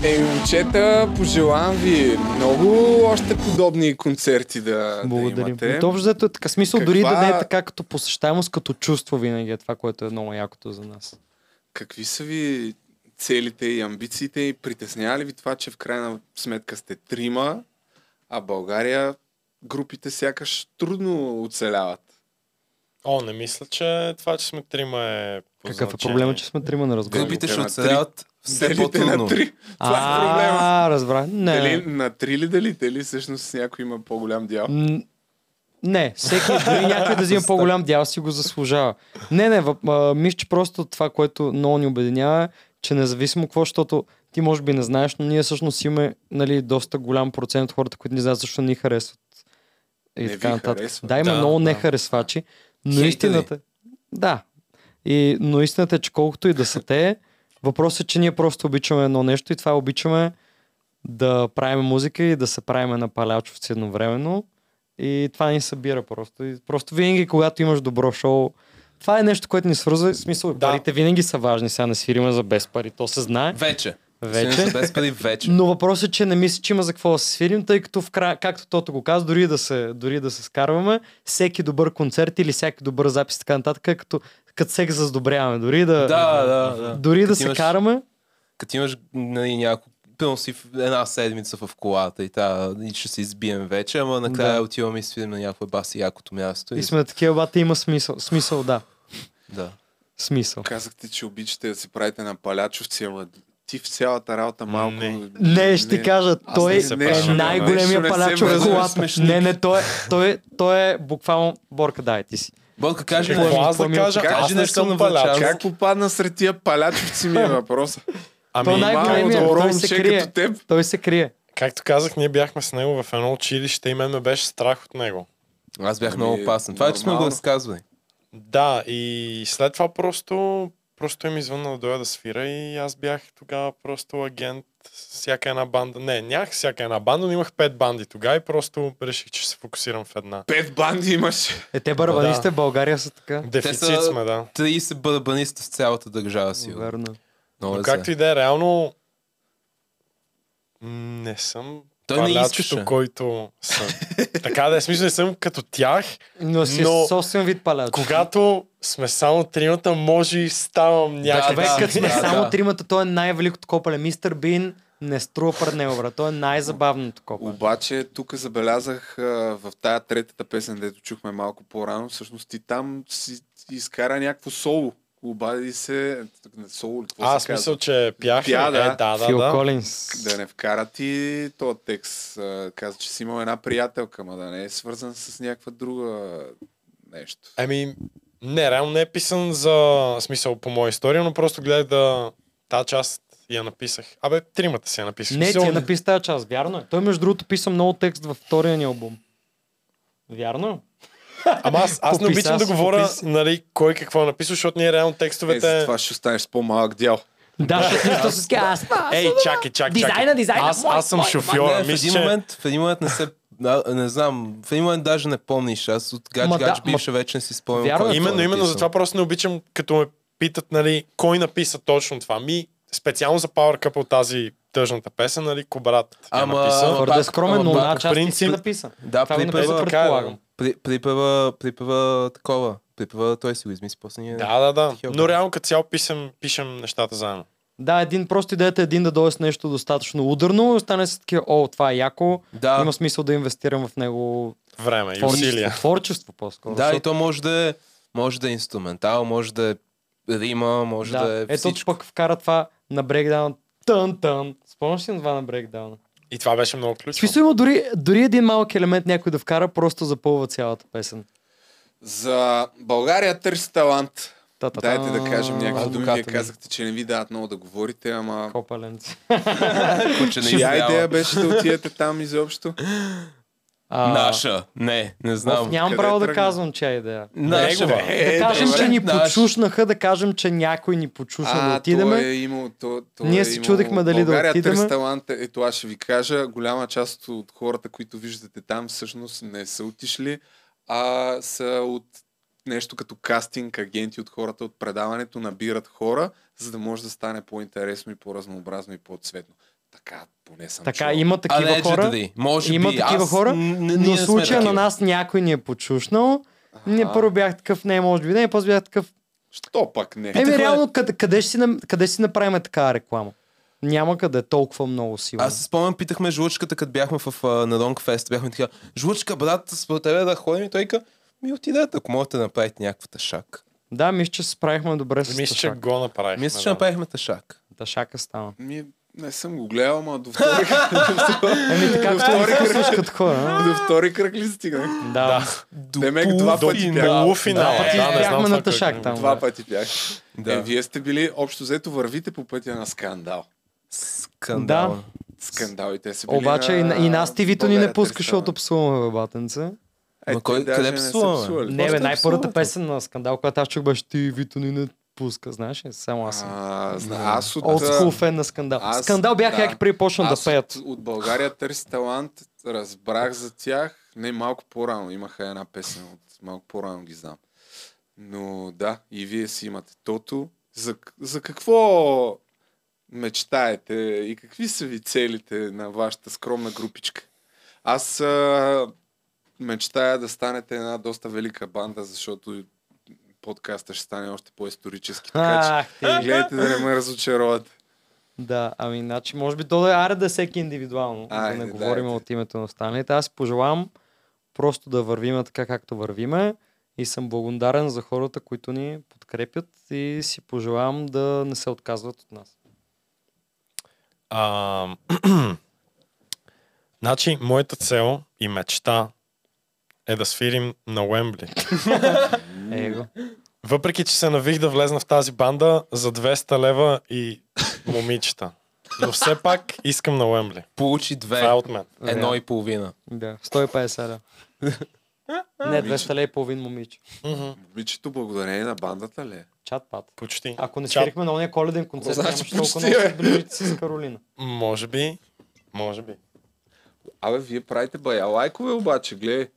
[SPEAKER 1] Еми, момчета, пожелавам ви много още подобни концерти да, да
[SPEAKER 2] Благодарим.
[SPEAKER 1] имате.
[SPEAKER 2] От общо взето е така. Смисъл, дори да не е
[SPEAKER 1] Каква-
[SPEAKER 2] така като посещаемост, като чувство винаги е това, което е много якото за нас.
[SPEAKER 1] Какви са ви целите и амбициите и притеснява ли ви това, че в крайна сметка сте трима, а България групите сякаш трудно оцеляват?
[SPEAKER 4] О, не мисля, че това, че сме трима е по
[SPEAKER 2] Какъв е
[SPEAKER 4] значение.
[SPEAKER 2] проблема, че сме трима на разговор?
[SPEAKER 3] Групите ще оцеляват все по-трудно.
[SPEAKER 1] Това е проблема.
[SPEAKER 2] А, разбрах. Не.
[SPEAKER 1] Дали на три ли делите или всъщност някой има по-голям дял?
[SPEAKER 2] М, Не, всеки е дори някой да взима по-голям дял си го заслужава. Не, не, въп- а, мисля, че просто това, което много ни обединява, е, че независимо какво, защото ти може би не знаеш, но ние всъщност имаме нали, доста голям процент от хората, които не знаят защо ни харесват. И
[SPEAKER 1] Не
[SPEAKER 2] така
[SPEAKER 1] ви
[SPEAKER 2] нататък.
[SPEAKER 1] харесват.
[SPEAKER 2] Да, има
[SPEAKER 1] Да,
[SPEAKER 2] много
[SPEAKER 1] да.
[SPEAKER 2] нехаресвачи, но
[SPEAKER 1] Хейтери.
[SPEAKER 2] истината. Да. И, но истината е, че колкото и да са те, въпросът е, че ние просто обичаме едно нещо и това обичаме да правим музика и да се правим на палячовци едновременно. И това ни събира просто. И просто винаги, когато имаш добро шоу, това е нещо, което ни свързва. В смисъл, да. парите винаги са важни. Сега не свириме за без пари. То се знае.
[SPEAKER 3] Вече.
[SPEAKER 2] Вече.
[SPEAKER 3] Свириме за без пари вече.
[SPEAKER 2] Но въпросът е, че не мисля, че има за какво да се свирим, тъй като в края, както Тото го каза, дори да, се, дори да се скарваме, всеки добър концерт или всеки добър запис и така нататък, е като, като секс да сдобряваме. Дори да,
[SPEAKER 3] Да, да, да.
[SPEAKER 2] Дори да
[SPEAKER 3] Като
[SPEAKER 2] се
[SPEAKER 3] имаш-
[SPEAKER 2] караме,
[SPEAKER 3] Като имаш нали, няколко Пълно си в една седмица в колата и, та, и ще се избием вече, ама накрая
[SPEAKER 2] Да.
[SPEAKER 3] отиваме и свидим на някаква баси якото място.
[SPEAKER 2] и сме такива, бата, има смисъл. Смисъл, да.
[SPEAKER 3] Да.
[SPEAKER 2] Смисъл.
[SPEAKER 1] Казахте, че обичате да се правите на палячовци, ама ти в цялата работа малко... Не,
[SPEAKER 2] Не, ще ти кажа,
[SPEAKER 1] Аз
[SPEAKER 2] той
[SPEAKER 1] не се
[SPEAKER 2] е
[SPEAKER 1] правя, нещо
[SPEAKER 2] най-големия
[SPEAKER 1] не се
[SPEAKER 2] палячо в
[SPEAKER 1] връзвам
[SPEAKER 2] колата.
[SPEAKER 1] с
[SPEAKER 2] Не, не, той, е- той, е- той е буквално Борка, дай ти си.
[SPEAKER 3] Борка, кажи
[SPEAKER 2] Какво нещо. е,
[SPEAKER 4] Аз да
[SPEAKER 2] Пламил?
[SPEAKER 4] кажа,
[SPEAKER 2] Как-
[SPEAKER 4] аз
[SPEAKER 3] Кажи
[SPEAKER 4] не
[SPEAKER 3] нещо
[SPEAKER 4] съм
[SPEAKER 3] на
[SPEAKER 4] паляч.
[SPEAKER 3] Вълчанов.
[SPEAKER 1] Как попадна сред тия палячовци ми е въпроса?
[SPEAKER 2] Той е
[SPEAKER 4] Ами,
[SPEAKER 2] най-големия,
[SPEAKER 1] малко
[SPEAKER 2] той
[SPEAKER 1] момче
[SPEAKER 2] се
[SPEAKER 1] като
[SPEAKER 2] крие.
[SPEAKER 1] теб.
[SPEAKER 2] Той се крие.
[SPEAKER 4] както казах, ние бяхме с него в едно училище и мен ме беше страх от него.
[SPEAKER 3] Аз бях
[SPEAKER 1] Ами,
[SPEAKER 3] много опасен. Това е, че сме го
[SPEAKER 1] нормално.
[SPEAKER 3] разказвали.
[SPEAKER 4] Да, и след това просто, просто им извънна да дойда да свира и аз бях тогава просто агент с всяка една банда. Не, нямах всяка една банда, но имах пет банди тогава и просто реших, че ще се фокусирам в една.
[SPEAKER 1] Пет банди имаш.
[SPEAKER 2] Е, те барабанистите в България са така.
[SPEAKER 4] Дефицит
[SPEAKER 3] са-
[SPEAKER 4] сме, да.
[SPEAKER 3] 30 барабаниста в цялата държава си.
[SPEAKER 2] Верно.
[SPEAKER 3] Много
[SPEAKER 4] Но
[SPEAKER 3] е
[SPEAKER 4] както
[SPEAKER 3] зле.
[SPEAKER 4] и да е, реално м, не съм
[SPEAKER 3] Той не
[SPEAKER 4] палячото,
[SPEAKER 3] искаше.
[SPEAKER 4] който съм. така да е, в смисъл не съм като тях,
[SPEAKER 2] Но си
[SPEAKER 4] Но-
[SPEAKER 2] собствен вид палячо.
[SPEAKER 4] когато сме само тримата, може и ставам някакъв.
[SPEAKER 2] Човек,
[SPEAKER 3] да,
[SPEAKER 2] като сме
[SPEAKER 3] да,
[SPEAKER 2] само
[SPEAKER 3] да.
[SPEAKER 2] тримата, той е най-великото копале. Мистер Бин не струва пред него, брат. Той е най-забавното копале.
[SPEAKER 1] Обаче тук забелязах а, в тая третата песен, дето чухме малко по-рано, всъщност ти там си изкара някакво соло. Обади се... Не, соло ли? Какво
[SPEAKER 4] Аз
[SPEAKER 1] се казва?
[SPEAKER 4] мисля, че пях.
[SPEAKER 1] Пя,
[SPEAKER 4] е,
[SPEAKER 1] да.
[SPEAKER 4] да, да,
[SPEAKER 2] Фил
[SPEAKER 4] да.
[SPEAKER 2] Колинс.
[SPEAKER 1] Да не вкара ти този текст. А, Каза, че си имал една приятелка, ма да не е свързан с някаква друга нещо.
[SPEAKER 4] Еми, Ами, не, реално не е писан за смисъл по моя история, но просто гледах да тази част я написах. Абе, тримата си я написах.
[SPEAKER 2] Не, ти
[SPEAKER 4] Смисъл,
[SPEAKER 2] е написа тази част, вярно е. Той, между другото, писа много текст във втория ни албум. Вярно е.
[SPEAKER 4] Ама аз, аз не
[SPEAKER 2] Пописа,
[SPEAKER 4] обичам да
[SPEAKER 2] аз
[SPEAKER 4] говоря,
[SPEAKER 2] пописа.
[SPEAKER 4] нали, кой какво е написал, защото ние реално
[SPEAKER 1] Е, за
[SPEAKER 4] текстовете...
[SPEAKER 1] това ще останеш с по-малък дял.
[SPEAKER 2] Да, защото нищо с аз.
[SPEAKER 4] Ей, чакай, чакай, чакай.
[SPEAKER 7] Дизайна, дизайна,
[SPEAKER 4] Аз,
[SPEAKER 7] мой,
[SPEAKER 4] аз съм
[SPEAKER 7] мой,
[SPEAKER 4] шофьора,
[SPEAKER 3] не, в
[SPEAKER 4] мисля,
[SPEAKER 3] един
[SPEAKER 4] че...
[SPEAKER 3] момент, в един момент не се... а, не знам, в един момент даже не помниш. Аз от Гач
[SPEAKER 2] Ма да,
[SPEAKER 3] Гач
[SPEAKER 2] ма-
[SPEAKER 3] бивша вече не си спомням.
[SPEAKER 2] Вярно
[SPEAKER 3] кой
[SPEAKER 2] е
[SPEAKER 3] е
[SPEAKER 4] Именно,
[SPEAKER 3] това
[SPEAKER 4] именно,
[SPEAKER 3] написал.
[SPEAKER 4] затова просто не обичам, като ме питат, нали, кой написа точно това. Ми, специално за Power Couple тази тъжната песен, нали, Кобрат я
[SPEAKER 3] Ама-
[SPEAKER 4] написа.
[SPEAKER 2] Твърде
[SPEAKER 3] пак-
[SPEAKER 2] е скромен, но
[SPEAKER 3] ама пак
[SPEAKER 2] една
[SPEAKER 3] по
[SPEAKER 2] част ти си
[SPEAKER 4] принцип-
[SPEAKER 2] написа.
[SPEAKER 3] Да,
[SPEAKER 2] Това го
[SPEAKER 3] припева,
[SPEAKER 2] написа,
[SPEAKER 4] така е,
[SPEAKER 2] предполагам.
[SPEAKER 3] при, припева, припева такова. Припева, той си го измисли, после ние...
[SPEAKER 4] Да, да, да.
[SPEAKER 3] Такива
[SPEAKER 4] Но
[SPEAKER 3] бе.
[SPEAKER 4] реално като цяло пишем, пишем нещата заедно.
[SPEAKER 2] Да, един, просто идеята е един да дойде с нещо достатъчно ударно, остане с такива, о, това е яко,
[SPEAKER 3] Да.
[SPEAKER 2] има смисъл да инвестирам в него
[SPEAKER 4] Време и усилия.
[SPEAKER 2] творчество, творчество по-скоро.
[SPEAKER 3] Да, и
[SPEAKER 2] защото-
[SPEAKER 3] то може да е, може да е инструментал, може да е рима, може да, е
[SPEAKER 2] Ето
[SPEAKER 3] всичко.
[SPEAKER 2] пък вкара това на брейкдаун. Тън, тън. Спомняш ли на това на брейкдауна?
[SPEAKER 4] И това беше много
[SPEAKER 2] В
[SPEAKER 4] ключово.
[SPEAKER 2] смисъл има дори, дори един малък елемент някой да вкара, просто запълва цялата песен.
[SPEAKER 1] За България търси талант.
[SPEAKER 2] Та-та-та.
[SPEAKER 1] Дайте да кажем някакви думи. Вие
[SPEAKER 3] адвоката ми.
[SPEAKER 1] казахте, че не ви дават много да говорите, ама...
[SPEAKER 2] е Копаленци.
[SPEAKER 3] Куче не
[SPEAKER 1] Чия
[SPEAKER 3] изява.
[SPEAKER 1] идея беше да отидете там изобщо?
[SPEAKER 2] А,
[SPEAKER 3] Наша. Не, не
[SPEAKER 2] Оф,
[SPEAKER 3] знам.
[SPEAKER 2] нямам
[SPEAKER 1] къде
[SPEAKER 2] право да
[SPEAKER 1] тръгна.
[SPEAKER 2] казвам, че е идея.
[SPEAKER 3] Наша,
[SPEAKER 4] Негова.
[SPEAKER 3] бе.
[SPEAKER 2] Да кажем,
[SPEAKER 3] Е, добре.
[SPEAKER 2] че ни
[SPEAKER 3] Наш.
[SPEAKER 2] почушнаха, да кажем, че някой ни почушна да
[SPEAKER 1] А, то е
[SPEAKER 2] отидеме.
[SPEAKER 1] имало, то, то
[SPEAKER 2] Ние
[SPEAKER 1] е
[SPEAKER 2] се
[SPEAKER 1] имало-
[SPEAKER 2] чудехме дали да
[SPEAKER 1] България
[SPEAKER 2] отидеме.
[SPEAKER 1] търси талант. Е, това ще ви кажа. Голяма част от хората, които виждате там, всъщност не са отишли, а са от нещо като кастинг агенти от хората от предаването, набират хора, за да може да стане по-интересно и по-разнообразно и по-цветно. Така, поне съм
[SPEAKER 2] Така,
[SPEAKER 1] чувал.
[SPEAKER 2] има такива хора. има такива хора, но в случая на нас някой ни е почушнал. Ние първо бях такъв, не, може би не, и после бях такъв.
[SPEAKER 1] Що пак не?
[SPEAKER 2] Еми, реално, къде, къде, ще си, нам- къде ще си направим такава реклама? Няма къде толкова много сила.
[SPEAKER 3] Аз си спомням, питахме жлъчката, като бяхме в а, на Донг Фест. Бяхме така, жлъчка, брат, с тебе да ходим и той ка, ми отидете, ако можете да направите някаква ташак.
[SPEAKER 2] Да, мисля, че се справихме добре с
[SPEAKER 3] Мисля, че
[SPEAKER 2] ташак.
[SPEAKER 4] го направихме.
[SPEAKER 3] Мисля, че направихме ташак.
[SPEAKER 2] Ташака стана.
[SPEAKER 1] Ми, не съм го гледал, ма до втори кръг.
[SPEAKER 2] Еми, така,
[SPEAKER 1] до
[SPEAKER 2] като
[SPEAKER 1] втори
[SPEAKER 2] ни
[SPEAKER 1] кръг.
[SPEAKER 2] пуснеш като хора.
[SPEAKER 1] До втори кръг ли стигнах?
[SPEAKER 2] Да.
[SPEAKER 1] Демек два
[SPEAKER 4] до
[SPEAKER 1] пъти бях.
[SPEAKER 4] полуфинала.
[SPEAKER 2] Два пъти Да, не бяхме знам на това как тъшак го- там,
[SPEAKER 1] Два
[SPEAKER 2] да.
[SPEAKER 1] пъти бях. Е, вие сте били, общо взето, вървите по пътя на скандал.
[SPEAKER 3] Скандал.
[SPEAKER 1] Скандалите са били
[SPEAKER 2] Обаче и, на- и нас ти Вито ни не
[SPEAKER 1] България
[SPEAKER 2] пускаше,
[SPEAKER 1] 300.
[SPEAKER 2] защото псуваме, бе, батенце.
[SPEAKER 1] Е, те
[SPEAKER 3] кой-
[SPEAKER 1] даже
[SPEAKER 3] къде
[SPEAKER 1] не са
[SPEAKER 3] псуваме?
[SPEAKER 1] псували.
[SPEAKER 2] Не,
[SPEAKER 3] Просто
[SPEAKER 2] бе,
[SPEAKER 3] е
[SPEAKER 2] най-първата
[SPEAKER 3] псуването.
[SPEAKER 2] песен на скандал, която аз чух, беше ти Вито ни не пуска, знаеш ли? Само аз съм.
[SPEAKER 1] А, зна- аз от...
[SPEAKER 2] Old school фен на скандал. скандал бяха яки преди почна да
[SPEAKER 1] аз
[SPEAKER 2] пеят.
[SPEAKER 1] От, от България търси талант, разбрах за тях. Не, малко по-рано имаха една песен, от малко по-рано ги знам. Но да, и вие си имате тото. За, за какво мечтаете и какви са ви целите на вашата скромна групичка? Аз а, мечтая да станете една доста велика банда, защото подкаста ще стане още по-исторически. Така
[SPEAKER 2] Ах,
[SPEAKER 1] че
[SPEAKER 2] ти.
[SPEAKER 1] гледайте да не ме разочаровате.
[SPEAKER 2] Да, ами, значи, може би то да е аре да е всеки индивидуално.
[SPEAKER 1] Айде,
[SPEAKER 2] да не
[SPEAKER 1] дайте.
[SPEAKER 2] говорим от името на останалите. Аз пожелавам просто да вървиме така, както вървиме. И съм благодарен за хората, които ни подкрепят и си пожелавам да не се отказват от нас.
[SPEAKER 4] А, значи, моята цел и мечта е да свирим на Уембли.
[SPEAKER 2] Его.
[SPEAKER 4] Въпреки, че се навих да влезна в тази банда за 200 лева и момичета. Но все пак искам на Уембли.
[SPEAKER 3] Получи две.
[SPEAKER 4] Това е от мен.
[SPEAKER 3] Едно и половина.
[SPEAKER 2] Да, 150 ля. Не, 200 лей и половин момиче.
[SPEAKER 1] Момичето благодарение на бандата ли? е?
[SPEAKER 2] Чат пат.
[SPEAKER 4] Почти.
[SPEAKER 2] Ако не
[SPEAKER 4] Чат.
[SPEAKER 2] свирихме на ония коледен концерт,
[SPEAKER 1] Значи
[SPEAKER 2] нямаше толкова
[SPEAKER 1] почти,
[SPEAKER 2] много да
[SPEAKER 1] бе.
[SPEAKER 2] се сближите с Каролина.
[SPEAKER 4] Може би. Може
[SPEAKER 1] Е,
[SPEAKER 4] би.
[SPEAKER 1] Абе, вие правите бая лайкове обаче, гледай.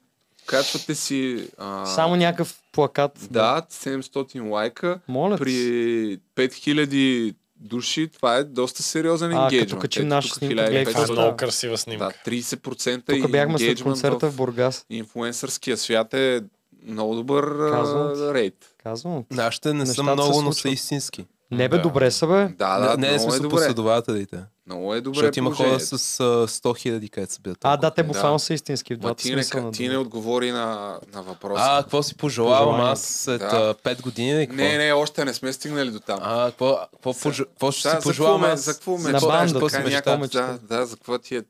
[SPEAKER 1] Качвате си... А...
[SPEAKER 2] Само някакъв плакат.
[SPEAKER 1] Да, 700 лайка.
[SPEAKER 2] Моля
[SPEAKER 1] При
[SPEAKER 2] ти.
[SPEAKER 1] 5000 души това е доста сериозен
[SPEAKER 2] А, като
[SPEAKER 1] енгейджмент.
[SPEAKER 2] качим наши снимки, гледай какво
[SPEAKER 4] Това е
[SPEAKER 2] 500.
[SPEAKER 4] много красива снимка.
[SPEAKER 1] Да, 30%
[SPEAKER 2] Тук
[SPEAKER 1] и
[SPEAKER 2] бяхме след
[SPEAKER 1] енгейджмент
[SPEAKER 2] концерта в Бургас.
[SPEAKER 1] инфуенсърския свят е много добър а,
[SPEAKER 2] Казвам ти.
[SPEAKER 1] рейд.
[SPEAKER 2] Казвам.
[SPEAKER 3] Нашите не са
[SPEAKER 2] Нещата се
[SPEAKER 3] много, но са
[SPEAKER 2] случват.
[SPEAKER 3] истински.
[SPEAKER 2] Не бе,
[SPEAKER 4] Да.
[SPEAKER 2] добре са бе.
[SPEAKER 1] Да,
[SPEAKER 3] не,
[SPEAKER 1] да,
[SPEAKER 3] не,
[SPEAKER 1] много,
[SPEAKER 3] сме
[SPEAKER 1] е
[SPEAKER 3] са
[SPEAKER 1] добре.
[SPEAKER 3] последователите.
[SPEAKER 1] много е добре.
[SPEAKER 3] Защото има хора
[SPEAKER 1] положението.
[SPEAKER 3] с а, 100 хиляди, където се бият.
[SPEAKER 2] А, да, те
[SPEAKER 1] е, Да.
[SPEAKER 2] буквално са истински в
[SPEAKER 1] Ма
[SPEAKER 2] двата
[SPEAKER 1] ти не,
[SPEAKER 2] смисъла. на
[SPEAKER 1] ти не
[SPEAKER 2] думата.
[SPEAKER 1] отговори на, на въпроса.
[SPEAKER 3] А, какво си пожелавам
[SPEAKER 2] Пожелания.
[SPEAKER 3] аз след
[SPEAKER 1] Да.
[SPEAKER 3] а, 5 години? Ли, какво?
[SPEAKER 1] не, не, още не сме стигнали до там.
[SPEAKER 3] А, какво, какво, пожу... какво ще
[SPEAKER 1] Да,
[SPEAKER 3] си
[SPEAKER 1] за
[SPEAKER 3] пожелавам
[SPEAKER 1] какво ме-
[SPEAKER 3] аз?
[SPEAKER 1] За какво
[SPEAKER 2] На
[SPEAKER 1] ме чакаш?
[SPEAKER 2] банда,
[SPEAKER 1] Какво си
[SPEAKER 2] така,
[SPEAKER 1] мечта?
[SPEAKER 2] някакво
[SPEAKER 1] Да, да, за какво ти е...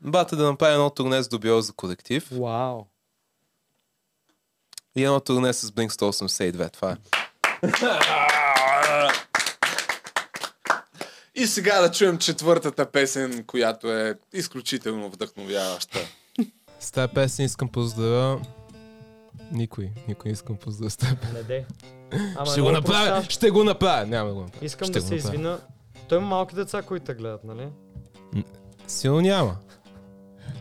[SPEAKER 3] Бате да направя едно турне с Добио за колектив
[SPEAKER 2] Вау.
[SPEAKER 3] и едно турне с Blink 182. Това е.
[SPEAKER 1] И сега да чуем четвъртата песен, която е изключително вдъхновяваща.
[SPEAKER 3] С тази песен искам поздравя никой. Никой не искам поздравя с тази песен.
[SPEAKER 2] Не де. Ама
[SPEAKER 3] Ще го
[SPEAKER 2] не
[SPEAKER 3] направя,
[SPEAKER 2] прощаваш.
[SPEAKER 3] ще го направя. Няма да го направя.
[SPEAKER 2] Искам
[SPEAKER 3] ще
[SPEAKER 2] да
[SPEAKER 3] го
[SPEAKER 2] се
[SPEAKER 3] направя.
[SPEAKER 2] извина. Той има малки деца, които те гледат, нали?
[SPEAKER 3] Силно няма.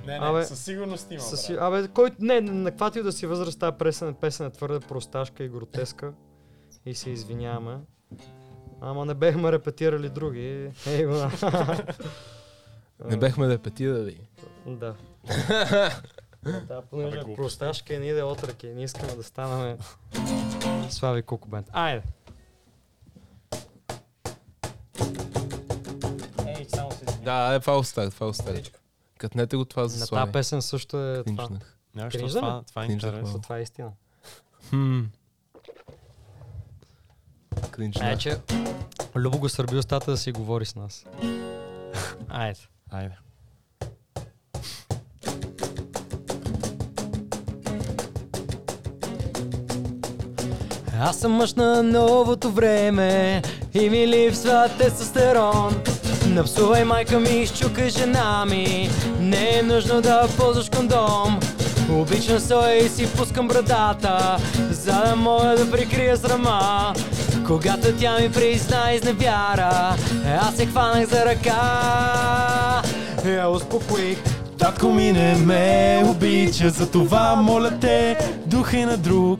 [SPEAKER 4] Не,
[SPEAKER 2] Абе,
[SPEAKER 4] сигурност има.
[SPEAKER 2] Със...
[SPEAKER 4] брат.
[SPEAKER 2] Абе, кой... Не, не, на каква ти да си възраст, тази песен, песен е твърде просташка и гротеска. И се извиняваме. Ама не бехме репетирали други. Ей, ма.
[SPEAKER 3] Не бехме репетирали.
[SPEAKER 2] Да. Да, понеже е просташка и не иде отреки. Не искаме да станаме Слави Кукубент. Айде! Ей, само се
[SPEAKER 3] Да, е фалстарт, фалстарт. Катнете го това за
[SPEAKER 2] На
[SPEAKER 3] слави.
[SPEAKER 2] тази песен също е това.
[SPEAKER 3] Клинчнах.
[SPEAKER 4] Няма що,
[SPEAKER 2] Кринжа ли?
[SPEAKER 4] това, това е
[SPEAKER 3] Кринжа,
[SPEAKER 4] интересно.
[SPEAKER 2] Защото Това е истина.
[SPEAKER 3] Хм.
[SPEAKER 2] Е,
[SPEAKER 3] Клинчнах.
[SPEAKER 2] че Любо го сърби устата да си говори с нас. Айде.
[SPEAKER 4] Айде.
[SPEAKER 2] Аз съм мъж на новото време и ми липсва тестостерон. Напсувай майка ми, щукай жена ми, не е нужно да ползваш кондом. Обичам се и си пускам брадата, за да мога да прикрия срама. Когато тя ми призна изневяра, аз се хванах за ръка. Я успокоих,
[SPEAKER 7] Татко ми не ме обича, затова моля те, духай на друг.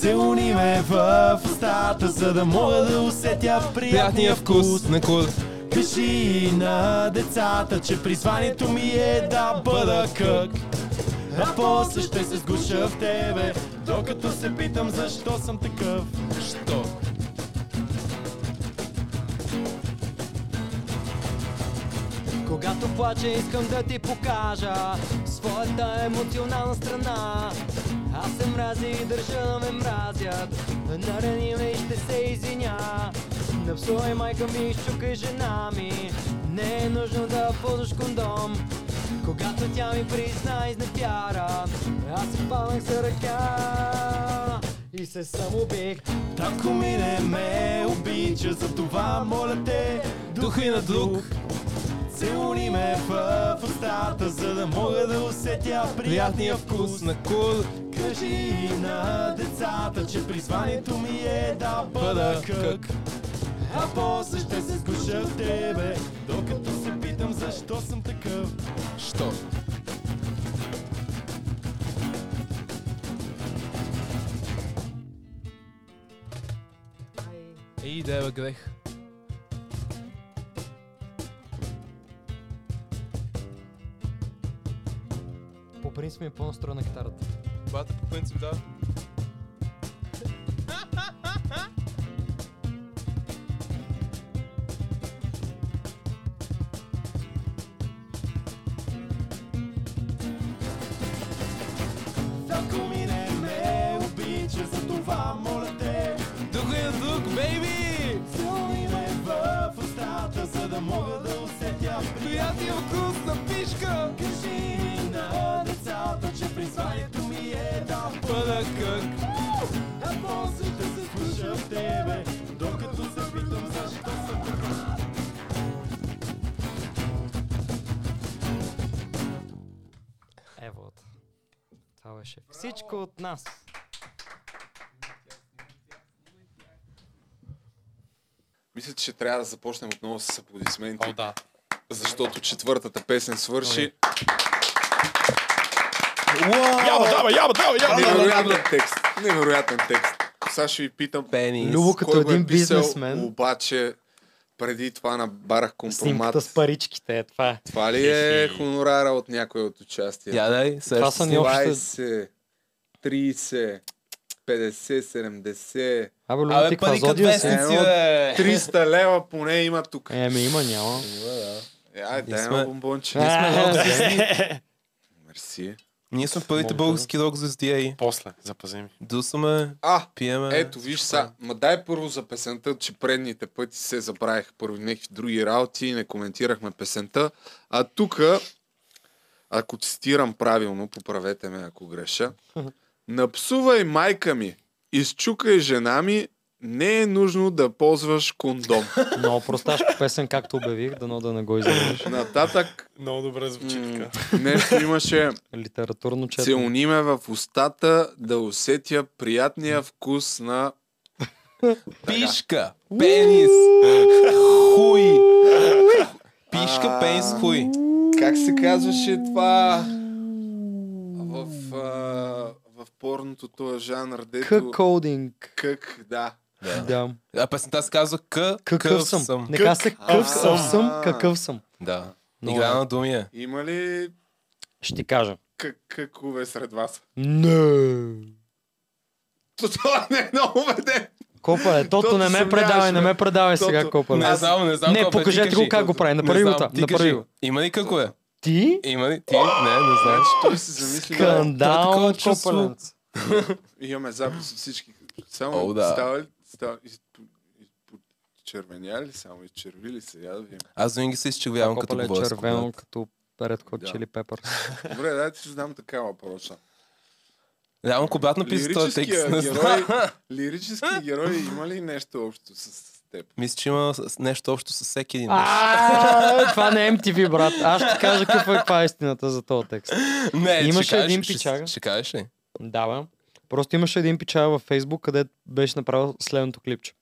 [SPEAKER 7] Целуни ме в устата, за да мога да усетя приятния вкус.
[SPEAKER 3] на курс.
[SPEAKER 7] Пиши и на децата, че призванието ми е да бъда кък. А после ще се сгуша в тебе, докато се питам защо съм такъв. Що? Когато плаче, искам да ти покажа своята емоционална страна. Аз се мрази и държа да ме мразят. Нарани ме и ще се извиня. На псувай майка ми, щукай жена ми. Не е нужно да ползваш кондом. Когато тя ми призна изневяра, аз се паднах за ръка и се самоубих. Тако ми не ме обича, затова моля те, духай на друг. Целуни ме е в устата, за да мога да усетя приятния вкус на кул. Кажи и на децата, че призванието ми е да бъда кък. А после ще се скуша в тебе, докато се питам защо съм такъв. Що?
[SPEAKER 13] И да е грех.
[SPEAKER 2] По принцип ми е по-настроен на китарата.
[SPEAKER 3] Бата по принцип да.
[SPEAKER 7] Ако ми не ме обича, за това моля те. Тук е тук, бейби! Целуй ме в устата, за да мога да усетя приятния вкус на пишка. Кажи на децата, че призванието ми е да бъда кък. А после ще се слуша в тебе, докато се питам защо съм така.
[SPEAKER 2] Е, вот. Това беше всичко от нас.
[SPEAKER 1] Мисля, че трябва да започнем отново с аплодисменти.
[SPEAKER 4] О, да.
[SPEAKER 1] Защото четвъртата песен свърши.
[SPEAKER 4] Яба, даба, яба, даба, яба, даба.
[SPEAKER 1] Невероятен текст. Невероятен текст. Сега ще ви питам. Пенис.
[SPEAKER 2] Любо като
[SPEAKER 1] кой го
[SPEAKER 2] един
[SPEAKER 1] е писал,
[SPEAKER 2] бизнесмен.
[SPEAKER 1] Обаче преди това набарах компромат.
[SPEAKER 2] Снимката с паричките, е това е.
[SPEAKER 1] Това ли е хонорара от някой от участие?
[SPEAKER 2] Я дай, сега Е, Това ще са ни снимам. общо-
[SPEAKER 1] 20, 30, 50, 70.
[SPEAKER 2] Абе, Любо, Абе, ти каква пари Е, като зодия си? вестници,
[SPEAKER 1] Едно
[SPEAKER 3] Е.
[SPEAKER 2] бе.
[SPEAKER 1] 300 лева поне има тук.
[SPEAKER 2] Еми, Е, ами има, няма.
[SPEAKER 1] Има, да. Е, ай,
[SPEAKER 3] Ние
[SPEAKER 1] дай
[SPEAKER 3] сме-
[SPEAKER 1] едно бомбонче.
[SPEAKER 3] ние сме много
[SPEAKER 1] Мерси.
[SPEAKER 3] звезди.
[SPEAKER 1] Мерси.
[SPEAKER 3] Ние сме първите
[SPEAKER 1] Може да.
[SPEAKER 3] български рок звезди, ей.
[SPEAKER 4] После, запази ми.
[SPEAKER 3] Дусаме,
[SPEAKER 1] а,
[SPEAKER 3] пиеме.
[SPEAKER 1] Ето, виж са, ма дай първо за песента, че предните пъти се забравих първо някакви други работи и не коментирахме песента. А тук, ако цитирам правилно, поправете ме ако греша. Напсувай майка ми, изчукай жена ми, не е нужно да ползваш кондом.
[SPEAKER 2] Много просташка песен, както обявих, дано да не го изявиш.
[SPEAKER 1] Нататък.
[SPEAKER 4] Много добре звучи така.
[SPEAKER 1] Нещо имаше.
[SPEAKER 2] Литературно четене.
[SPEAKER 1] Целуни ме в устата да усетя приятния вкус на...
[SPEAKER 3] Пишка, пенис, хуй. Пишка, пенис, хуй.
[SPEAKER 1] Как се казваше това в, а, в порното този жанр, дето...
[SPEAKER 2] Къкодинг.
[SPEAKER 1] Кък, да.
[SPEAKER 2] Да.
[SPEAKER 3] А песента се казва К.
[SPEAKER 2] Какъв съм. Не казва се какъв съм, съм, какъв съм.
[SPEAKER 3] Да.
[SPEAKER 2] Много
[SPEAKER 3] Игра
[SPEAKER 2] е.
[SPEAKER 3] на думи е.
[SPEAKER 1] Има ли
[SPEAKER 2] Ще ти кажа.
[SPEAKER 1] кък, къкове сред вас?
[SPEAKER 2] Не.
[SPEAKER 1] То Това не е много убеден.
[SPEAKER 2] Копа е, тото не ме предавай, не ме предавай сега, копа.
[SPEAKER 3] Не знам, не знам.
[SPEAKER 2] Не,
[SPEAKER 3] какво е, ти
[SPEAKER 2] покажете го
[SPEAKER 3] кажи.
[SPEAKER 2] как го прави.
[SPEAKER 3] Не
[SPEAKER 2] Направи го
[SPEAKER 3] знам,
[SPEAKER 2] там.
[SPEAKER 3] ти
[SPEAKER 2] Направи
[SPEAKER 3] кажи.
[SPEAKER 2] го.
[SPEAKER 3] Има ли какво е?
[SPEAKER 2] Ти?
[SPEAKER 3] Има ли? Ти? Не, не знам.
[SPEAKER 1] Той си замисли. да-
[SPEAKER 2] Скандал,
[SPEAKER 1] Той е такова
[SPEAKER 2] Копалец.
[SPEAKER 1] чувство. Имаме запис от всички. Само
[SPEAKER 3] О,
[SPEAKER 1] oh,
[SPEAKER 3] да.
[SPEAKER 1] да. става ли? Става, из, из, червеня ли само? Изчерви ли се? Я да видим.
[SPEAKER 3] Аз винаги се изчевявам като
[SPEAKER 2] Копале е
[SPEAKER 3] говоря. с
[SPEAKER 2] червено,
[SPEAKER 3] кобрат.
[SPEAKER 2] като Red Hot Chili Peppers.
[SPEAKER 1] Добре, дай ти ще знам такава проча.
[SPEAKER 3] Реално кобрат написа този текст. Не
[SPEAKER 1] герой,
[SPEAKER 3] знам.
[SPEAKER 1] лирически герой има ли нещо общо с, с теб?
[SPEAKER 3] Мисля, че има с- нещо общо с всеки един.
[SPEAKER 2] А, това не е MTV, брат. Аз ще кажа каква е, каква е истината за този текст.
[SPEAKER 3] Не, ще
[SPEAKER 2] имаше
[SPEAKER 3] кажеш-
[SPEAKER 2] един
[SPEAKER 3] ще-
[SPEAKER 2] пичага.
[SPEAKER 3] Ще кажеш ли?
[SPEAKER 2] Да, бе. Просто имаше един печал във Фейсбук, където беше направил следното клипче.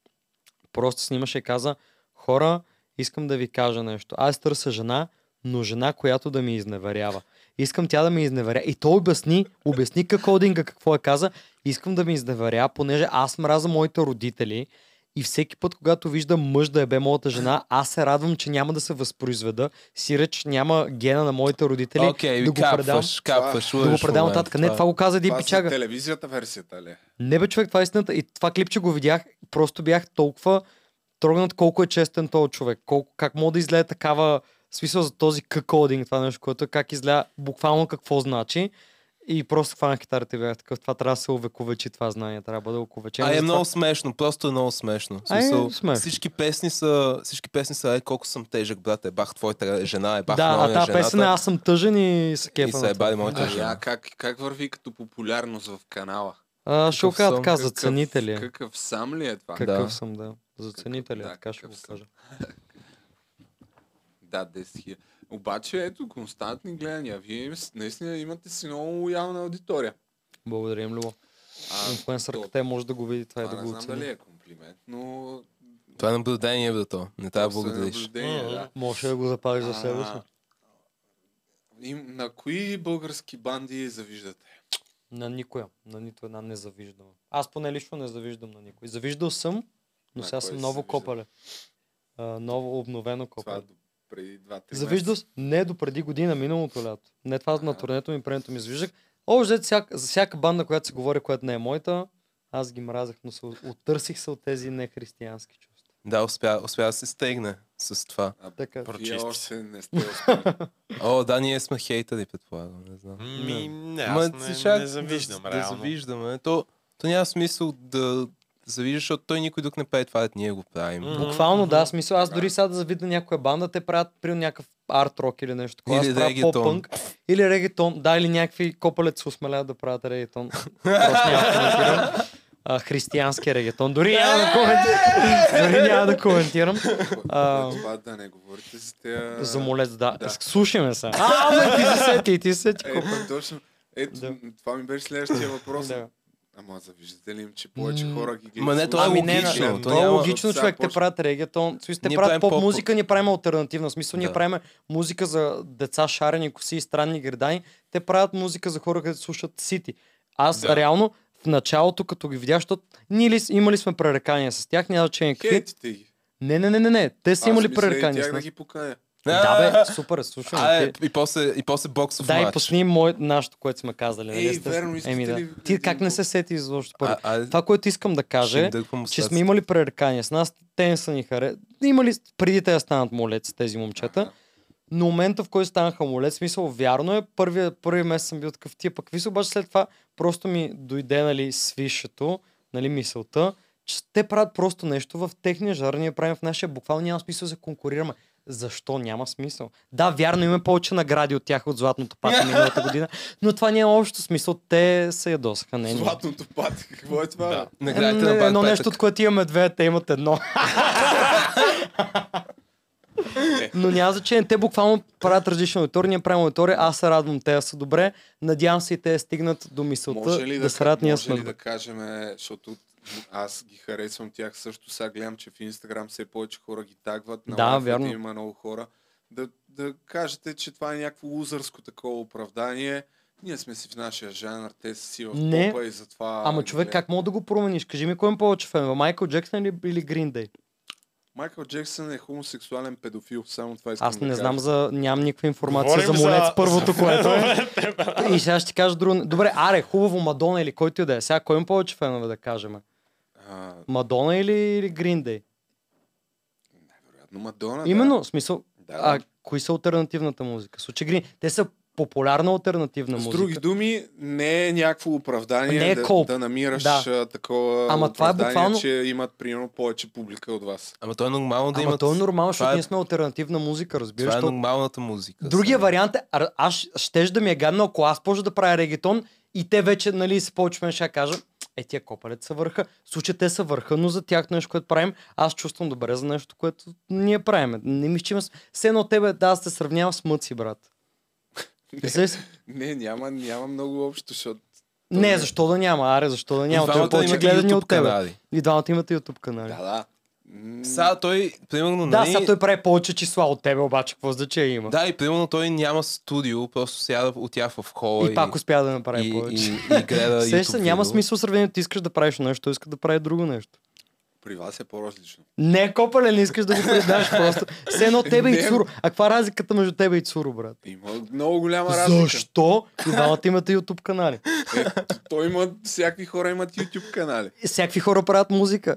[SPEAKER 2] Просто снимаше и каза, хора, искам да ви кажа нещо. Аз търся жена, но жена, която да ми изневерява. Искам тя да ми изневеря. И той обясни, обясни как Одинга какво е каза. Искам да ми изневеря, понеже аз мраза моите родители И всеки път, когато виждам мъж да е бе моята жена, аз се радвам, че няма да се възпроизведа. Сиреч няма гена на моите родители.
[SPEAKER 3] Окей,
[SPEAKER 2] Нали, да го предам,
[SPEAKER 3] капваш, капваш,
[SPEAKER 2] да го
[SPEAKER 3] лъжеш в
[SPEAKER 2] предам
[SPEAKER 3] момента.
[SPEAKER 2] нататък. Не, това го каза един
[SPEAKER 1] Това си
[SPEAKER 2] пичага.
[SPEAKER 1] телевизията версията ли?
[SPEAKER 2] Не бе, човек, това е истината. И това клипче го видях, просто бях толкова трогнат колко е честен този човек. Колко, как мога да излезе такава в смисъл за този кокодинг, това нещо, което е, как изля буквално какво значи. И просто хванах китарата и бях такъв. Това трябва да се увековечи, това знание трябва да бъде увековечено.
[SPEAKER 3] А е
[SPEAKER 2] Затова-
[SPEAKER 3] много смешно, просто е много смешно. В
[SPEAKER 2] А, е,
[SPEAKER 3] смисъл,
[SPEAKER 2] смешно.
[SPEAKER 3] Всички песни са, всички песни са, е, колко съм тежък, брат, е, бах, твоята жена, е, бах,
[SPEAKER 2] Да,
[SPEAKER 3] моя
[SPEAKER 2] а тази
[SPEAKER 3] жената.
[SPEAKER 2] песен е аз съм тъжен и се кефа.
[SPEAKER 3] се
[SPEAKER 2] на това.
[SPEAKER 3] ебади моята
[SPEAKER 1] А, я, как, как върви като популярност в канала?
[SPEAKER 2] А, ще го
[SPEAKER 3] Какъв
[SPEAKER 2] кажа
[SPEAKER 3] съм,
[SPEAKER 2] така, за
[SPEAKER 3] какъв-
[SPEAKER 2] цените ли? е?
[SPEAKER 1] Какъв сам ли е това?
[SPEAKER 2] Какъв
[SPEAKER 3] Да.
[SPEAKER 2] съм, да. За цените ли? е? така ще го кажа.
[SPEAKER 1] Да, 10 000. Обаче, ето, константни гледания. Вие с- наистина имате си много лоялна аудитория.
[SPEAKER 2] Благодаря им, Любо.
[SPEAKER 1] А,
[SPEAKER 2] Инфуенсърката е може да го види това и
[SPEAKER 1] Това
[SPEAKER 2] да
[SPEAKER 1] не
[SPEAKER 2] го
[SPEAKER 1] знам дали
[SPEAKER 2] оцени.
[SPEAKER 1] е комплимент, но...
[SPEAKER 3] Това е наблюдение, бе, то. Не трябва да
[SPEAKER 1] Просто е
[SPEAKER 3] благодариш.
[SPEAKER 1] наблюдение, да.
[SPEAKER 2] Може да го запазиш за
[SPEAKER 1] А,
[SPEAKER 2] себе си.
[SPEAKER 1] и на кои български банди завиждате?
[SPEAKER 2] На никоя. На нито една не завиждам. Аз поне лично не завиждам на никой. Завиждал съм, но
[SPEAKER 1] На
[SPEAKER 2] сега
[SPEAKER 1] кой
[SPEAKER 2] съм
[SPEAKER 1] си
[SPEAKER 2] ново
[SPEAKER 1] завиждал?
[SPEAKER 2] копале. А, ново обновено
[SPEAKER 1] Това е
[SPEAKER 2] копале.
[SPEAKER 1] до преди 2-3
[SPEAKER 2] Завиждал с- не до преди година, миналото лято. Не това на турнето ми, предното ми завиждах. Общо, взето, всяка, за всяка банда, която се говори, която не е моята, аз ги мразех, но се от- оттърсих се от тези нехристиянски чувства.
[SPEAKER 3] Да, успя, успя да се стегне с това.
[SPEAKER 2] Така.
[SPEAKER 1] Вие
[SPEAKER 4] Прочисти.
[SPEAKER 1] още не сте успели.
[SPEAKER 3] О, да, ние сме хейтери, предполагам, не знам.
[SPEAKER 4] Ми, не,
[SPEAKER 3] Ма,
[SPEAKER 4] аз не,
[SPEAKER 3] чак
[SPEAKER 4] не завиждам,
[SPEAKER 3] да, да
[SPEAKER 4] реално.
[SPEAKER 3] завиждаме. То, то няма смисъл да завиждаш, защото той никой друг не прави това, дето ние го правим.
[SPEAKER 4] М.
[SPEAKER 2] Буквално, да, смисъл. Аз дори сега да завидя някоя банда, те правят при някакъв арт-рок или нещо такова.
[SPEAKER 3] Или
[SPEAKER 2] Аз правя
[SPEAKER 3] регетон.
[SPEAKER 2] поп-пънк. Или регетон. Да, или някакви копалет се осмеляват да правят регетон. Просто няма да коментирам. А, християнски регетон. Дори няма да коментирам. Дори няма да коментирам. А,
[SPEAKER 1] Това да не говорите за тези...
[SPEAKER 2] за молец, да.
[SPEAKER 1] Да.
[SPEAKER 2] Слушаме се. А, ме ти се сети, и ти се сети.
[SPEAKER 1] Е,
[SPEAKER 2] копале.
[SPEAKER 1] точно. Ето,
[SPEAKER 2] Да.
[SPEAKER 1] това ми беше следващия въпрос.
[SPEAKER 2] Да.
[SPEAKER 1] Ама завиждате ли им, че повече
[SPEAKER 2] М,
[SPEAKER 1] хора ги гледат?
[SPEAKER 3] Ма не, това е
[SPEAKER 2] Ами не,
[SPEAKER 3] логично.
[SPEAKER 4] не,
[SPEAKER 3] то
[SPEAKER 2] То е
[SPEAKER 3] няма-
[SPEAKER 2] логично,
[SPEAKER 1] нали? Сега
[SPEAKER 2] човек, те
[SPEAKER 1] почна-
[SPEAKER 2] правят регетон, в смисъл, те
[SPEAKER 3] Ние
[SPEAKER 2] правят
[SPEAKER 3] правим
[SPEAKER 2] поп
[SPEAKER 3] поп-
[SPEAKER 2] музика, ние правим альтернативна, в смисъл, ние
[SPEAKER 3] Да.
[SPEAKER 2] правим музика за деца, шарени коси и странни гердани, те правят музика за хора, където слушат Сити. Аз
[SPEAKER 1] Да.
[SPEAKER 2] реално в началото, като ги видях, защото ние ли, с- имали сме пререкания с тях, няма че никакви.
[SPEAKER 1] Хейтите ги.
[SPEAKER 2] Не, не, не, не, не, те са имали
[SPEAKER 1] Аз мисля и
[SPEAKER 2] пререкания с
[SPEAKER 1] тях да
[SPEAKER 2] нас.
[SPEAKER 1] ги поканя.
[SPEAKER 2] Да, бе, супер, слушам.
[SPEAKER 3] А, е,
[SPEAKER 2] ти.
[SPEAKER 3] и после, и после боксов
[SPEAKER 2] Дай,
[SPEAKER 3] матч.
[SPEAKER 2] пусни мое, нашето, което сме казали. нали,
[SPEAKER 1] Ей,
[SPEAKER 2] естествено.
[SPEAKER 1] верно, искате
[SPEAKER 2] Еми, да.
[SPEAKER 1] ли
[SPEAKER 2] Ти
[SPEAKER 1] един
[SPEAKER 2] как не
[SPEAKER 1] бокс?
[SPEAKER 2] се сети изобщо първо?
[SPEAKER 3] А, а,
[SPEAKER 2] Това, което искам да кажа
[SPEAKER 3] ще
[SPEAKER 2] е,
[SPEAKER 3] им дъгвам
[SPEAKER 2] че
[SPEAKER 3] устата.
[SPEAKER 2] сме имали пререкания с нас, те не са ни харе. Имали, преди те да станат молец, тези момчета. Но момента, в който станаха молец, смисъл, вярно е, първия, първи месец съм бил такъв тия, пък висо, обаче след това просто ми дойде, нали, свишето, нали, мисълта, че те правят просто нещо в техния жар, ние правим в нашия, буквално няма смисъл да се конкурираме. Защо няма смисъл? Да, вярно, имаме повече награди от тях от Златното пати миналата година, но това няма общо смисъл. Те се ядосаха, не ние.
[SPEAKER 1] Златното пати, какво е това? бе?
[SPEAKER 3] Наградите на
[SPEAKER 2] Е,
[SPEAKER 3] Бат
[SPEAKER 2] едно
[SPEAKER 3] Петък.
[SPEAKER 2] нещо, от което имаме две, те имат едно. Но няма значение. Те буквално правят различни аудитории. Ние правим аудитория. Аз се радвам, те да са добре. Надявам се и те да стигнат до мисълта
[SPEAKER 1] Може ли
[SPEAKER 2] да,
[SPEAKER 1] да,
[SPEAKER 2] да се радват. Ние
[SPEAKER 1] може
[SPEAKER 2] сме
[SPEAKER 1] ли да кажем, защото аз ги харесвам тях също. Сега гледам, че в Инстаграм все повече хора ги тагват. На
[SPEAKER 2] Да,
[SPEAKER 1] лайфовете
[SPEAKER 2] вярно.
[SPEAKER 1] Има много хора. Да, да кажете, че това е някакво лузърско такова оправдание. Ние сме си в нашия жанр, те са си в
[SPEAKER 2] Не.
[SPEAKER 1] попа и затова...
[SPEAKER 2] Ама
[SPEAKER 1] ги
[SPEAKER 2] човек,
[SPEAKER 1] гледат.
[SPEAKER 2] как мога да го промениш? Кажи ми, кой им повече фенове? Майкъл Джексън или, или Грин Дей?
[SPEAKER 1] Майкъл Джексън е хомосексуален педофил, само това искам
[SPEAKER 2] Аз
[SPEAKER 1] да
[SPEAKER 2] не
[SPEAKER 1] кажа.
[SPEAKER 2] знам за... Нямам никаква информация
[SPEAKER 4] Говорим
[SPEAKER 2] за Молец,
[SPEAKER 4] за-
[SPEAKER 2] първото, което е. и сега ще ти кажа друго. Добре, аре, хубаво, Мадона или който и да е. Сега, кой им повече фенове да кажем?
[SPEAKER 1] А,
[SPEAKER 2] Мадона или, или Green Day?
[SPEAKER 1] но Мадона, да.
[SPEAKER 2] Именно, в смисъл,
[SPEAKER 1] Да, да.
[SPEAKER 2] а кои са альтернативната музика? Случи Грин, те са популярна альтернативна
[SPEAKER 1] С
[SPEAKER 2] музика.
[SPEAKER 1] други думи, не е някакво оправдание
[SPEAKER 2] Не е
[SPEAKER 1] да,
[SPEAKER 2] колп.
[SPEAKER 1] да намираш
[SPEAKER 2] Да.
[SPEAKER 1] да. такова
[SPEAKER 2] Ама това е
[SPEAKER 1] оправдание,
[SPEAKER 2] буквално-
[SPEAKER 1] че имат примерно повече публика от вас.
[SPEAKER 3] Ама то е нормално да
[SPEAKER 2] Ама
[SPEAKER 3] имат...
[SPEAKER 2] то е нормално, защото
[SPEAKER 3] това е-
[SPEAKER 2] ние сме альтернативна музика, разбираш.
[SPEAKER 3] Това е
[SPEAKER 2] то-
[SPEAKER 3] нормалната музика.
[SPEAKER 2] Другия
[SPEAKER 3] сега.
[SPEAKER 2] вариант е, а- аз щеш да ми е гадно, ако аз почна да правя регетон и те вече, нали, се почваме, ще кажа, е, тия копалет са върха. В случая те са върха, но за тях нещо, което правим, аз чувствам добре за нещо, което ние правим. Не мисля, че има... с- Все едно тебе, да, аз те сравнявам с мъци, брат. Вземи си-
[SPEAKER 1] Не, няма, няма много общо, защото
[SPEAKER 2] Не, защо да няма? Аре, защо да
[SPEAKER 3] И
[SPEAKER 2] няма? Той е
[SPEAKER 3] двамата
[SPEAKER 2] повече
[SPEAKER 3] имат
[SPEAKER 2] гледани
[SPEAKER 3] YouTube
[SPEAKER 2] от тебе.
[SPEAKER 3] канали.
[SPEAKER 2] И двамата имат YouTube канали.
[SPEAKER 1] да, да. М,
[SPEAKER 3] Сега той, примерно,
[SPEAKER 2] Да,
[SPEAKER 3] нали-
[SPEAKER 2] сега той прави повече числа от тебе, обаче какво значение има?
[SPEAKER 3] Да, и примерно той няма студио, просто сяда от тях в хола
[SPEAKER 2] и пак успя да направи
[SPEAKER 3] и,
[SPEAKER 2] повече.
[SPEAKER 3] и, и, гледа
[SPEAKER 2] Сеща,
[SPEAKER 3] YouTube
[SPEAKER 2] няма
[SPEAKER 3] видео.
[SPEAKER 2] смисъл сравнението. Ти искаш да правиш нещо, той иска да прави друго нещо.
[SPEAKER 1] При вас е по-различно.
[SPEAKER 2] Не, копале, не искаш да го признаеш просто. Все едно тебе и
[SPEAKER 1] Не.
[SPEAKER 2] Цуро. А каква е разликата между тебе и Цуро, брат?
[SPEAKER 1] Има много голяма
[SPEAKER 3] е
[SPEAKER 1] разлика. Е,
[SPEAKER 2] Защо? И двамата имате YouTube канали.
[SPEAKER 1] Той има, всякакви хора имат YouTube канали.
[SPEAKER 2] И Всякакви хора правят музика.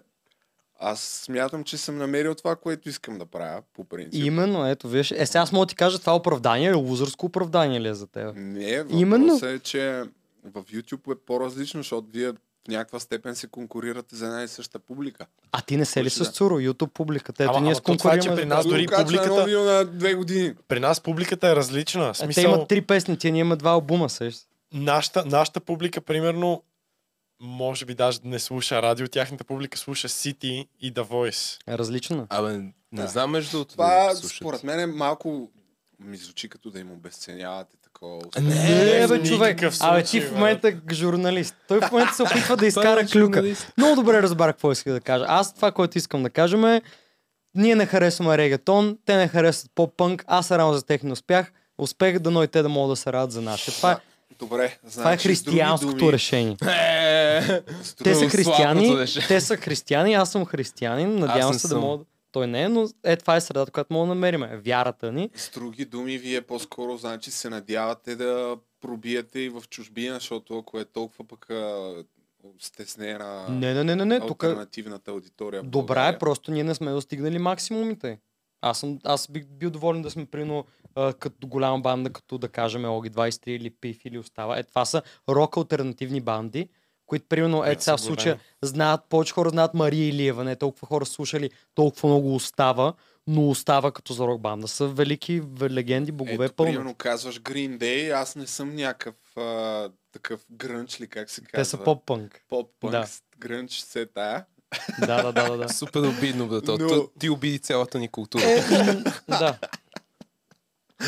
[SPEAKER 1] Аз смятам, че съм намерил това, което искам да правя, по принцип.
[SPEAKER 2] Именно, ето, виж. Е, сега аз мога да ти кажа, това оправдание ли, лузърско оправдание ли е за теб?
[SPEAKER 1] Не,
[SPEAKER 2] Именно.
[SPEAKER 1] въпросът е, че в YouTube е по-различно, защото вие в някаква степен се конкурирате за една и съща публика.
[SPEAKER 2] А ти не се ли
[SPEAKER 1] Точно,
[SPEAKER 2] с
[SPEAKER 1] да.
[SPEAKER 2] Цуро? YouTube публиката. Ето,
[SPEAKER 4] Ама-
[SPEAKER 2] ние
[SPEAKER 4] ама
[SPEAKER 2] с
[SPEAKER 4] то това е, че
[SPEAKER 2] конкурираме.
[SPEAKER 4] при нас
[SPEAKER 2] за-
[SPEAKER 4] дори
[SPEAKER 1] Качва едно
[SPEAKER 4] публиката-
[SPEAKER 1] видео на две години.
[SPEAKER 4] При нас публиката е различна. В
[SPEAKER 2] А,
[SPEAKER 4] Смисъл,
[SPEAKER 2] Те имат три песни, тия ние имаме два албума, сеш.
[SPEAKER 4] нашата, нашата публика, примерно, може би даже не слуша радио, тяхната публика слуша City и The Voice.
[SPEAKER 2] Различна.
[SPEAKER 3] Абе, не
[SPEAKER 1] Да.
[SPEAKER 3] знам между другото.
[SPEAKER 1] Това,
[SPEAKER 3] дали слушат.
[SPEAKER 1] според мен, е малко ми звучи като да им обесценявате такова.
[SPEAKER 3] А, не,
[SPEAKER 2] Не,
[SPEAKER 4] в
[SPEAKER 2] Е, бе, човек.
[SPEAKER 4] никакъв
[SPEAKER 2] Абе, ти
[SPEAKER 4] случай,
[SPEAKER 2] в
[SPEAKER 4] брат.
[SPEAKER 2] момента е журналист. Той в момента се опитва да
[SPEAKER 3] Той
[SPEAKER 2] изкара
[SPEAKER 3] е
[SPEAKER 2] клюка.
[SPEAKER 3] журналист.
[SPEAKER 2] Много добре разбрах какво иска да кажа. Аз това, което искам да кажем е, ние не харесваме регетон, те не харесват поп-пънк, аз се радвам за техния успех, успех да но и те да могат да се радват за нашия. Това, е-
[SPEAKER 1] Добре,
[SPEAKER 2] това е
[SPEAKER 1] значи, с други
[SPEAKER 2] християнското
[SPEAKER 1] думи,
[SPEAKER 2] решение.
[SPEAKER 3] Е,
[SPEAKER 1] с
[SPEAKER 2] Те
[SPEAKER 1] други-
[SPEAKER 2] са
[SPEAKER 3] слабото
[SPEAKER 2] християни,
[SPEAKER 3] беше.
[SPEAKER 2] те са християни, аз съм християнин, надявам
[SPEAKER 3] не
[SPEAKER 2] се да
[SPEAKER 3] съм.
[SPEAKER 2] мога да... Той не е, но е, това е средата, която мога да намерим. Вярата ни.
[SPEAKER 1] С други думи, вие по-скоро значи се надявате да пробиете и в чужбина, защото ако е толкова пък а, стеснена
[SPEAKER 2] Не, не, не, не, не. Тук
[SPEAKER 1] альтернативната аудитория. в
[SPEAKER 2] Добра е,
[SPEAKER 1] България.
[SPEAKER 2] просто ние не сме достигнали максимумите. Аз, съм, аз бих бил доволен да сме прино а, като голяма банда, като да кажем Оги 23 или Пиф или Остава. Е, това са рок альтернативни банди, които примерно е
[SPEAKER 4] Които
[SPEAKER 2] сега в
[SPEAKER 4] са
[SPEAKER 2] случая знаят, повече хора знаят Мария Илиева, не толкова хора слушали, толкова много Остава, но Остава като за рок банда са велики в- легенди, богове
[SPEAKER 1] Ето,
[SPEAKER 2] пълно.
[SPEAKER 1] примерно казваш Green Day, аз не съм някакъв а, такъв грънч ли, как се казва.
[SPEAKER 2] Те са поп-пънк.
[SPEAKER 1] поп-пънк,
[SPEAKER 2] да.
[SPEAKER 1] грънч се тая.
[SPEAKER 2] да, да, да, да. да.
[SPEAKER 3] Супер обидно, брат.
[SPEAKER 1] Но-
[SPEAKER 3] То- Ти обиди цялата ни култура.
[SPEAKER 2] Е,
[SPEAKER 3] Е,
[SPEAKER 2] да.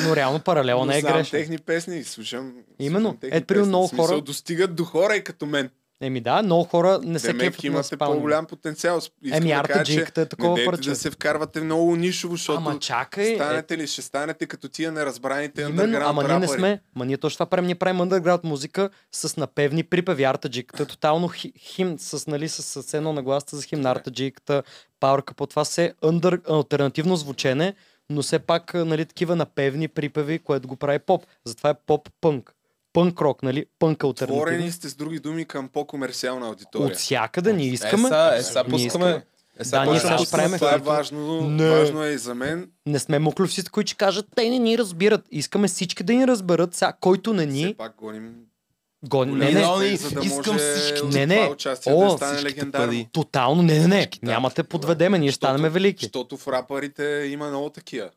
[SPEAKER 2] Но реално паралела не е
[SPEAKER 1] Но знам
[SPEAKER 2] грешен.
[SPEAKER 1] техни песни и слушам.
[SPEAKER 2] Именно.
[SPEAKER 1] слушам техни
[SPEAKER 2] Е, примерно
[SPEAKER 1] песни.
[SPEAKER 2] много
[SPEAKER 1] В смисъл,
[SPEAKER 2] хора-
[SPEAKER 1] достигат до хора и като мен.
[SPEAKER 2] Еми да, много хора не се
[SPEAKER 1] Демек
[SPEAKER 2] кефят на
[SPEAKER 1] имате
[SPEAKER 2] спални.
[SPEAKER 1] по-голям потенциал. С- Искам
[SPEAKER 2] Еми,
[SPEAKER 1] да кажа, че
[SPEAKER 2] RTG-ката е такова
[SPEAKER 1] недейте
[SPEAKER 2] парче.
[SPEAKER 1] да се вкарвате много нишово, защото
[SPEAKER 2] Ама чакай, е,
[SPEAKER 1] станете ли, ще станете като тия неразбраните
[SPEAKER 2] именно,
[SPEAKER 1] underground
[SPEAKER 2] ама ние не
[SPEAKER 1] рапъри.
[SPEAKER 2] сме, ма ние точно това правим, ние правим underground музика с напевни припеви, артаджиката, е тотално хи- хим, с, нали, с, с едно нагласата за хим на артаджиката, пауърка, по това се under, альтернативно звучене, но все пак а, нали, такива напевни припеви, което го прави поп. Затова е поп-пънк. Пънк-рок, нали? Пънк
[SPEAKER 1] Отворени
[SPEAKER 2] альтернативно.
[SPEAKER 1] сте с други думи към по-комерциална аудитория.
[SPEAKER 2] От всякъде ние
[SPEAKER 3] Е,
[SPEAKER 2] искаме.
[SPEAKER 3] са, е, са,
[SPEAKER 2] Ние
[SPEAKER 3] пускаме.
[SPEAKER 2] искаме.
[SPEAKER 3] Е, са,
[SPEAKER 2] Да, ние сега
[SPEAKER 3] пускаме.
[SPEAKER 2] ще
[SPEAKER 1] Всъщност,
[SPEAKER 2] правим
[SPEAKER 1] Това е
[SPEAKER 2] хората.
[SPEAKER 1] важно,
[SPEAKER 2] Не.
[SPEAKER 1] важно е и за мен.
[SPEAKER 2] Не сме муклювците, които ще кажат, те не ни разбират. Искаме всички да ни разберат, сега, който не
[SPEAKER 1] Все
[SPEAKER 2] ни
[SPEAKER 1] пак гоним
[SPEAKER 2] гони. Не,
[SPEAKER 1] големи
[SPEAKER 2] не,
[SPEAKER 3] Милиони,
[SPEAKER 1] за да
[SPEAKER 3] искам
[SPEAKER 1] може
[SPEAKER 3] всички.
[SPEAKER 1] от
[SPEAKER 2] Не, не.
[SPEAKER 1] това участие
[SPEAKER 2] О,
[SPEAKER 1] да стане
[SPEAKER 3] всичките
[SPEAKER 1] легендарно.
[SPEAKER 3] пари.
[SPEAKER 2] Тотално, не, не, не.
[SPEAKER 1] Всички, да.
[SPEAKER 2] Няма те подведеме, ние ще
[SPEAKER 1] Защото-
[SPEAKER 2] станем велики.
[SPEAKER 1] Защото в рапарите има много такива.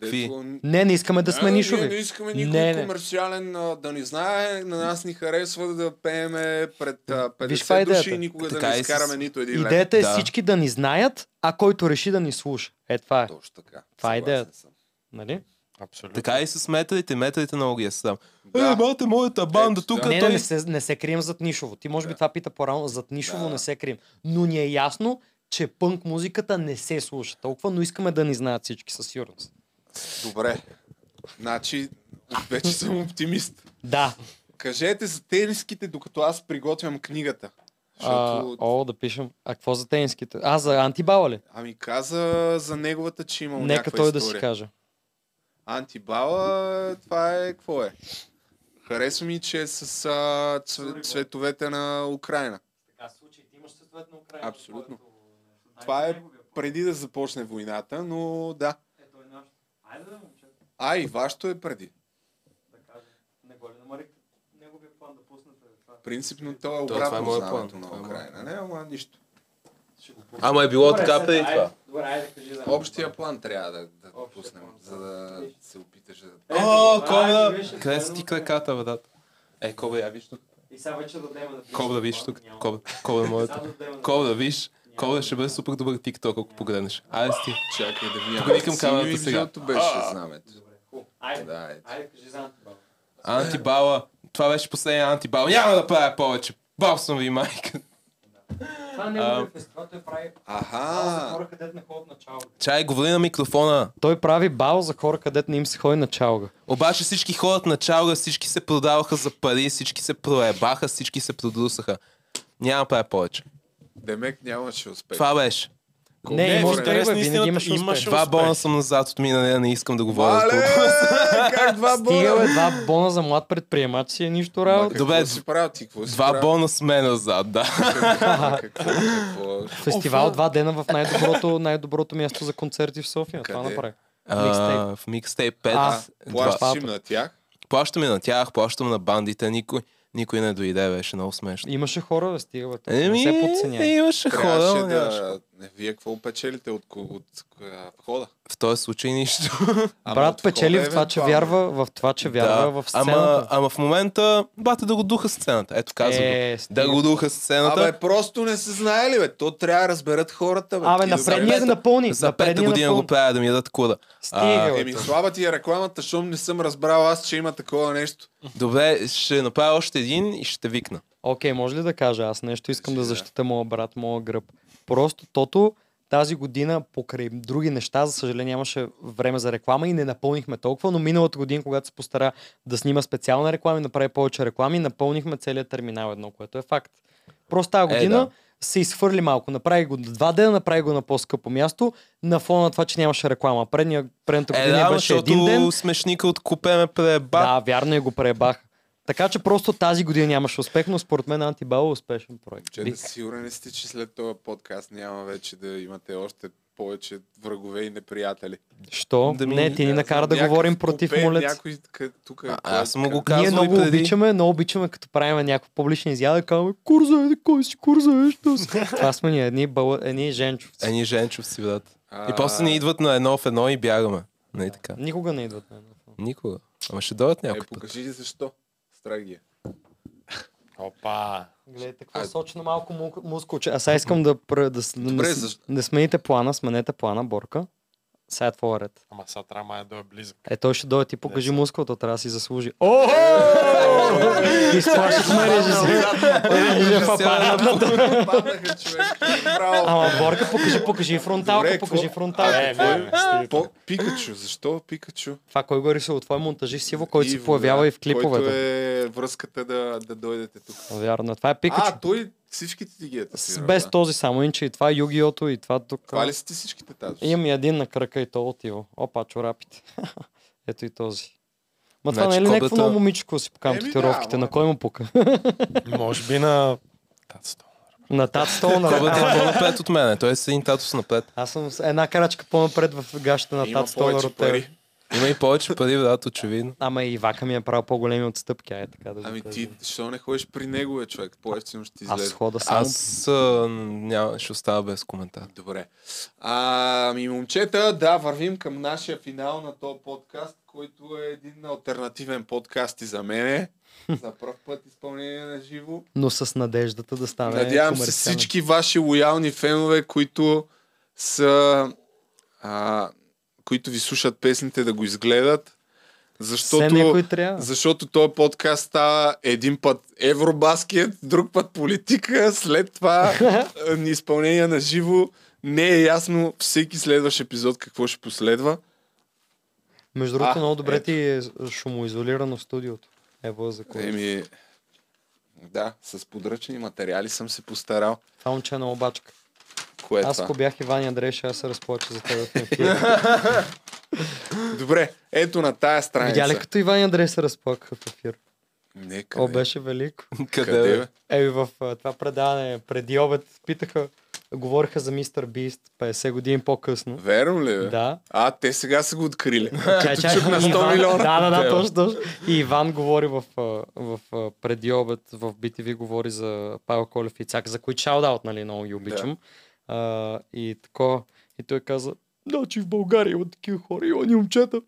[SPEAKER 3] Какви?
[SPEAKER 2] Не, не искаме да сме
[SPEAKER 1] Е, не, Ние не
[SPEAKER 2] нишови.
[SPEAKER 1] искаме никой
[SPEAKER 2] Не,
[SPEAKER 1] не,
[SPEAKER 2] не.
[SPEAKER 1] комерциален а, да ни знае, на нас ни харесва да пееме пред а,
[SPEAKER 2] Виж каква е
[SPEAKER 1] 50 души и
[SPEAKER 2] идеята.
[SPEAKER 1] никога
[SPEAKER 3] Така
[SPEAKER 1] да не
[SPEAKER 3] е с-
[SPEAKER 1] изкараме нито един лев.
[SPEAKER 2] Идеята е
[SPEAKER 3] Да.
[SPEAKER 2] всички да ни знаят, а който реши да ни слуша. Е, това е.
[SPEAKER 1] Точно така.
[SPEAKER 2] Това е
[SPEAKER 1] Съгласен
[SPEAKER 2] идеята.
[SPEAKER 1] съм.
[SPEAKER 2] Нали?
[SPEAKER 4] Абсолютно.
[SPEAKER 3] е Така и с металите. Металите на Огия са там.
[SPEAKER 1] Да. Е,
[SPEAKER 3] Е, бате, моята банда
[SPEAKER 1] Ето,
[SPEAKER 3] тук. е
[SPEAKER 1] да.
[SPEAKER 2] Не, не,
[SPEAKER 3] той-
[SPEAKER 2] не се, не се крием зад нишово. Ти може би
[SPEAKER 1] Да.
[SPEAKER 2] това пита по-рано. Зад нишово
[SPEAKER 1] Да, да.
[SPEAKER 2] не се крием. Но ни е ясно, че пънк музиката не се слуша толкова, но искаме да ни знаят всички със сигурност.
[SPEAKER 1] Добре. Значи, вече съм оптимист.
[SPEAKER 2] Да.
[SPEAKER 1] Кажете за тениските, докато аз приготвям книгата.
[SPEAKER 2] А,
[SPEAKER 1] Защото,
[SPEAKER 2] о, да пишем. А какво за тенските? А, за антибала ли?
[SPEAKER 1] ами каза за неговата, че имал
[SPEAKER 2] Нека
[SPEAKER 1] някаква
[SPEAKER 2] той да
[SPEAKER 1] история.
[SPEAKER 2] си каже.
[SPEAKER 1] Антибала, това е какво е? Харесва ми, че е с а, цве- цветовете на Украина.
[SPEAKER 2] Така, случай, ти имаш съответно Украина.
[SPEAKER 1] Абсолютно. Това е преди да започне войната, но да.
[SPEAKER 2] е Айде да момче,
[SPEAKER 1] А, и вашето е преди.
[SPEAKER 2] да кажа. Не го ли намарихте неговия е план да пуснете това?
[SPEAKER 1] Принципно то е
[SPEAKER 3] То, това е
[SPEAKER 1] обратно
[SPEAKER 3] моят
[SPEAKER 1] знамето
[SPEAKER 3] план.
[SPEAKER 1] на
[SPEAKER 3] Това е
[SPEAKER 1] Украина. Не, ама нищо.
[SPEAKER 3] Ама е било така преди това.
[SPEAKER 2] Добре, айде кажи за
[SPEAKER 1] Общия план трябва да, да
[SPEAKER 2] Общия
[SPEAKER 1] пуснем,
[SPEAKER 2] план,
[SPEAKER 1] за да се опиташ да...
[SPEAKER 2] е.
[SPEAKER 3] О,
[SPEAKER 2] това
[SPEAKER 3] Коба!
[SPEAKER 2] беше
[SPEAKER 3] Къде са ти краката, бе, дат? Е, Коба, я виж тук.
[SPEAKER 2] И сега вече да дадем да
[SPEAKER 3] Коба да виж тук. Коба, Коба е моята. Коба да виж. Коба ще бъде супер добър тикток, ако погледнеш. Айде си.
[SPEAKER 1] Чакай да видя.
[SPEAKER 3] Погледни към камерата сега.
[SPEAKER 1] Видеото беше знамето.
[SPEAKER 2] Айде,
[SPEAKER 1] Да, ето.
[SPEAKER 2] айде кажи за антибала.
[SPEAKER 3] Антибала. Това беше последния антибал. Няма да правя повече. Бал съм ви, майка.
[SPEAKER 2] Това не е фестивал, той прави бал за
[SPEAKER 1] Аха!
[SPEAKER 2] хора, където не ходят на чалга.
[SPEAKER 3] Чай, говори на микрофона.
[SPEAKER 2] Той прави бал за хора, където не им се ходи на чалга.
[SPEAKER 3] Обаче всички ходят на чалга, всички се продаваха за пари, всички се проебаха, всички се продусаха. Няма да правя повече.
[SPEAKER 1] Демек нямаше успех.
[SPEAKER 3] Това е беше.
[SPEAKER 1] Не, Не, има в интерес успех, на бе, винаги истината имаше имаше успех.
[SPEAKER 3] Два
[SPEAKER 1] успех.
[SPEAKER 3] бона съм назад от миналия, не искам да говоря. за толкова.
[SPEAKER 1] как два
[SPEAKER 2] Стига бе, е два бона за млад предприемач си е нищо работа.
[SPEAKER 3] Добре,
[SPEAKER 1] правил ти? Какво си
[SPEAKER 3] два
[SPEAKER 1] правил?
[SPEAKER 3] бона с мен назад, да.
[SPEAKER 2] Фестивал два дена в най-доброто, най-доброто място за концерти в София. Това
[SPEAKER 3] Къде?
[SPEAKER 2] направи.
[SPEAKER 3] А, в микстейп 5.
[SPEAKER 2] А,
[SPEAKER 1] плащаш им на тях?
[SPEAKER 3] Плащам и на тях, плащам на бандите, никой, никой не дойде, беше много смешно.
[SPEAKER 2] Имаше хора, бе, стига бе. Не
[SPEAKER 3] Еми,
[SPEAKER 2] се подценява.
[SPEAKER 3] имаше
[SPEAKER 1] Трябваше
[SPEAKER 3] хора, но нямаше
[SPEAKER 1] да... Не, Вие какво печелите от, ко- от, коя- хода?
[SPEAKER 3] В този случай нищо.
[SPEAKER 2] Брат печели в това, че вярва, в това, че вярва в
[SPEAKER 3] Ама,
[SPEAKER 2] сцената.
[SPEAKER 3] ама в момента, бате да го духа сцената. Ето казвам.
[SPEAKER 2] Е,
[SPEAKER 3] го.
[SPEAKER 2] стига.
[SPEAKER 3] да го духа сцената.
[SPEAKER 1] Абе, просто не се знае ли, бе? То трябва да разберат хората, бе.
[SPEAKER 2] Абе,
[SPEAKER 1] Ти
[SPEAKER 2] на
[SPEAKER 1] да
[SPEAKER 2] предния
[SPEAKER 1] разбереш.
[SPEAKER 2] да напълни.
[SPEAKER 3] За
[SPEAKER 2] На
[SPEAKER 3] пета
[SPEAKER 2] предния
[SPEAKER 3] година
[SPEAKER 2] напълни.
[SPEAKER 3] го правя да ми дадат куда.
[SPEAKER 2] Стига, бе,
[SPEAKER 1] Еми, слаба ти е рекламата, щом не съм разбрал аз, че има такова нещо.
[SPEAKER 3] Добре, ще направя още един и ще викна.
[SPEAKER 2] Окей, може ли да кажа? Аз нещо искам да защита моя брат, моя гръб. Просто тото тази година покрай други неща, за съжаление нямаше време за реклама и не напълнихме толкова, но миналата година, когато се постара да снима специална реклама и направи повече реклами, напълнихме целият терминал едно, което е факт. Просто тази
[SPEAKER 3] Е,
[SPEAKER 2] година
[SPEAKER 3] да.
[SPEAKER 2] се изхвърли малко. Направи го на два дена, направи го на по-скъпо място, на фона на това, че нямаше реклама. Предния, предната
[SPEAKER 3] Е,
[SPEAKER 2] година
[SPEAKER 3] да,
[SPEAKER 2] беше
[SPEAKER 3] защото
[SPEAKER 2] един ден.
[SPEAKER 3] смешника от купе ме преба.
[SPEAKER 2] Да, вярно е го пребах. Така че просто тази година нямаше успех, но според мен Антибал е успешен проект.
[SPEAKER 1] Че
[SPEAKER 2] Ви-
[SPEAKER 1] да сигурен ли сте, че след този подкаст няма вече да имате още повече врагове и неприятели.
[SPEAKER 2] Що?
[SPEAKER 3] Да ми-
[SPEAKER 2] не, ти ни накара да говорим против
[SPEAKER 1] Купе
[SPEAKER 2] молец.
[SPEAKER 1] Някой къ- тук. е
[SPEAKER 3] А, аз му го
[SPEAKER 2] Ние
[SPEAKER 3] казвам
[SPEAKER 2] много
[SPEAKER 3] и преди.
[SPEAKER 2] обичаме, много обичаме, като правим някаква публична изява, казваме, курзове, кой си, курзове, що си. Това сме ние, едни, бала... едни женчовци.
[SPEAKER 3] Едни женчовци, брат.
[SPEAKER 1] А.
[SPEAKER 3] И после ни идват на едно в едно и бягаме. Не е така.
[SPEAKER 2] Никога не идват на едно.
[SPEAKER 3] Никога. Ама ще дойдат
[SPEAKER 1] Е,
[SPEAKER 3] някой път.
[SPEAKER 1] покажи ти защо. е. Страгия.
[SPEAKER 4] Опа!
[SPEAKER 2] Гледайте какво сочно малко му- мускулче. А сега искам да, пр- да, с- да,
[SPEAKER 1] Добре,
[SPEAKER 2] да, с-
[SPEAKER 1] защо?
[SPEAKER 2] да смените плана, сменете плана, Борка. Сега е твоя ред.
[SPEAKER 4] Ама сега трябва май да е близо.
[SPEAKER 2] Е, той ще дойде ти покажи мускул, то трябва да си заслужи. О! Изплашихме режисера. Режисера в апаратната.
[SPEAKER 1] Паднаха човек. Браво.
[SPEAKER 2] Ама Борка, покажи, покажи фронталка,
[SPEAKER 1] Добре,
[SPEAKER 2] покажи
[SPEAKER 1] какво?
[SPEAKER 2] фронталка.
[SPEAKER 1] По, Пикачу, защо Пикачу?
[SPEAKER 2] Това кой го е рисувал? Твой монтажист Сиво, който се
[SPEAKER 1] Иво,
[SPEAKER 2] появява
[SPEAKER 1] да,
[SPEAKER 2] и в клиповете.
[SPEAKER 1] Който е връзката да, да дойдете тук.
[SPEAKER 2] Вярно, това е Пикачу.
[SPEAKER 1] А, той всичките ти ги е
[SPEAKER 2] С-
[SPEAKER 1] татуирал,
[SPEAKER 2] Без
[SPEAKER 1] да.
[SPEAKER 2] този само инче и това е Югиото и това тук.
[SPEAKER 1] Това ли са ти всичките татуси?
[SPEAKER 2] Имам и един на кръка и то отива. Опа, чорапите. Ето и този. Ма това
[SPEAKER 3] Значи
[SPEAKER 2] не е ли някакво
[SPEAKER 3] кобата-
[SPEAKER 2] ново момичко си покам
[SPEAKER 1] Еми да,
[SPEAKER 2] татуировките?
[SPEAKER 1] ама-
[SPEAKER 2] на кой му пука?
[SPEAKER 4] Може би на... Тацто.
[SPEAKER 2] на тат стол на
[SPEAKER 3] Кобът е
[SPEAKER 2] Ама-
[SPEAKER 3] по-напред от мене. Той е с един татус напред.
[SPEAKER 2] Аз съм с една крачка по-напред в гащата на
[SPEAKER 1] Има
[SPEAKER 2] тат стол
[SPEAKER 1] повече
[SPEAKER 2] от теб.
[SPEAKER 1] пари.
[SPEAKER 3] Има и повече пари, брат, очевидно.
[SPEAKER 2] Ама и Вака ми е правил по-големи отстъпки, ай така да го
[SPEAKER 1] Ами
[SPEAKER 2] кажа.
[SPEAKER 1] ти, защо не ходиш при него, бе, човек? По-ефтино ще ти
[SPEAKER 2] Аз
[SPEAKER 1] излезе.
[SPEAKER 2] хода само...
[SPEAKER 3] Аз а, няма, ще остава без коментар.
[SPEAKER 1] Добре. А, Ами, момчета, да, вървим към нашия финал на този подкаст, който е един альтернативен подкаст и за мене. За първ път изпълнение на живо.
[SPEAKER 2] Но с надеждата да стане
[SPEAKER 1] Надявам се
[SPEAKER 2] комерциален.
[SPEAKER 1] всички ваши лоялни фенове, които са... А, които ви слушат песните да го изгледат.
[SPEAKER 2] Все
[SPEAKER 1] Защото...
[SPEAKER 2] някой трябва.
[SPEAKER 1] Защото този подкаст става един път Евробаскет, друг път политика, след това е, ни изпълнение на живо. Не е ясно всеки следващ епизод какво ще последва.
[SPEAKER 2] Между другото,
[SPEAKER 1] А,
[SPEAKER 2] много добре
[SPEAKER 1] ето.
[SPEAKER 2] ти е шумоизолирано студиото. Ево за кой.
[SPEAKER 1] Еми, да, с подръчни материали съм се постарал.
[SPEAKER 2] Това момче е на обачка.
[SPEAKER 1] Кое е
[SPEAKER 2] Аз ако
[SPEAKER 1] това? Е,
[SPEAKER 2] бях Иван Андрей, аз се разплача за теб.
[SPEAKER 1] Добре, ето на тая страница.
[SPEAKER 2] Видя ли като Иван Андрей се разплака в ефир?
[SPEAKER 1] Не, къде? е?
[SPEAKER 2] О, беше велико.
[SPEAKER 3] Къде, бе?
[SPEAKER 1] бе?
[SPEAKER 2] Еми в а, това предаване преди обед питаха, говориха за Мистер Бист 50 години по-късно.
[SPEAKER 1] Верно ли, бе?
[SPEAKER 2] Да.
[SPEAKER 1] А, те сега са го открили.
[SPEAKER 2] Чай, чай,
[SPEAKER 1] чук на
[SPEAKER 2] Иван-
[SPEAKER 1] 100 милиона.
[SPEAKER 2] Да, да, да,
[SPEAKER 3] Тео.
[SPEAKER 2] точно, точно. И Иван говори в, а, в, в преди обед в BTV, говори за Павел Колев и Цак, за които шаудаут, нали, много ги обичам. А, и тако, и той каза, да, че в България има такива хора, и они момчета.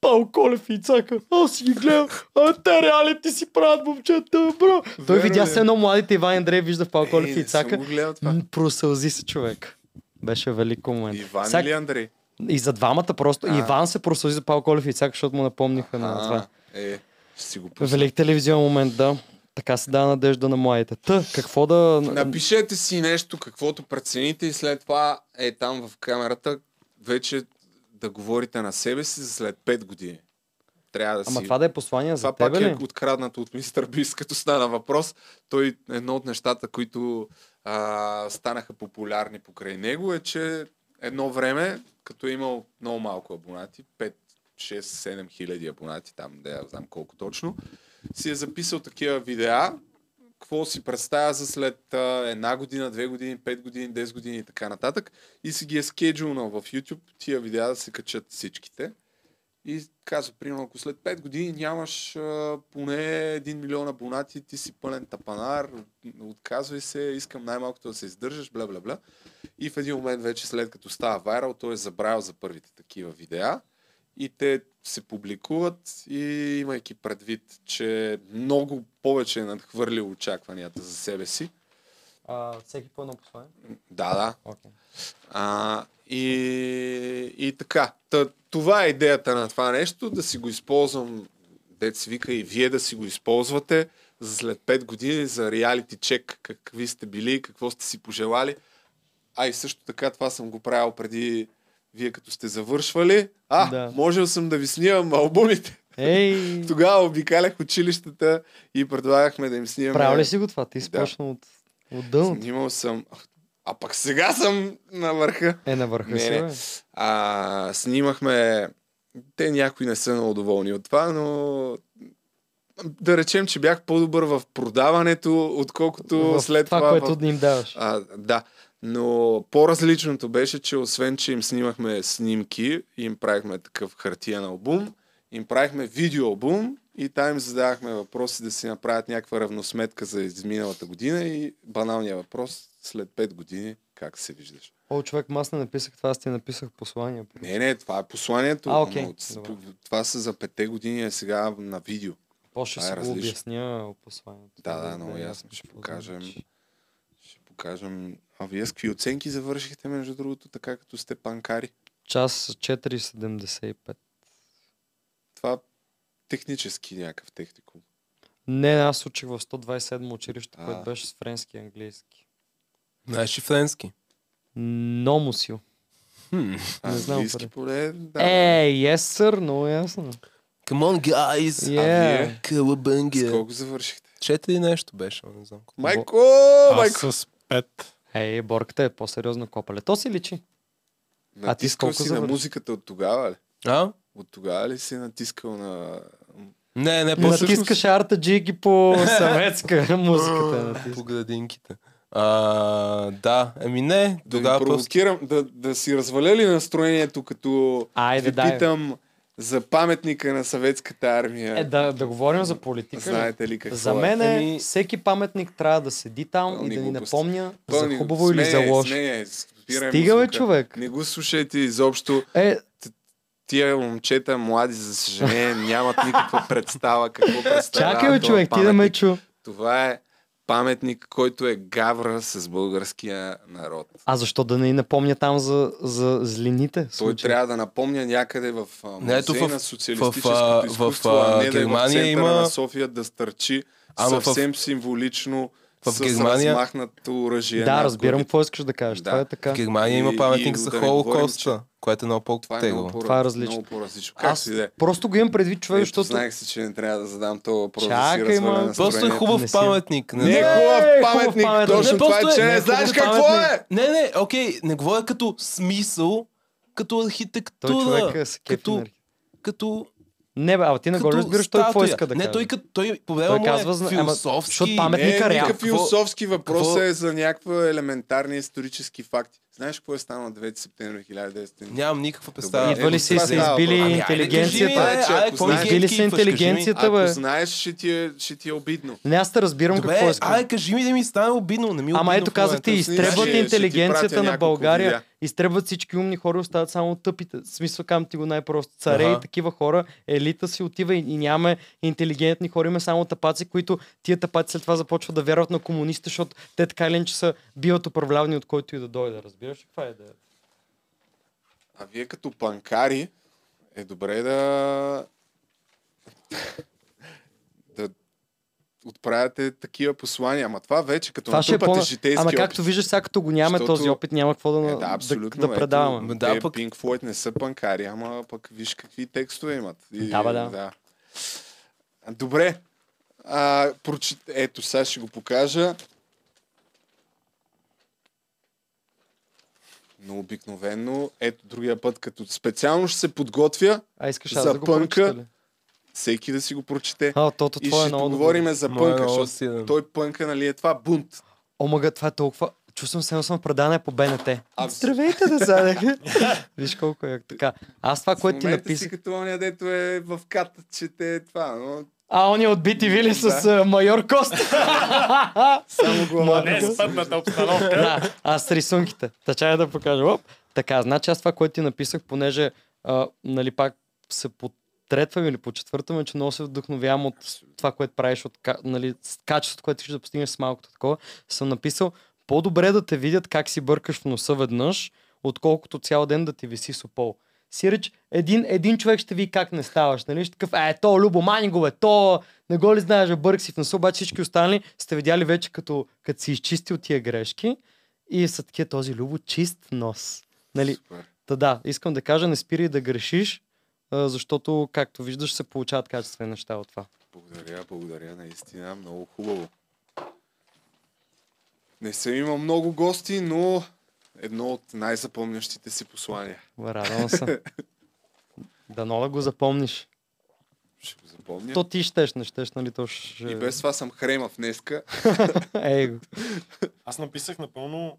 [SPEAKER 2] Павел Колев и Цака, аз си ги гледам, а те реалити си правят момчета, бро. Той
[SPEAKER 1] Верно
[SPEAKER 2] видя
[SPEAKER 1] ли?
[SPEAKER 2] се едно младите Иван Андрей, вижда в Павел
[SPEAKER 1] Е,
[SPEAKER 2] Колев
[SPEAKER 1] не съм
[SPEAKER 2] и Цака.
[SPEAKER 1] го гледал това.
[SPEAKER 2] М, Просълзи се човек. Беше велико момент.
[SPEAKER 1] Иван е?
[SPEAKER 2] Сега-
[SPEAKER 1] или Андрей?
[SPEAKER 2] и за двамата просто. А. Иван се просъди за Павел Колев и Цак, защото му напомниха на това.
[SPEAKER 1] А, е, ще си го пусна.
[SPEAKER 2] Велик телевизионен момент, да. Така се дава надежда на младите. Та, какво да...
[SPEAKER 1] Напишете си нещо, каквото прецените и след това е там в камерата вече да говорите на себе си за след 5 години. трябва да си...
[SPEAKER 2] Ама това да е послание за
[SPEAKER 1] това
[SPEAKER 2] тебе
[SPEAKER 1] пак
[SPEAKER 2] ли?
[SPEAKER 1] е откраднато от мистер Бис, като стана въпрос. Той е едно от нещата, които а, станаха популярни покрай него е, че едно време, като е имал много малко абонати, 5, 6, 7 хиляди абонати, там да я знам колко точно, си е записал такива видеа, какво си представя за след а, една година, две години, пет години, 10 години и така нататък. И си ги е скеджулнал в YouTube, тия видеа да се качат всичките. И казва, примерно, ако след 5 години нямаш а, поне 1 милион абонати, ти си пълен тапанар, отказвай се, искам най-малкото да се издържаш, бла бла бла. И в един момент вече след като става вайрал, той е забравил за първите такива видеа и те се публикуват и имайки предвид, че много повече е надхвърлил очакванията за себе си,
[SPEAKER 2] А, всеки по едно послание.
[SPEAKER 1] да, да.
[SPEAKER 2] Okay.
[SPEAKER 1] А, и, и така. Та, това е идеята на това нещо, да си го използвам, дец вика и вие да си го използвате за след 5 години за реалити чек, какви сте били, какво сте си пожелали. А и също така това съм го правил преди вие като сте завършвали. А, да.
[SPEAKER 2] Да.
[SPEAKER 1] можел съм да ви снимам албумите.
[SPEAKER 2] Ей,
[SPEAKER 1] Тогава обикалях училищата и предлагахме да им снимаме.
[SPEAKER 2] правил ли си го това? Ти си
[SPEAKER 1] Да.
[SPEAKER 2] почнал от, от дъното.
[SPEAKER 1] Снимал съм. А пък сега съм на върха.
[SPEAKER 2] Е, на върха
[SPEAKER 1] Не,
[SPEAKER 2] си,
[SPEAKER 1] не.
[SPEAKER 2] бе.
[SPEAKER 1] А, снимахме... Те някои не са много доволни от това, но да речем, че бях по-добър в продаването, отколкото
[SPEAKER 2] В
[SPEAKER 1] след това.
[SPEAKER 2] това, което
[SPEAKER 1] в...
[SPEAKER 2] им даваш.
[SPEAKER 1] а, да. Но по-различното беше, че освен, че им снимахме снимки, им правихме такъв хартиен албум, им правихме видеоалбум и там им задавахме въпроси да си направят някаква равносметка за изминалата година и баналния въпрос след 5 години как се виждаш.
[SPEAKER 2] О, човек, ма аз не написах това, аз ти написах послание.
[SPEAKER 1] Не, не, това е посланието.
[SPEAKER 2] А, окей,
[SPEAKER 1] но с-
[SPEAKER 2] добре.
[SPEAKER 1] Това са за пете години, а сега на видео.
[SPEAKER 2] После
[SPEAKER 1] Това е
[SPEAKER 2] ще си го
[SPEAKER 1] различно.
[SPEAKER 2] обясня посланието.
[SPEAKER 1] Да, да, много ясно. Ще
[SPEAKER 2] какво
[SPEAKER 1] покажем.
[SPEAKER 2] значи.
[SPEAKER 1] Ще покажем. А вие с какви оценки завършихте, между другото, така като сте панкари?
[SPEAKER 2] Час 4.75.
[SPEAKER 1] Това технически някакъв техникум.
[SPEAKER 2] Не, аз учих в 127 училище,
[SPEAKER 1] А.
[SPEAKER 2] което беше с френски и английски.
[SPEAKER 3] Знаеш ли френски?
[SPEAKER 2] Но му си.
[SPEAKER 3] Хм.
[SPEAKER 2] Не знам
[SPEAKER 1] Английски
[SPEAKER 2] къде.
[SPEAKER 1] поле, да.
[SPEAKER 2] Е, yes, sir, много ясно.
[SPEAKER 3] Come on, guys!
[SPEAKER 2] Yeah.
[SPEAKER 1] С
[SPEAKER 3] Калабънгия!
[SPEAKER 1] колко завършихте?
[SPEAKER 3] Четири нещо беше, ама не знам. колко.
[SPEAKER 1] Майко,
[SPEAKER 4] Аз
[SPEAKER 1] майко!
[SPEAKER 4] с пет.
[SPEAKER 2] Ей, борката е по-сериозна копале. То си личи.
[SPEAKER 1] А ти с колко си на
[SPEAKER 2] завърши?
[SPEAKER 1] музиката от тогава ли?
[SPEAKER 3] А?
[SPEAKER 1] От тогава ли си натискал на...
[SPEAKER 3] Не,
[SPEAKER 1] Е,
[SPEAKER 3] не, по-също.
[SPEAKER 2] Натискаш арта джиги по съветска
[SPEAKER 1] Е,
[SPEAKER 2] музиката. е натискаш.
[SPEAKER 3] По градинките. А, да, еми не,
[SPEAKER 1] Да ви
[SPEAKER 3] тогава просто...
[SPEAKER 1] провокирам, да, да си разваля ли настроението, като
[SPEAKER 2] Айде,
[SPEAKER 1] ви
[SPEAKER 2] дай.
[SPEAKER 1] питам за паметника на съветската армия?
[SPEAKER 2] Е, да, да говорим за политика. ли?
[SPEAKER 1] Знаете ли какво
[SPEAKER 2] За
[SPEAKER 1] е?
[SPEAKER 2] мен е,
[SPEAKER 3] Ами-
[SPEAKER 2] всеки паметник трябва да седи там
[SPEAKER 1] Пълни
[SPEAKER 2] и да ни
[SPEAKER 1] глупости.
[SPEAKER 2] напомня
[SPEAKER 1] Пълни
[SPEAKER 2] за
[SPEAKER 1] го.
[SPEAKER 2] хубаво или за
[SPEAKER 1] Смее,
[SPEAKER 2] лошо.
[SPEAKER 1] смее, спирай
[SPEAKER 2] Стига, бе,
[SPEAKER 1] музика.
[SPEAKER 2] човек.
[SPEAKER 1] Не го слушайте изобщо.
[SPEAKER 2] Е,
[SPEAKER 1] Тия момчета, млади, за съжаление, нямат никаква представа какво представлява
[SPEAKER 2] чакай, бе,
[SPEAKER 1] този
[SPEAKER 2] човек, ти да ме
[SPEAKER 1] паметник.
[SPEAKER 2] чу.
[SPEAKER 1] Това е паметник, който е гавра с българския народ.
[SPEAKER 2] А защо да не ни напомня там за, за злините?
[SPEAKER 1] Той
[SPEAKER 2] случаи?
[SPEAKER 1] трябва да напомня някъде в а,
[SPEAKER 3] Не, ето
[SPEAKER 1] музея
[SPEAKER 3] в-
[SPEAKER 1] на социалистическото
[SPEAKER 3] в, а,
[SPEAKER 1] изкуство,
[SPEAKER 3] в, а,
[SPEAKER 1] а не да е в
[SPEAKER 3] Германия
[SPEAKER 1] центъра
[SPEAKER 3] има-
[SPEAKER 1] на София да стърчи
[SPEAKER 3] Ама в-
[SPEAKER 1] съвсем символично
[SPEAKER 3] в
[SPEAKER 1] с
[SPEAKER 3] Германия-
[SPEAKER 1] размахнато оръжие.
[SPEAKER 2] Да,
[SPEAKER 1] над
[SPEAKER 2] разбирам
[SPEAKER 1] главите.
[SPEAKER 2] какво искаш да кажеш.
[SPEAKER 1] е Да.
[SPEAKER 2] Това е така.
[SPEAKER 3] В Германия има
[SPEAKER 1] И-
[SPEAKER 3] паметник
[SPEAKER 1] и
[SPEAKER 3] за
[SPEAKER 1] да не говорим,
[SPEAKER 3] Холокоста, което е много
[SPEAKER 1] Това е
[SPEAKER 3] по-тегло.
[SPEAKER 1] много, по-
[SPEAKER 2] Това е различно.
[SPEAKER 1] много по-различно. Как
[SPEAKER 2] Аз
[SPEAKER 1] си да е?
[SPEAKER 2] просто го имам предвид, човек,
[SPEAKER 1] Ето,
[SPEAKER 2] защото...
[SPEAKER 1] Знаех си, че не трябва да задам този въпрос. да
[SPEAKER 2] Чакай,
[SPEAKER 1] си разваля
[SPEAKER 2] ма.
[SPEAKER 3] Просто е
[SPEAKER 1] настроението.
[SPEAKER 3] хубав
[SPEAKER 2] Не си-
[SPEAKER 3] паметник.
[SPEAKER 1] Не, не е
[SPEAKER 3] знам.
[SPEAKER 1] хубав
[SPEAKER 2] Не, хубав
[SPEAKER 1] паметник,
[SPEAKER 2] паметник.
[SPEAKER 1] точно
[SPEAKER 3] Не,
[SPEAKER 1] това
[SPEAKER 3] просто
[SPEAKER 1] е, че не,
[SPEAKER 3] е
[SPEAKER 1] знаеш
[SPEAKER 3] хубав
[SPEAKER 1] какво
[SPEAKER 3] паметник.
[SPEAKER 1] е!
[SPEAKER 3] Не, не, окей, не говоря като смисъл, като
[SPEAKER 2] Той човек е
[SPEAKER 3] архитектура,
[SPEAKER 2] с
[SPEAKER 3] като,
[SPEAKER 2] като...
[SPEAKER 3] като,
[SPEAKER 2] Не, бе, а ти не го
[SPEAKER 3] като
[SPEAKER 2] разбираш, той какво
[SPEAKER 3] статуя.
[SPEAKER 2] иска да
[SPEAKER 3] Не,
[SPEAKER 2] каже.
[SPEAKER 3] той, като, той, повярвам,
[SPEAKER 2] Той казва,
[SPEAKER 3] е
[SPEAKER 2] зна- ама,
[SPEAKER 3] философски.
[SPEAKER 2] защото памет- паметника
[SPEAKER 1] не, е
[SPEAKER 2] реално.
[SPEAKER 1] никакъв философски въпрос
[SPEAKER 3] какво-
[SPEAKER 1] е за някаква елементарни исторически факти. Знаеш какво е станало на 9 септември 1900?
[SPEAKER 3] Нямам никаква представа.
[SPEAKER 1] Добре.
[SPEAKER 2] Идва ли си
[SPEAKER 1] това
[SPEAKER 2] се
[SPEAKER 1] става
[SPEAKER 2] избили
[SPEAKER 1] въпрос. Ами,
[SPEAKER 3] айде,
[SPEAKER 2] интелигенцията?
[SPEAKER 3] кажи ми,
[SPEAKER 1] Е, че
[SPEAKER 3] айде,
[SPEAKER 1] ако
[SPEAKER 3] кой
[SPEAKER 1] знаеш-
[SPEAKER 3] ги
[SPEAKER 2] Избили са
[SPEAKER 3] гейткипваш, кажи ми.
[SPEAKER 2] интелигенцията,
[SPEAKER 1] Ако
[SPEAKER 2] бе.
[SPEAKER 1] знаеш, ще ти е, ще ти е обидно.
[SPEAKER 2] Не, аз те разбирам какво
[SPEAKER 3] Добре,
[SPEAKER 2] искам.
[SPEAKER 3] ай, кажи ми да ми стане обидно, не ми е
[SPEAKER 2] Ама
[SPEAKER 3] обидно
[SPEAKER 2] ето
[SPEAKER 3] в момента.
[SPEAKER 2] казахте,
[SPEAKER 1] Значи, ще
[SPEAKER 2] изтребват
[SPEAKER 1] ти пратя
[SPEAKER 2] интелигенцията на
[SPEAKER 1] няколко
[SPEAKER 2] България.
[SPEAKER 1] видеа.
[SPEAKER 2] Изтребват всички умни хора, остават само тъпите. В смисъл, кам ти го най-просто. Царе
[SPEAKER 3] Аха.
[SPEAKER 2] и такива хора, елита си отива и, и нямаме интелигентни хора, има само тапаци, които тия тапаци след това започват да вярват на комунистите, защото те така или иначе са биват управлявани от който и да дойде. Разбираш ли каква е да
[SPEAKER 1] А вие като панкари е добре да да отправяте такива послания. Ама това вече като
[SPEAKER 2] Това ще е по...
[SPEAKER 1] натрупате житейски
[SPEAKER 2] Ама
[SPEAKER 1] опит.
[SPEAKER 2] както виждаш, сега като го нямаме
[SPEAKER 1] Защото-
[SPEAKER 2] този опит, няма какво да,
[SPEAKER 1] Е,
[SPEAKER 2] на-
[SPEAKER 1] да,
[SPEAKER 2] да,
[SPEAKER 1] абсолютно.
[SPEAKER 2] да предаваме.
[SPEAKER 1] Ето,
[SPEAKER 3] Да,
[SPEAKER 1] да, е пък...
[SPEAKER 3] пък-
[SPEAKER 1] Pink Floyd не са панкари, ама пък виж какви текстове имат. И,
[SPEAKER 2] Да, бе, да.
[SPEAKER 1] да. Добре. А, прочит... Ето, сега ще го покажа. Но обикновено, ето другия път, като специално ще се подготвя
[SPEAKER 2] А искаш аз
[SPEAKER 1] за
[SPEAKER 2] да го прочета
[SPEAKER 1] пънка.
[SPEAKER 2] ли?
[SPEAKER 1] Всеки да си го прочете.
[SPEAKER 2] А, тото
[SPEAKER 1] и
[SPEAKER 2] това е
[SPEAKER 1] ще
[SPEAKER 2] много добро.
[SPEAKER 1] говорим за
[SPEAKER 2] Моя е
[SPEAKER 1] пънка,
[SPEAKER 2] много
[SPEAKER 1] защото
[SPEAKER 3] силен.
[SPEAKER 1] той пънка, нали, е това бунт.
[SPEAKER 2] Омага, това е толкова... Чувствам се, едно съм в предаване по БНТ.
[SPEAKER 1] А,
[SPEAKER 2] Здравейте, деца! Виж колко е така. Аз това, което ти
[SPEAKER 1] момента си
[SPEAKER 2] написах...
[SPEAKER 1] като оня, дето е в ката, че те е това, но...
[SPEAKER 2] А, он е отбит и вили с а, майор Кост.
[SPEAKER 1] Само главата.
[SPEAKER 4] Не, е с пътната обстановка.
[SPEAKER 2] да, а с рисунките. Та чая да покажа. Оп. Така, значи аз това, което ти написах, понеже а, нали пак се потретвам или почетвъртам, че много се вдъхновявам от това, което правиш, от ка- нали, с качеството, което ти ще да постигнеш с малкото такова, съм написал по-добре да те видят как си бъркаш в носа веднъж, отколкото цял ден да ти виси сопол. Сиреч, един, един човек ще ви как не ставаш, нали? Ще такъв, е, то, Любо, мани го, бе, то, не го ли знаеш, бе, бърк си в носа, обаче всички останали сте видяли вече, като, като си изчистил тия грешки и са такива този Любо чист нос. Нали? Та да, искам да кажа, не спирай да грешиш, а, защото, както виждаш, се получават качествени неща от това.
[SPEAKER 1] Благодаря, благодаря, наистина, много хубаво. Не съм имал много гости, но едно от най-запомнящите си послания.
[SPEAKER 2] Радвам се. Дано да го запомниш.
[SPEAKER 1] Ще го запомня.
[SPEAKER 2] То ти щеш, не щеш, нали? То ще...
[SPEAKER 1] И без това съм хремав днеска.
[SPEAKER 2] Ей го.
[SPEAKER 4] Аз написах напълно...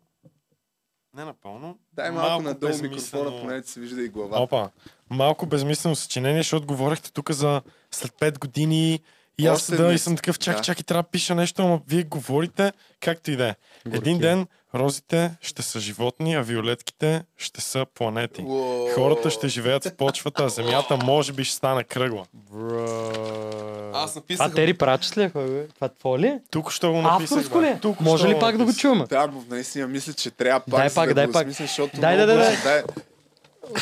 [SPEAKER 4] Не напълно.
[SPEAKER 1] Дай малко, надолу
[SPEAKER 4] безмислено-
[SPEAKER 1] микрофона, поне да се вижда и главата.
[SPEAKER 4] Опа. Малко безмислено съчинение, защото говорихте тук за след 5 години и аз
[SPEAKER 1] Още
[SPEAKER 4] седа и
[SPEAKER 1] днес.
[SPEAKER 4] съм такъв, чак,
[SPEAKER 1] Да.
[SPEAKER 4] чак и трябва да пиша нещо, ама вие говорите, както и да е. Един ден розите ще са животни, а виолетките ще са планети. Хората ще живеят с почвата, а земята може би ще стане кръгла.
[SPEAKER 3] Аз
[SPEAKER 2] А,
[SPEAKER 3] написах...
[SPEAKER 2] Тери, прачеш ли? я, кой бе? Това твое ли? е?
[SPEAKER 4] Тук ще го написах.
[SPEAKER 2] Авторско ли?
[SPEAKER 4] бе.
[SPEAKER 2] е?
[SPEAKER 4] Тук
[SPEAKER 2] Може
[SPEAKER 4] що
[SPEAKER 2] ли
[SPEAKER 4] го
[SPEAKER 2] пак да го
[SPEAKER 4] написах.
[SPEAKER 2] чуваме?
[SPEAKER 1] Да, но наистина мисля, че трябва пак,
[SPEAKER 2] Дай
[SPEAKER 1] за
[SPEAKER 2] пак,
[SPEAKER 1] да
[SPEAKER 2] дай
[SPEAKER 1] го
[SPEAKER 2] пак.
[SPEAKER 1] осмисля, защото
[SPEAKER 2] Дай,
[SPEAKER 1] много
[SPEAKER 2] дай, дай,
[SPEAKER 1] бързо- дай.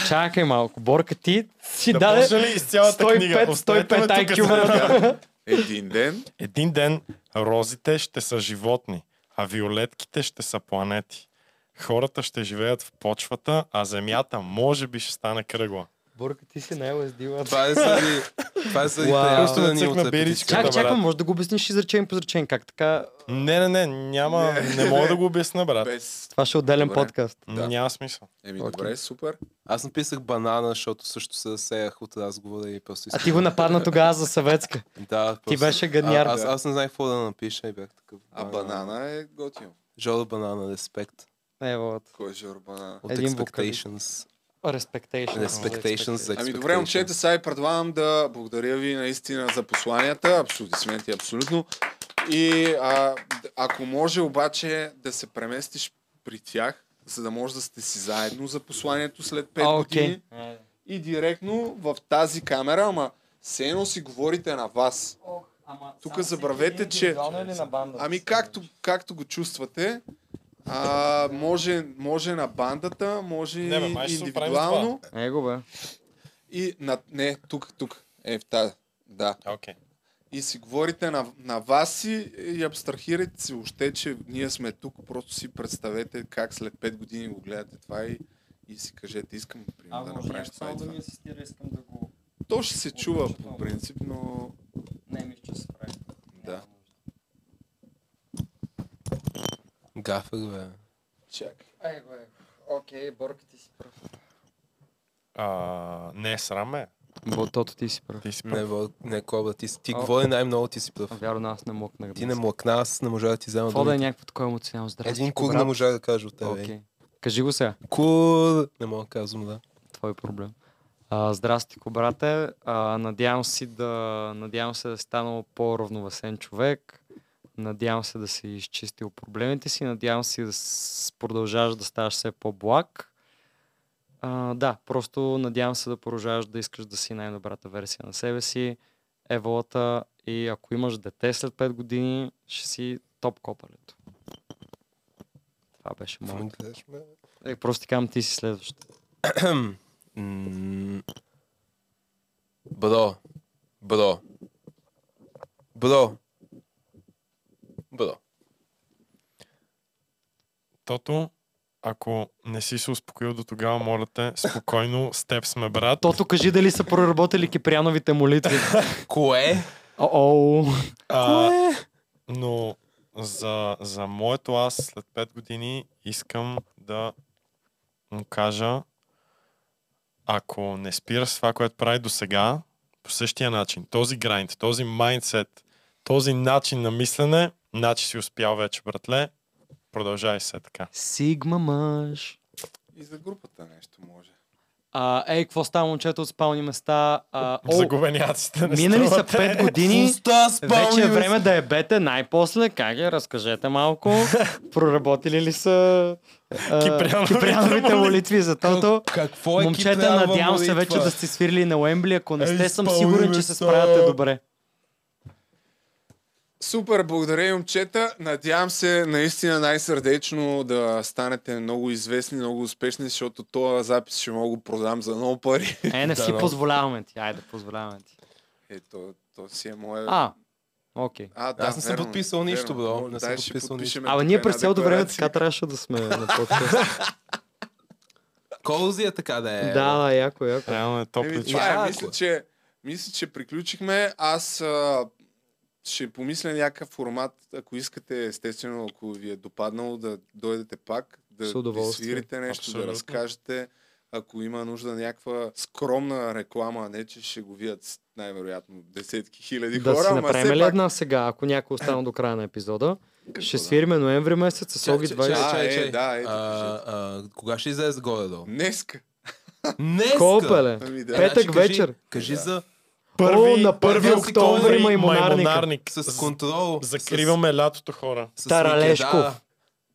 [SPEAKER 2] Чакай малко. Борка ти си
[SPEAKER 4] Да почна
[SPEAKER 2] даде
[SPEAKER 4] ли из цялата книга?
[SPEAKER 2] 105,
[SPEAKER 4] Оставете
[SPEAKER 2] 105
[SPEAKER 4] ме тук
[SPEAKER 2] IQ.
[SPEAKER 4] за-
[SPEAKER 2] брат.
[SPEAKER 1] Един ден,
[SPEAKER 4] Един ден розите ще са животни, а виолетките ще са планети. Хората ще живеят в почвата, а земята може би ще стане кръгла.
[SPEAKER 2] Борка ти си най-лъздила.
[SPEAKER 3] Това е заради... Това е заради...
[SPEAKER 2] Уау.
[SPEAKER 3] Просто да ни
[SPEAKER 4] Цъкна
[SPEAKER 3] отцепи.
[SPEAKER 4] биричка.
[SPEAKER 2] Чакай,
[SPEAKER 4] Добре.
[SPEAKER 2] чакай, може да го обясниш изречение по изречение. Как така?
[SPEAKER 4] Не, не, не, няма, не, мога да го обясна, брат.
[SPEAKER 1] без...
[SPEAKER 2] Това ще е отделен
[SPEAKER 1] Добре.
[SPEAKER 2] подкаст.
[SPEAKER 1] Да.
[SPEAKER 4] Няма смисъл.
[SPEAKER 1] Еми, добре, супер.
[SPEAKER 3] Аз написах банана, защото също се засеях от разговора и просто...
[SPEAKER 2] А
[SPEAKER 3] исках
[SPEAKER 2] ти го
[SPEAKER 3] да-
[SPEAKER 2] нападна тогава за съветска.
[SPEAKER 3] Да, просто...
[SPEAKER 2] беше гадняр.
[SPEAKER 3] А, аз, аз не знаех какво да напиша и бях такъв.
[SPEAKER 1] А банана е готино.
[SPEAKER 3] Жола банана, респект.
[SPEAKER 2] Не, вот.
[SPEAKER 1] Кой е Жоро Банана?
[SPEAKER 3] От
[SPEAKER 2] Един вокалист.
[SPEAKER 3] expectations.
[SPEAKER 2] Respectation.
[SPEAKER 3] Respectations за
[SPEAKER 1] Ами добре, момчета, сега ви предлагам да благодаря ви наистина за посланията. Аплодисменти, абсолютно. И а, д- ако може обаче да се преместиш при тях, за да може да сте си заедно за посланието след 5
[SPEAKER 2] А,
[SPEAKER 1] okay.
[SPEAKER 2] окей.
[SPEAKER 1] години. И директно в тази камера, ама все едно си говорите на вас. Тук забравете, че... Ами както, както го чувствате, а, може, може на бандата, може
[SPEAKER 4] Не, бе,
[SPEAKER 1] и
[SPEAKER 4] май ще се оправим с това.
[SPEAKER 1] индивидуално.
[SPEAKER 2] Его, бе.
[SPEAKER 1] И на... Не, тук, тук. Е, в тази. Да.
[SPEAKER 4] Окей.
[SPEAKER 1] И си говорите на, на вас си и абстрахирайте си още, че ние сме тук. Просто си представете как след 5 години го гледате това и, и си кажете, искам примерно, да направиш това и това.
[SPEAKER 2] асистира, искам да го...
[SPEAKER 1] То ще се чува
[SPEAKER 2] Отлично.
[SPEAKER 1] по принцип, но
[SPEAKER 2] Не, мисля, че се прави.
[SPEAKER 1] да.
[SPEAKER 3] Гафър, бе.
[SPEAKER 1] Чакай.
[SPEAKER 2] Его, его. Окей, Борка ти си прав.
[SPEAKER 4] А, не, срам ме.
[SPEAKER 2] Ботото ти си прав.
[SPEAKER 4] Ти си прав.
[SPEAKER 3] Не, бо, не, коба, ти, си- ти
[SPEAKER 2] О.
[SPEAKER 3] говори най-много, ти си прав.
[SPEAKER 2] Вярно, аз не мокнах.
[SPEAKER 3] Ти не млъкна, аз не можа да ти взема
[SPEAKER 2] Това да е
[SPEAKER 3] думите.
[SPEAKER 2] някакво такова емоционално здраве.
[SPEAKER 3] Един кур не можа да кажа от тебе.
[SPEAKER 2] е? Окей. Кажи го сега.
[SPEAKER 3] Кур! Не мога да казвам, да.
[SPEAKER 2] твой проблем. А, здрасти, брате. А, надявам, си да, надявам се да си станал по-равновесен човек. Надявам се да си изчистил проблемите си. Надявам се да с- продължаваш да ставаш все по-благ. А, да, просто надявам се да продължаваш да искаш да си най-добрата версия на себе си. Еволата и ако имаш дете след 5 години, ще си топ копалето. Това беше
[SPEAKER 3] Какво ми
[SPEAKER 2] моето.
[SPEAKER 3] гледаш, бе?
[SPEAKER 2] Е, просто ти казвам, ти си следващ.
[SPEAKER 3] М, Бро. Бро. Бро. Бро.
[SPEAKER 4] Тото ако не си се успокоил до тогава, моля те, спокойно, с теб сме брат.
[SPEAKER 2] Тото кажи дали са проработили кипряновите молитви.
[SPEAKER 3] Кое?
[SPEAKER 2] О,
[SPEAKER 4] А,
[SPEAKER 2] е?
[SPEAKER 4] но за, за моето аз след 5 години искам да му кажа, ако не спира с това, което прави до сега, по същия начин, този грайнд, този майндсет, този начин на мислене, значи си успял вече, братле, продължай се така.
[SPEAKER 2] Сигма мъж.
[SPEAKER 1] И за групата нещо може.
[SPEAKER 2] А, ей, какво става момчето от спални места? А, о,
[SPEAKER 4] Загубеняците не
[SPEAKER 2] Минали са
[SPEAKER 4] струват.
[SPEAKER 2] 5 години.
[SPEAKER 4] Пуста спални
[SPEAKER 2] вече е
[SPEAKER 4] места.
[SPEAKER 2] време да е бете най-после. Как е? Разкажете малко. Проработили ли са а,
[SPEAKER 4] Кипряновите
[SPEAKER 2] кипряновите молитви за тото?
[SPEAKER 3] Какво
[SPEAKER 4] е
[SPEAKER 2] Момчета,
[SPEAKER 4] кипрянова
[SPEAKER 2] надявам се
[SPEAKER 4] молитва?
[SPEAKER 2] вече да сте свирили на Уембли. Ако не
[SPEAKER 4] Ей,
[SPEAKER 2] сте, съм
[SPEAKER 4] спални
[SPEAKER 2] сигурен, че се
[SPEAKER 4] места.
[SPEAKER 2] справяте добре.
[SPEAKER 1] Супер, благодаря момчета. Надявам се наистина най-сърдечно да станете много известни, много успешни, защото този запис ще мога да го продам за много пари.
[SPEAKER 2] Е, не си позволяваме ти. Айде, позволяваме ти.
[SPEAKER 1] Е, то, то си е мое...
[SPEAKER 2] А, окей.
[SPEAKER 1] а
[SPEAKER 3] Аз не съм подписал нищо, бро. Не съм подписал нищо.
[SPEAKER 2] Абе, ние през цялото време така трябваше да сме на подкаст.
[SPEAKER 3] Колзи е така да е.
[SPEAKER 2] Да, да, яко, яко.
[SPEAKER 4] Реално е топ
[SPEAKER 1] Еми,
[SPEAKER 4] лич.
[SPEAKER 1] това
[SPEAKER 3] Яко
[SPEAKER 1] е,
[SPEAKER 3] е.
[SPEAKER 1] мисля, че, мисля, че приключихме. Аз а, ще помисля някакъв формат, ако искате, естествено, ако ви е допаднало да дойдете пак, да
[SPEAKER 2] С
[SPEAKER 1] ви
[SPEAKER 2] удоволствие.
[SPEAKER 1] свирите нещо,
[SPEAKER 4] Абсолютно.
[SPEAKER 1] да разкажете, ако има нужда някаква скромна реклама, не че ще го видят с- най-вероятно десетки хиляди
[SPEAKER 2] Да
[SPEAKER 1] хора,
[SPEAKER 2] си
[SPEAKER 1] ама
[SPEAKER 2] направим
[SPEAKER 1] все
[SPEAKER 2] ли
[SPEAKER 1] пак...
[SPEAKER 2] една сега, ако някой остана до края на епизода? Ще
[SPEAKER 1] да?
[SPEAKER 2] свириме ноември месец с
[SPEAKER 3] Чай,
[SPEAKER 2] Оги
[SPEAKER 3] чай,
[SPEAKER 2] 20.
[SPEAKER 3] чай,
[SPEAKER 1] А, е,
[SPEAKER 3] чай, чай.
[SPEAKER 1] да, ето,
[SPEAKER 3] А, а, Кога ще излезе горе-долу?
[SPEAKER 1] Днеска.
[SPEAKER 3] Днеска!
[SPEAKER 2] Колпеле!
[SPEAKER 1] Ами да.
[SPEAKER 2] е Петък
[SPEAKER 3] Значи, кажи-
[SPEAKER 2] вечер.
[SPEAKER 3] Кажи за...
[SPEAKER 2] О, на 1 октомври има и монарника.
[SPEAKER 3] С контрол. с-
[SPEAKER 4] Закриваме лятото хора.
[SPEAKER 3] с
[SPEAKER 2] Таралешков.
[SPEAKER 3] Микеда,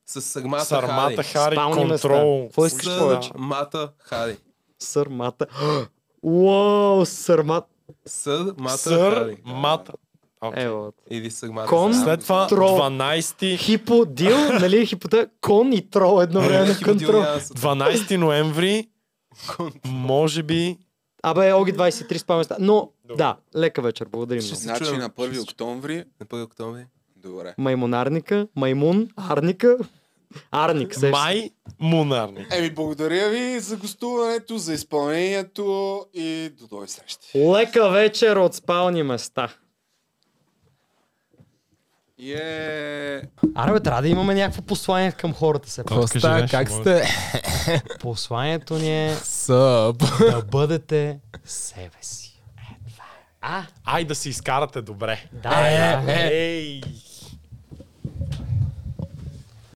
[SPEAKER 3] С Сагмата
[SPEAKER 4] Сармата
[SPEAKER 3] Хари.
[SPEAKER 4] Хари,
[SPEAKER 2] Спални места.
[SPEAKER 4] контрол.
[SPEAKER 2] Какво искаш
[SPEAKER 3] С
[SPEAKER 2] повече?
[SPEAKER 3] Мата Хари.
[SPEAKER 2] Сърмата. Уау, сърмата.
[SPEAKER 3] С Мата
[SPEAKER 4] Сър,
[SPEAKER 3] Хари.
[SPEAKER 4] мата.
[SPEAKER 2] Е,
[SPEAKER 4] Окей.
[SPEAKER 2] Ево.
[SPEAKER 3] Или Сагмата
[SPEAKER 2] Кон?
[SPEAKER 3] Хари.
[SPEAKER 4] След това
[SPEAKER 2] Трол.
[SPEAKER 4] 12,
[SPEAKER 2] Хипо, дил, нали? Хипота, кон и трол едно време на контрол.
[SPEAKER 3] Хиподилния с-
[SPEAKER 4] 12 ноември, може би,
[SPEAKER 2] Абе, Оги 23 спаме. Но, да, лека вечер, благодарим.
[SPEAKER 3] Ще
[SPEAKER 2] много.
[SPEAKER 3] се
[SPEAKER 1] Значи
[SPEAKER 3] чуем.
[SPEAKER 1] на 1 октомври,
[SPEAKER 3] На 1 октомври.
[SPEAKER 1] добре.
[SPEAKER 2] Маймунарника, маймун, арника, арник. се.
[SPEAKER 4] май, мунарник.
[SPEAKER 1] Еми, благодаря ви за гостуването, за изпълнението и до нови срещи.
[SPEAKER 2] Лека вечер от спални места.
[SPEAKER 1] Yeah.
[SPEAKER 2] Аре, бе, трябва да имаме някакво послание към хората се.
[SPEAKER 13] Какво
[SPEAKER 4] Откажи
[SPEAKER 13] става?
[SPEAKER 4] нещо,
[SPEAKER 13] Как
[SPEAKER 4] моля.
[SPEAKER 13] сте?
[SPEAKER 2] Посланието ни е
[SPEAKER 13] Съп.
[SPEAKER 2] да
[SPEAKER 13] Е,
[SPEAKER 2] бъдете себе си.
[SPEAKER 4] Ай да си изкарате добре.
[SPEAKER 2] Да, да.
[SPEAKER 4] Ей!